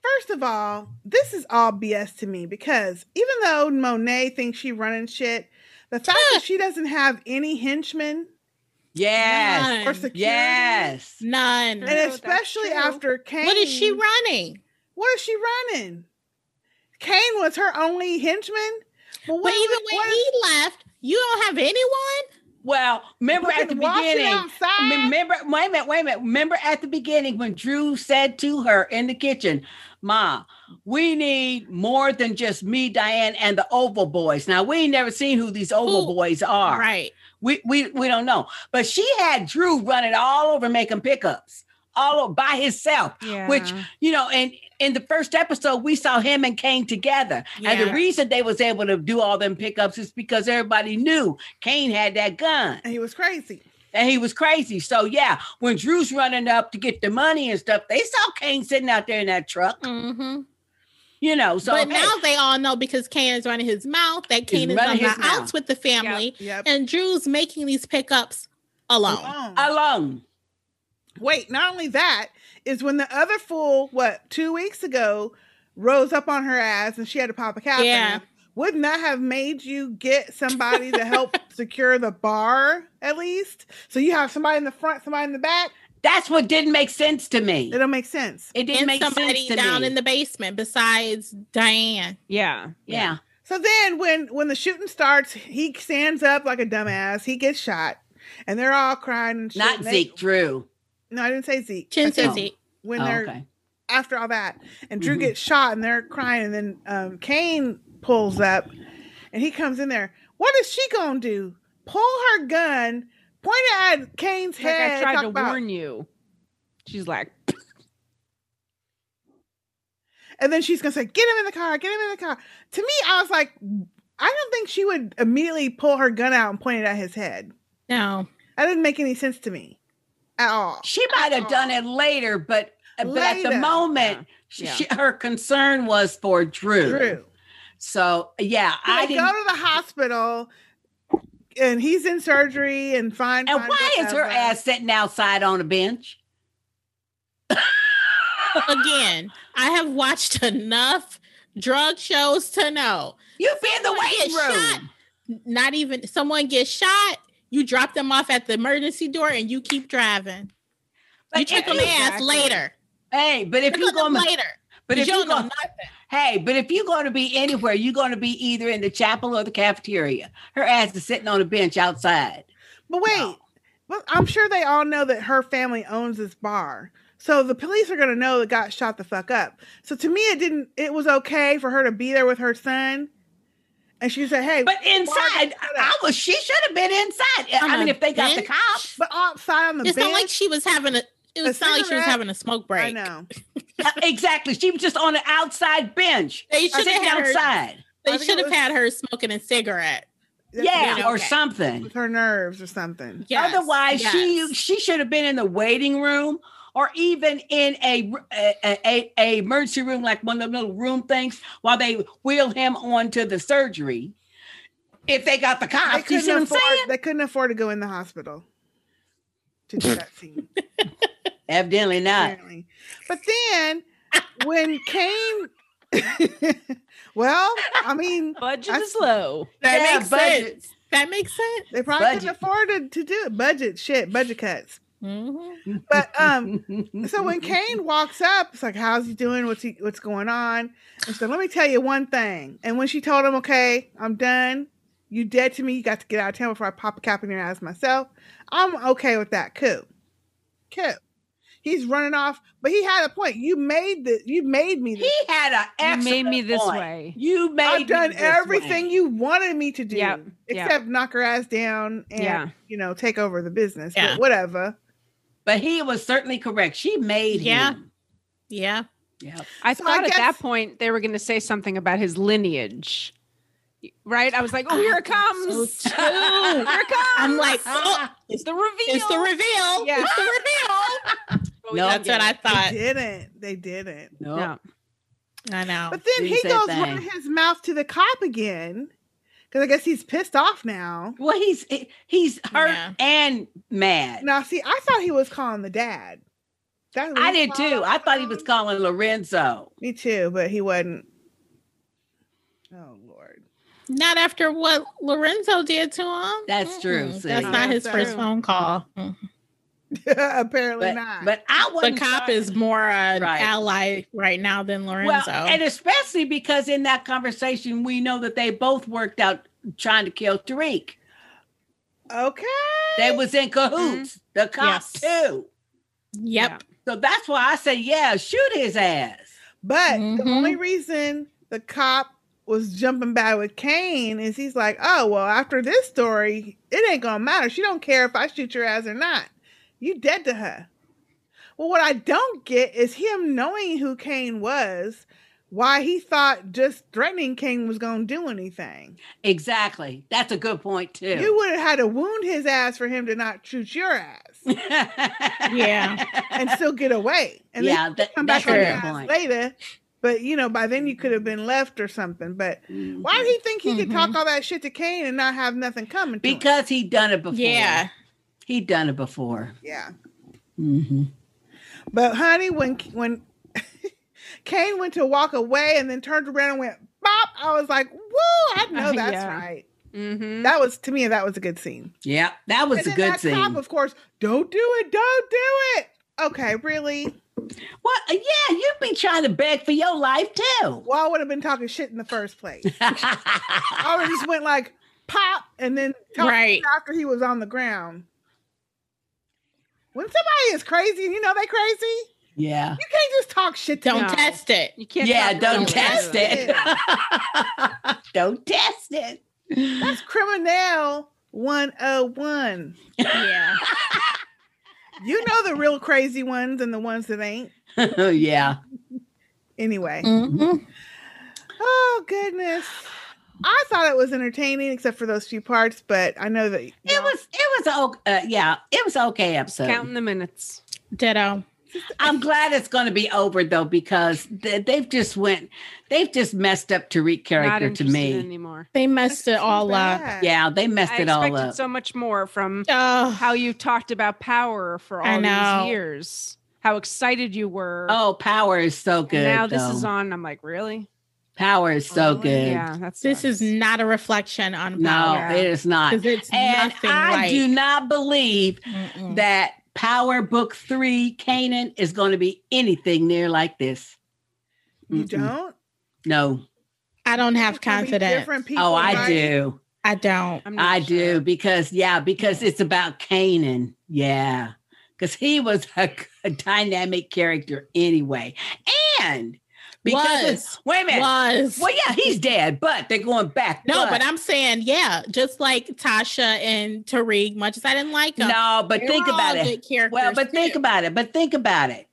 Speaker 4: First of all, this is all BS to me because even though Monet thinks she running shit, the fact that she doesn't have any henchmen
Speaker 2: Yes,
Speaker 4: or
Speaker 1: None.
Speaker 4: security,
Speaker 2: yes.
Speaker 1: None.
Speaker 4: and
Speaker 3: No, that's
Speaker 4: especially
Speaker 3: true.
Speaker 4: after Kane,
Speaker 1: What is she running?
Speaker 4: What is she running? Kane was her only henchman. Well,
Speaker 1: But even when he left, you don't have anyone?
Speaker 2: Well, remember at the beginning.
Speaker 4: outside?
Speaker 2: Remember, wait a minute, wait a minute. Remember at the beginning when Drew said to her in the kitchen, Ma, we need more than just me, Diane, and the Oval Boys. Now we ain't never seen who these Oval
Speaker 1: Who-
Speaker 2: Boys are.
Speaker 1: Right.
Speaker 2: We we we don't know. But she had Drew running all over making pickups, all over by himself.
Speaker 3: Yeah.
Speaker 2: Which you know, and in the first episode, we saw him and Kane together. And the
Speaker 1: Yeah.
Speaker 2: reason they was able to do all them pickups is because everybody knew Kane had that gun
Speaker 4: and he was crazy.
Speaker 2: and he was crazy. So yeah, when Drew's running up to get the money and stuff, they saw Kane sitting out there in that truck, Mm-hmm.
Speaker 1: hmm
Speaker 2: you know. So
Speaker 1: but
Speaker 2: hey,
Speaker 1: now they all know because Kane is running his mouth that Kane is on
Speaker 2: running
Speaker 1: the
Speaker 2: his
Speaker 1: outs
Speaker 2: mouth.
Speaker 1: with the family,
Speaker 4: Yep.
Speaker 1: and Drew's making these pickups alone.
Speaker 4: Alone.
Speaker 2: alone.
Speaker 4: Wait, not only that is when the other fool, what two weeks ago, rose up on her ass and she had to pop a cap.
Speaker 1: Yeah.
Speaker 4: in. wouldn't that have made you get somebody to help secure the bar at least? So you have somebody in the front, somebody in the back.
Speaker 2: That's what didn't make sense to me.
Speaker 4: It don't make sense.
Speaker 2: It didn't
Speaker 1: and
Speaker 2: make sense
Speaker 1: somebody
Speaker 2: to
Speaker 1: down
Speaker 2: me.
Speaker 1: in the basement besides Diane.
Speaker 3: Yeah.
Speaker 2: yeah.
Speaker 4: So then when when the shooting starts, he stands up like a dumbass. He gets shot, and they're all crying. And shit,
Speaker 2: Not
Speaker 4: and they-
Speaker 2: Zeke Drew.
Speaker 4: No, I didn't say Zeke. I
Speaker 1: Chin
Speaker 4: said
Speaker 1: says he-
Speaker 4: When
Speaker 2: Oh,
Speaker 4: they're
Speaker 2: okay.
Speaker 4: after all that, and Drew
Speaker 2: Mhm.
Speaker 4: gets shot, and they're crying, and then um, Kane pulls up, and he comes in there. What is she gonna do? Pull her gun, point it at Kane's
Speaker 3: Like
Speaker 4: head.
Speaker 3: I tried
Speaker 4: talk
Speaker 3: to
Speaker 4: about-
Speaker 3: warn you. She's like,
Speaker 4: and then she's gonna say, "Get him in the car, get him in the car." To me, I was like, I don't think she would immediately pull her gun out and point it at his head.
Speaker 1: No.
Speaker 4: That didn't make any sense to me at all.
Speaker 2: She might have done it later, but but at the
Speaker 4: Later.
Speaker 2: moment,
Speaker 3: Yeah.
Speaker 2: She, her concern was for Drew.
Speaker 4: Drew,
Speaker 2: So yeah, I
Speaker 4: I go
Speaker 2: didn't.
Speaker 4: to the hospital, and he's in surgery, and fine.
Speaker 2: And
Speaker 4: fine,
Speaker 2: why is her
Speaker 4: whatever.
Speaker 2: ass sitting outside on a bench?
Speaker 1: Again, I have watched enough drug shows to know.
Speaker 2: You've been in the
Speaker 1: Someone
Speaker 2: weight
Speaker 1: get shot.
Speaker 2: room.
Speaker 1: Not even someone gets shot, you drop them off at the emergency door and you keep driving. you
Speaker 2: But
Speaker 1: check
Speaker 2: if
Speaker 1: them
Speaker 2: you,
Speaker 1: ass
Speaker 3: Exactly.
Speaker 1: later.
Speaker 2: hey, but if
Speaker 1: Check
Speaker 2: you
Speaker 1: on them
Speaker 2: gonna,
Speaker 1: later.
Speaker 2: but if
Speaker 1: you
Speaker 2: you
Speaker 1: don't know
Speaker 2: going
Speaker 1: nothing.
Speaker 2: hey, but if you're gonna be anywhere, you're gonna be either in the chapel or the cafeteria. Her ass is sitting on a bench outside.
Speaker 4: But wait,
Speaker 2: No.
Speaker 4: well, I'm sure they all know that her family owns this bar. So the police are gonna know that got shot the fuck up. So to me, it didn't. It was okay for her to be there with her son, and she said, "Hey,
Speaker 2: But inside,
Speaker 4: Shut
Speaker 2: I
Speaker 4: up.
Speaker 2: was. She should have been inside. I
Speaker 1: On
Speaker 2: mean,
Speaker 1: a
Speaker 2: if they got the
Speaker 1: bench?
Speaker 2: cops,
Speaker 4: but outside on the
Speaker 1: It's
Speaker 4: bench."
Speaker 1: not like she was having a it was not like she was
Speaker 4: cigarette?
Speaker 1: having a smoke
Speaker 4: I
Speaker 1: break.
Speaker 4: know.
Speaker 2: Uh, exactly. She was just on an outside bench,
Speaker 1: They should have
Speaker 2: sitting
Speaker 1: had her
Speaker 2: outside.
Speaker 4: I
Speaker 1: they
Speaker 4: think it
Speaker 1: should have
Speaker 4: was-
Speaker 1: had her smoking a cigarette.
Speaker 4: That's
Speaker 2: yeah,
Speaker 4: what it
Speaker 1: okay.
Speaker 2: or
Speaker 4: is,
Speaker 2: something.
Speaker 4: with her nerves or something.
Speaker 1: Yes,
Speaker 2: Otherwise,
Speaker 1: yes.
Speaker 2: she she should have been in the waiting room or even in a a, a a emergency room, like one of the little room things, while they wheel him onto the surgery. If they got the
Speaker 4: They
Speaker 2: cops, you
Speaker 4: couldn't
Speaker 2: see what I'm
Speaker 4: afford.
Speaker 2: saying?
Speaker 4: They couldn't afford to go in the hospital to do that scene.
Speaker 2: Evidently not.
Speaker 4: apparently. But then when Kane, well, I mean,
Speaker 3: budget
Speaker 4: I-
Speaker 3: is low.
Speaker 1: that
Speaker 2: Yeah,
Speaker 1: makes
Speaker 2: budget.
Speaker 1: sense. That makes sense.
Speaker 4: they probably
Speaker 2: Budget.
Speaker 4: couldn't afford to, to do it. Budget shit, budget cuts.
Speaker 1: Mhm.
Speaker 4: But um, so when Kane walks up, it's like, "How's he doing? What's he? What's going on?" And so let me tell you one thing. And when she told him, "Okay, I'm done. You dead to me. You got to get out of town before I pop a cap in your ass myself." I'm okay with that. Cool, cool. He's running off, but he had a point. You made the. You made me. This.
Speaker 2: he had an
Speaker 3: You
Speaker 2: excellent
Speaker 3: made me this
Speaker 2: point.
Speaker 3: way.
Speaker 2: You made. me
Speaker 4: I've done
Speaker 2: this
Speaker 4: everything
Speaker 2: way.
Speaker 4: you wanted me to do,
Speaker 3: Yep, yep.
Speaker 4: except knock her ass down and
Speaker 3: Yeah.
Speaker 4: you know take over the business.
Speaker 1: Yeah.
Speaker 4: But whatever.
Speaker 2: but he was certainly correct. She made
Speaker 1: Yeah.
Speaker 2: him.
Speaker 1: Yeah.
Speaker 2: Yeah.
Speaker 3: I
Speaker 4: So I
Speaker 3: thought at that
Speaker 4: guess-
Speaker 3: point they were going to say something about his lineage, right? I was like, oh, here it comes.
Speaker 1: So too.
Speaker 3: here it comes.
Speaker 1: I'm like, oh,
Speaker 3: It's the reveal.
Speaker 1: it's the reveal.
Speaker 3: Ah. Yeah.
Speaker 1: It's the reveal.
Speaker 3: But we
Speaker 2: No,
Speaker 3: don't
Speaker 1: That's
Speaker 3: get
Speaker 1: what I
Speaker 3: Oh, it.
Speaker 1: thought.
Speaker 4: they didn't. They didn't.
Speaker 2: No.
Speaker 3: No.
Speaker 1: I know.
Speaker 4: But
Speaker 2: didn't
Speaker 4: then he
Speaker 2: say a
Speaker 4: goes
Speaker 2: thing.
Speaker 4: running his mouth to the cop again because I guess he's pissed off now.
Speaker 2: Well, he's he's hurt
Speaker 1: Yeah.
Speaker 2: and mad.
Speaker 4: Now, see, I thought he was calling the dad. That's what
Speaker 2: I
Speaker 4: he
Speaker 2: did
Speaker 4: called
Speaker 2: too.
Speaker 4: him.
Speaker 2: I thought he was calling Lorenzo.
Speaker 4: Me too, but he wasn't. Oh Lord.
Speaker 1: not after what Lorenzo did to him.
Speaker 2: That's true,
Speaker 1: Mm-mm.
Speaker 2: see.
Speaker 1: That's not his
Speaker 4: That's
Speaker 1: first
Speaker 4: true.
Speaker 1: phone call. Mm.
Speaker 4: Apparently
Speaker 2: But,
Speaker 4: not.
Speaker 2: but I
Speaker 1: The
Speaker 2: wasn't
Speaker 1: cop
Speaker 2: sorry.
Speaker 1: is more an
Speaker 2: Right.
Speaker 1: ally right now than
Speaker 2: well,
Speaker 1: Lorenzo.
Speaker 2: and especially because in that conversation we know that they both worked out trying to kill Tariq.
Speaker 4: okay.
Speaker 2: They was in cahoots. The cops
Speaker 1: Mm-hmm. Yes.
Speaker 2: too.
Speaker 1: yep.
Speaker 2: So that's why I say, yeah, shoot his ass.
Speaker 4: But
Speaker 1: Mhm.
Speaker 2: Mm-hmm.
Speaker 4: the only reason the cop was jumping back with Kane is he's like, oh well, after this story, it ain't gonna matter. She don't care if I shoot your ass or not. You dead to her. Well, what I don't get is him knowing who Kane was, why he thought just threatening Kane was gonna do anything.
Speaker 2: Exactly. That's a good point too.
Speaker 4: You would have had to wound his ass for him to not shoot your ass
Speaker 1: Yeah.
Speaker 4: and still get away. And then
Speaker 2: yeah, that,
Speaker 4: come
Speaker 2: that's
Speaker 4: back
Speaker 2: a
Speaker 4: on your
Speaker 2: good
Speaker 1: fair
Speaker 4: ass
Speaker 2: point.
Speaker 4: later. But you know, by then you could have been left or something. But
Speaker 2: Mhm.
Speaker 4: Why did he think he could talk all that shit to Kane and not have nothing coming? To him?
Speaker 2: Mm-hmm. Because he done it before.
Speaker 1: Yeah.
Speaker 2: he done it before.
Speaker 4: yeah,
Speaker 2: hmm
Speaker 4: but honey, when when Kane went to walk away and then turned around and went bop. I was like, whoa, I know that's
Speaker 3: Yeah.
Speaker 4: right.
Speaker 3: Mm-hmm.
Speaker 4: That was to me, that was a good scene.
Speaker 2: Yeah, that was
Speaker 4: And
Speaker 2: a
Speaker 4: then
Speaker 2: good
Speaker 4: that cop,
Speaker 2: scene.
Speaker 4: of course, don't do it, don't do it. Okay, really?
Speaker 2: Well, uh, yeah, you've been trying to beg for your life too.
Speaker 4: Well, I would have been talking shit in the first place. I would have just went like pop and then talked
Speaker 1: Right.
Speaker 4: after he was on the ground. When somebody is crazy, you know they crazy,
Speaker 2: yeah.
Speaker 4: you can't just talk shit to
Speaker 1: Don't
Speaker 4: them.
Speaker 3: No.
Speaker 1: test it.
Speaker 3: You can't.
Speaker 2: yeah,
Speaker 3: talk
Speaker 2: don't
Speaker 3: real
Speaker 2: test
Speaker 3: good.
Speaker 2: it. don't test it.
Speaker 4: That's criminal 101.
Speaker 1: Yeah.
Speaker 4: You know the real crazy ones and the ones that ain't.
Speaker 2: yeah.
Speaker 4: Anyway.
Speaker 2: Mm.
Speaker 1: Mhm.
Speaker 4: Oh goodness. I thought it was entertaining except for those few parts, but I know that
Speaker 2: It was it was a ok- uh, yeah, it was okay episode.
Speaker 3: Counting the minutes.
Speaker 1: Ditto.
Speaker 2: I'm glad it's going to be over though because th- they've just went they've just messed up Tariq
Speaker 3: Not
Speaker 2: character to
Speaker 3: interested
Speaker 2: me.
Speaker 3: anymore.
Speaker 1: They messed it all up.
Speaker 2: uh, yeah, they messed
Speaker 3: I
Speaker 2: it all
Speaker 3: expected
Speaker 2: up.
Speaker 3: so much more from
Speaker 1: Oh,
Speaker 3: how you talked about power for
Speaker 1: I
Speaker 3: all
Speaker 1: know.
Speaker 3: these years. How excited you were.
Speaker 2: oh, power is so
Speaker 3: And
Speaker 2: good.
Speaker 3: now this
Speaker 2: though.
Speaker 3: is on. I'm like, really?
Speaker 2: Power is so
Speaker 4: Oh,
Speaker 2: good.
Speaker 3: Yeah, that's
Speaker 1: this is not a reflection on
Speaker 2: No,
Speaker 1: power
Speaker 3: Yeah.
Speaker 2: it is not.
Speaker 1: because it's
Speaker 2: And
Speaker 1: nothing
Speaker 2: I
Speaker 1: like. Mm.
Speaker 2: do not believe
Speaker 1: Mm-mm.
Speaker 2: that Power Book 3 Canaan is going to be anything near like this.
Speaker 4: you
Speaker 2: Mm-mm.
Speaker 4: don't
Speaker 2: No.
Speaker 1: I don't have
Speaker 4: It's gonna be
Speaker 1: confidence.
Speaker 4: Different people,
Speaker 2: Oh, I
Speaker 4: right?
Speaker 2: do.
Speaker 1: I don't.
Speaker 3: I'm not
Speaker 2: I
Speaker 3: sure.
Speaker 2: do because yeah, because it's about Canaan. Yeah. Because he was a, a dynamic character anyway. And because
Speaker 1: Was.
Speaker 2: wait a minute.
Speaker 1: Was.
Speaker 2: Well, yeah, he's dead, but they're going back.
Speaker 1: No, but I'm saying, yeah, just like Tasha and Tariq, much as I didn't like them.
Speaker 2: no, but
Speaker 1: they
Speaker 2: think
Speaker 1: were all
Speaker 2: about it.
Speaker 1: good characters,
Speaker 2: Well, but think
Speaker 1: too.
Speaker 2: about it. But think about it.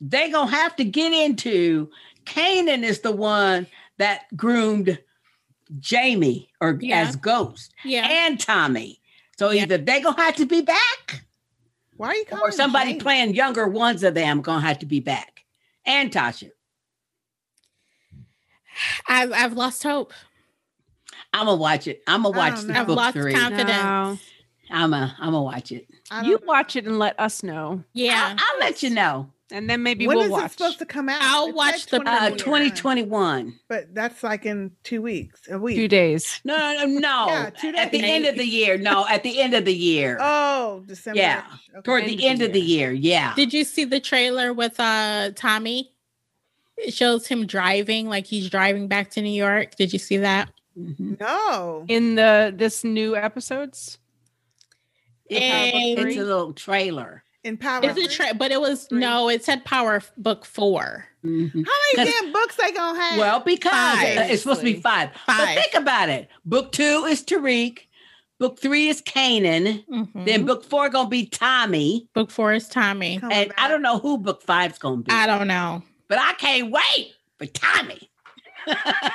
Speaker 2: They're gonna have to get into Canaan is the one that groomed Jamie or
Speaker 1: Yeah.
Speaker 2: as Ghost
Speaker 1: yeah.
Speaker 2: and Tommy. So
Speaker 1: Yeah. Oh,
Speaker 2: either they're gonna have to be back
Speaker 4: Why are you calling
Speaker 2: or somebody
Speaker 4: Jane?
Speaker 2: playing younger ones of them gonna have to be back. And Tasha.
Speaker 1: I've, I've lost hope.
Speaker 2: I'm gonna watch it. I'm gonna
Speaker 4: I
Speaker 2: watch
Speaker 4: don't
Speaker 2: the
Speaker 4: know.
Speaker 1: Oh, I've
Speaker 2: book
Speaker 1: lost
Speaker 2: three.
Speaker 1: confidence.
Speaker 3: No.
Speaker 2: I'm a I'm gonna watch it.
Speaker 4: I don't
Speaker 3: You
Speaker 4: know.
Speaker 3: watch it and let us know,
Speaker 1: Yeah.
Speaker 2: I'll, I'll let you know.
Speaker 3: and then maybe
Speaker 4: When
Speaker 3: we'll
Speaker 4: is
Speaker 3: watch.
Speaker 4: it supposed to come out?
Speaker 1: I'll
Speaker 4: It
Speaker 1: watch
Speaker 4: said
Speaker 1: the-
Speaker 2: Uh
Speaker 4: 2021,
Speaker 2: 2021.
Speaker 4: but that's like in two weeks, a
Speaker 3: Two
Speaker 4: week.
Speaker 3: days.
Speaker 2: No, no, no, no.
Speaker 4: Yeah, two
Speaker 2: Oh, at the
Speaker 4: days.
Speaker 2: end of the year. No, at the end of the year.
Speaker 4: Oh, December.
Speaker 2: Yeah.
Speaker 4: Okay.
Speaker 2: toward the end of the year. Yeah.
Speaker 1: Did you see the trailer with uh Tommy? It shows him driving, like he's driving back to New York. Did you see that?
Speaker 4: Mm-hmm.
Speaker 2: Mhm.
Speaker 4: No.
Speaker 3: in the this new episodes.
Speaker 2: It's, a,
Speaker 1: And-
Speaker 2: it's a little trailer.
Speaker 4: In power.
Speaker 1: It's a
Speaker 4: Three?
Speaker 1: tra- but it was
Speaker 3: Three.
Speaker 1: no, it said Power F- Book Four.
Speaker 2: Mhm.
Speaker 4: How many
Speaker 2: 'Cause-
Speaker 4: damn books they gonna have?
Speaker 2: Well, because
Speaker 1: Five.
Speaker 2: uh, it's supposed to be five. But
Speaker 1: Five.
Speaker 2: think about it. Book two is Tariq. Book three is Canaan.
Speaker 1: Mhm.
Speaker 2: Then book four gonna be Tommy.
Speaker 1: Book Four is Tommy.
Speaker 4: Come
Speaker 2: and I
Speaker 4: back.
Speaker 2: don't know who book five's gonna be.
Speaker 1: Oh, I don't know.
Speaker 2: but I can't wait for Tommy.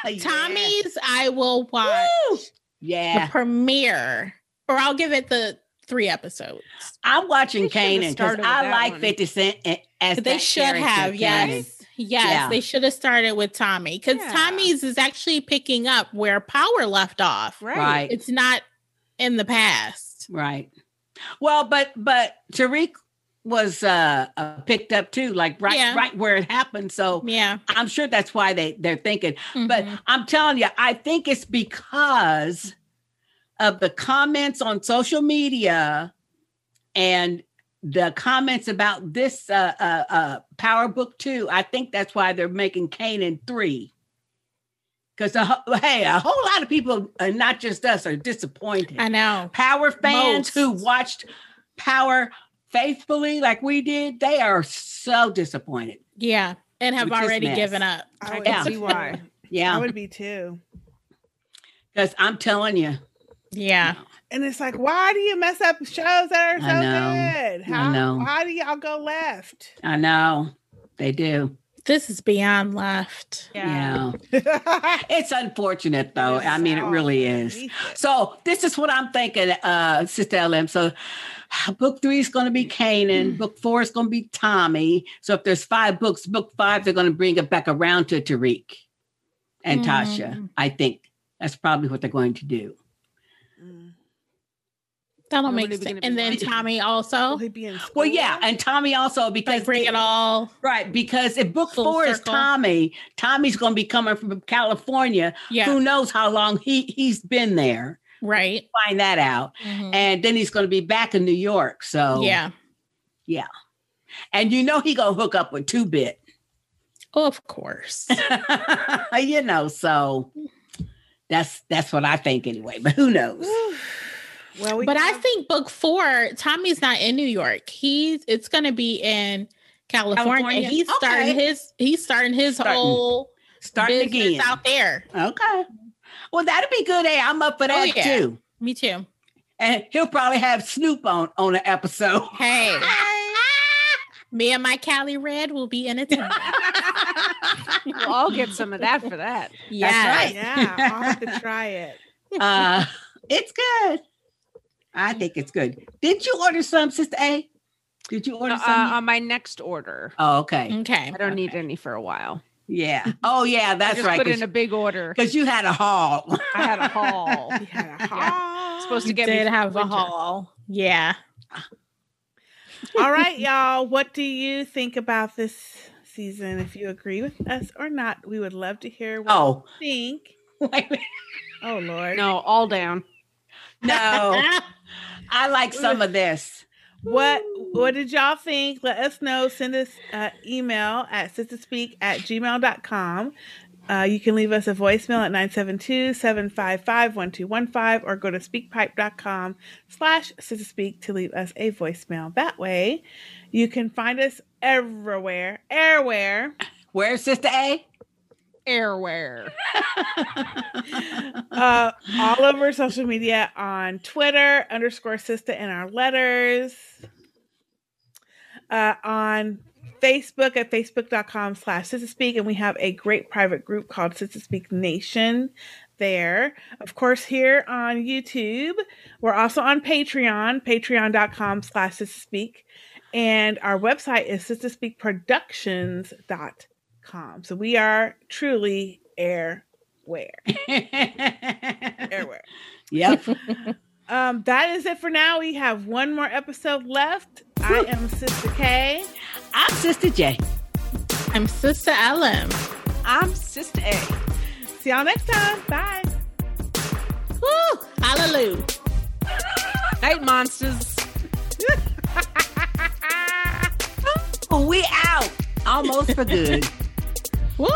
Speaker 2: Yeah.
Speaker 1: Tommy's I will watch
Speaker 2: Woo!
Speaker 1: the
Speaker 2: Yeah.
Speaker 1: premiere, or I'll give it the three episodes.
Speaker 2: I'm watching
Speaker 3: They should've
Speaker 2: Canaan because
Speaker 3: started with
Speaker 2: I
Speaker 3: that
Speaker 2: like
Speaker 3: one.
Speaker 2: 50 Cent a- as
Speaker 1: They
Speaker 2: that
Speaker 1: should
Speaker 2: character,
Speaker 1: have,
Speaker 2: Kanan.
Speaker 1: yes. Yes,
Speaker 2: Yeah.
Speaker 1: they should have started with Tommy because
Speaker 3: Yeah.
Speaker 1: Tommy's is actually picking up where Power left off.
Speaker 3: Right.
Speaker 2: Right.
Speaker 1: It's not in the past.
Speaker 2: Right. Well, but but Tariq was uh, uh picked up too, like right
Speaker 1: Yeah.
Speaker 2: right where it happened. So
Speaker 1: Yeah.
Speaker 2: I'm sure that's why they they're thinking. But
Speaker 1: Mhm.
Speaker 2: I'm telling you, I think it's because of the comments on social media and the comments about this uh, uh, uh, Power Book Two. I think that's why they're making Canaan Three. Because hey, a whole lot of people, uh, not just us, are disappointed.
Speaker 1: I know.
Speaker 2: Power fans who
Speaker 1: Most.
Speaker 2: watched Power faithfully, like we did, they are so disappointed.
Speaker 1: Yeah. And have
Speaker 2: Which is
Speaker 1: already
Speaker 2: mess.
Speaker 1: given up.
Speaker 4: I would
Speaker 2: Yeah.
Speaker 4: be
Speaker 3: See why.
Speaker 4: too. I
Speaker 2: Yeah,
Speaker 4: would be too.
Speaker 2: because I'm telling you,
Speaker 1: Yeah.
Speaker 4: And it's like, why do you mess up shows that are so
Speaker 2: I
Speaker 4: good? How
Speaker 2: know.
Speaker 4: why do y'all go left?
Speaker 2: I know they do.
Speaker 1: This is beyond left.
Speaker 2: Yeah, it's unfortunate though. I mean, it
Speaker 4: Wow.
Speaker 2: really is. So this is what I'm thinking, uh, Sister LM. So book three is going to be Canaan. Book four is going to be Tommy. So if there's five books, book five, they're going to bring it back around to Tariq and Tasha.
Speaker 1: Mm.
Speaker 2: I think that's probably what they're going to do.
Speaker 4: Mm.
Speaker 1: That don't make sense. And then Tommy also.
Speaker 4: Will he be in school?
Speaker 2: Well, yeah, and Tommy also because
Speaker 1: Like bring it all.
Speaker 2: right because if book
Speaker 1: Full
Speaker 2: four is
Speaker 1: circle.
Speaker 2: Tommy, Tommy's going to be coming from California.
Speaker 1: Yeah.
Speaker 2: Who knows how long he he's been there?
Speaker 1: Right.
Speaker 2: Find that out,
Speaker 1: Mhm.
Speaker 2: and then he's going to be back in New York. So
Speaker 1: Yeah.
Speaker 2: and you know he going to hook up with Two Bit.
Speaker 1: Oh, Of course.
Speaker 2: you know, so that's that's what I think anyway. But who knows?
Speaker 4: well,
Speaker 2: Oh,
Speaker 4: we
Speaker 1: but I
Speaker 4: have-
Speaker 1: think book four, Tommy's not in New York. He's it's gonna be in California.
Speaker 2: California?
Speaker 1: He's starting
Speaker 2: Okay.
Speaker 1: his he's starting his
Speaker 2: Starting.
Speaker 1: whole
Speaker 2: Starting
Speaker 1: business
Speaker 2: again.
Speaker 1: out there. Oh,
Speaker 2: Okay. Well, that'd be good. Hey, I'm up for that
Speaker 1: yeah.
Speaker 2: too.
Speaker 1: Me too.
Speaker 2: And he'll probably have Snoop on on an episode.
Speaker 1: Hey. Me and my Cali Red will be in attendance.
Speaker 3: We'll all get some of that for that.
Speaker 1: Yes.
Speaker 2: right.
Speaker 4: yeah, I'll have to try it.
Speaker 2: uh, it's good. I think it's good. Did you order some, Sister A? Did you order
Speaker 3: Uh,
Speaker 2: some?
Speaker 3: on my next order,
Speaker 2: oh, okay.
Speaker 1: Okay.
Speaker 3: I don't need
Speaker 2: Okay.
Speaker 3: any for a while.
Speaker 2: Yeah. Oh, yeah.
Speaker 3: I
Speaker 2: That's
Speaker 3: just
Speaker 2: right.
Speaker 3: put
Speaker 2: Because
Speaker 3: in a big order.
Speaker 2: you had a haul.
Speaker 3: I had a haul.
Speaker 4: We had a haul.
Speaker 3: Supposed to
Speaker 1: You
Speaker 3: get
Speaker 1: did
Speaker 3: me
Speaker 1: have a
Speaker 3: winter.
Speaker 1: haul. Yeah.
Speaker 4: All right, y'all. What do you think about this season? If you agree with us or not, we would love to hear what
Speaker 2: Oh,
Speaker 4: you think.
Speaker 2: wait a minute.
Speaker 4: Oh Lord.
Speaker 3: No, all down.
Speaker 2: no.
Speaker 1: Ah,
Speaker 2: I like some of this.
Speaker 4: What what did y'all think? Let us know. Send us uh, email at sisterspeak at gmail.com. Uh, you can leave us a voicemail at 972-755-1215 or go to speakpipe.com slash sisterspeak to leave us a voicemail. That way you can find us everywhere, everywhere.
Speaker 2: Where's Sister A?
Speaker 3: Airware.
Speaker 4: uh, all over social media on Twitter underscore sister in our letters, uh, on Facebook at facebook.com slash sister speak. And we have a great private group called Sister Speak Nation there. Of course, here on YouTube, we're also on Patreon, patreon.com slash sister speak. And our website is sisterspeakproductions.com. So we are truly airware everywhere.
Speaker 2: yep.
Speaker 4: Um, that is it for now. We have one more episode left. I am Sister K.
Speaker 2: I'm Sister J.
Speaker 1: I'm Sister Ellen.
Speaker 3: I'm Sister A.
Speaker 4: See y'all next time. Bye.
Speaker 1: Woo! Hallelujah.
Speaker 3: Night monsters.
Speaker 2: We out. Almost for good.
Speaker 1: Woo!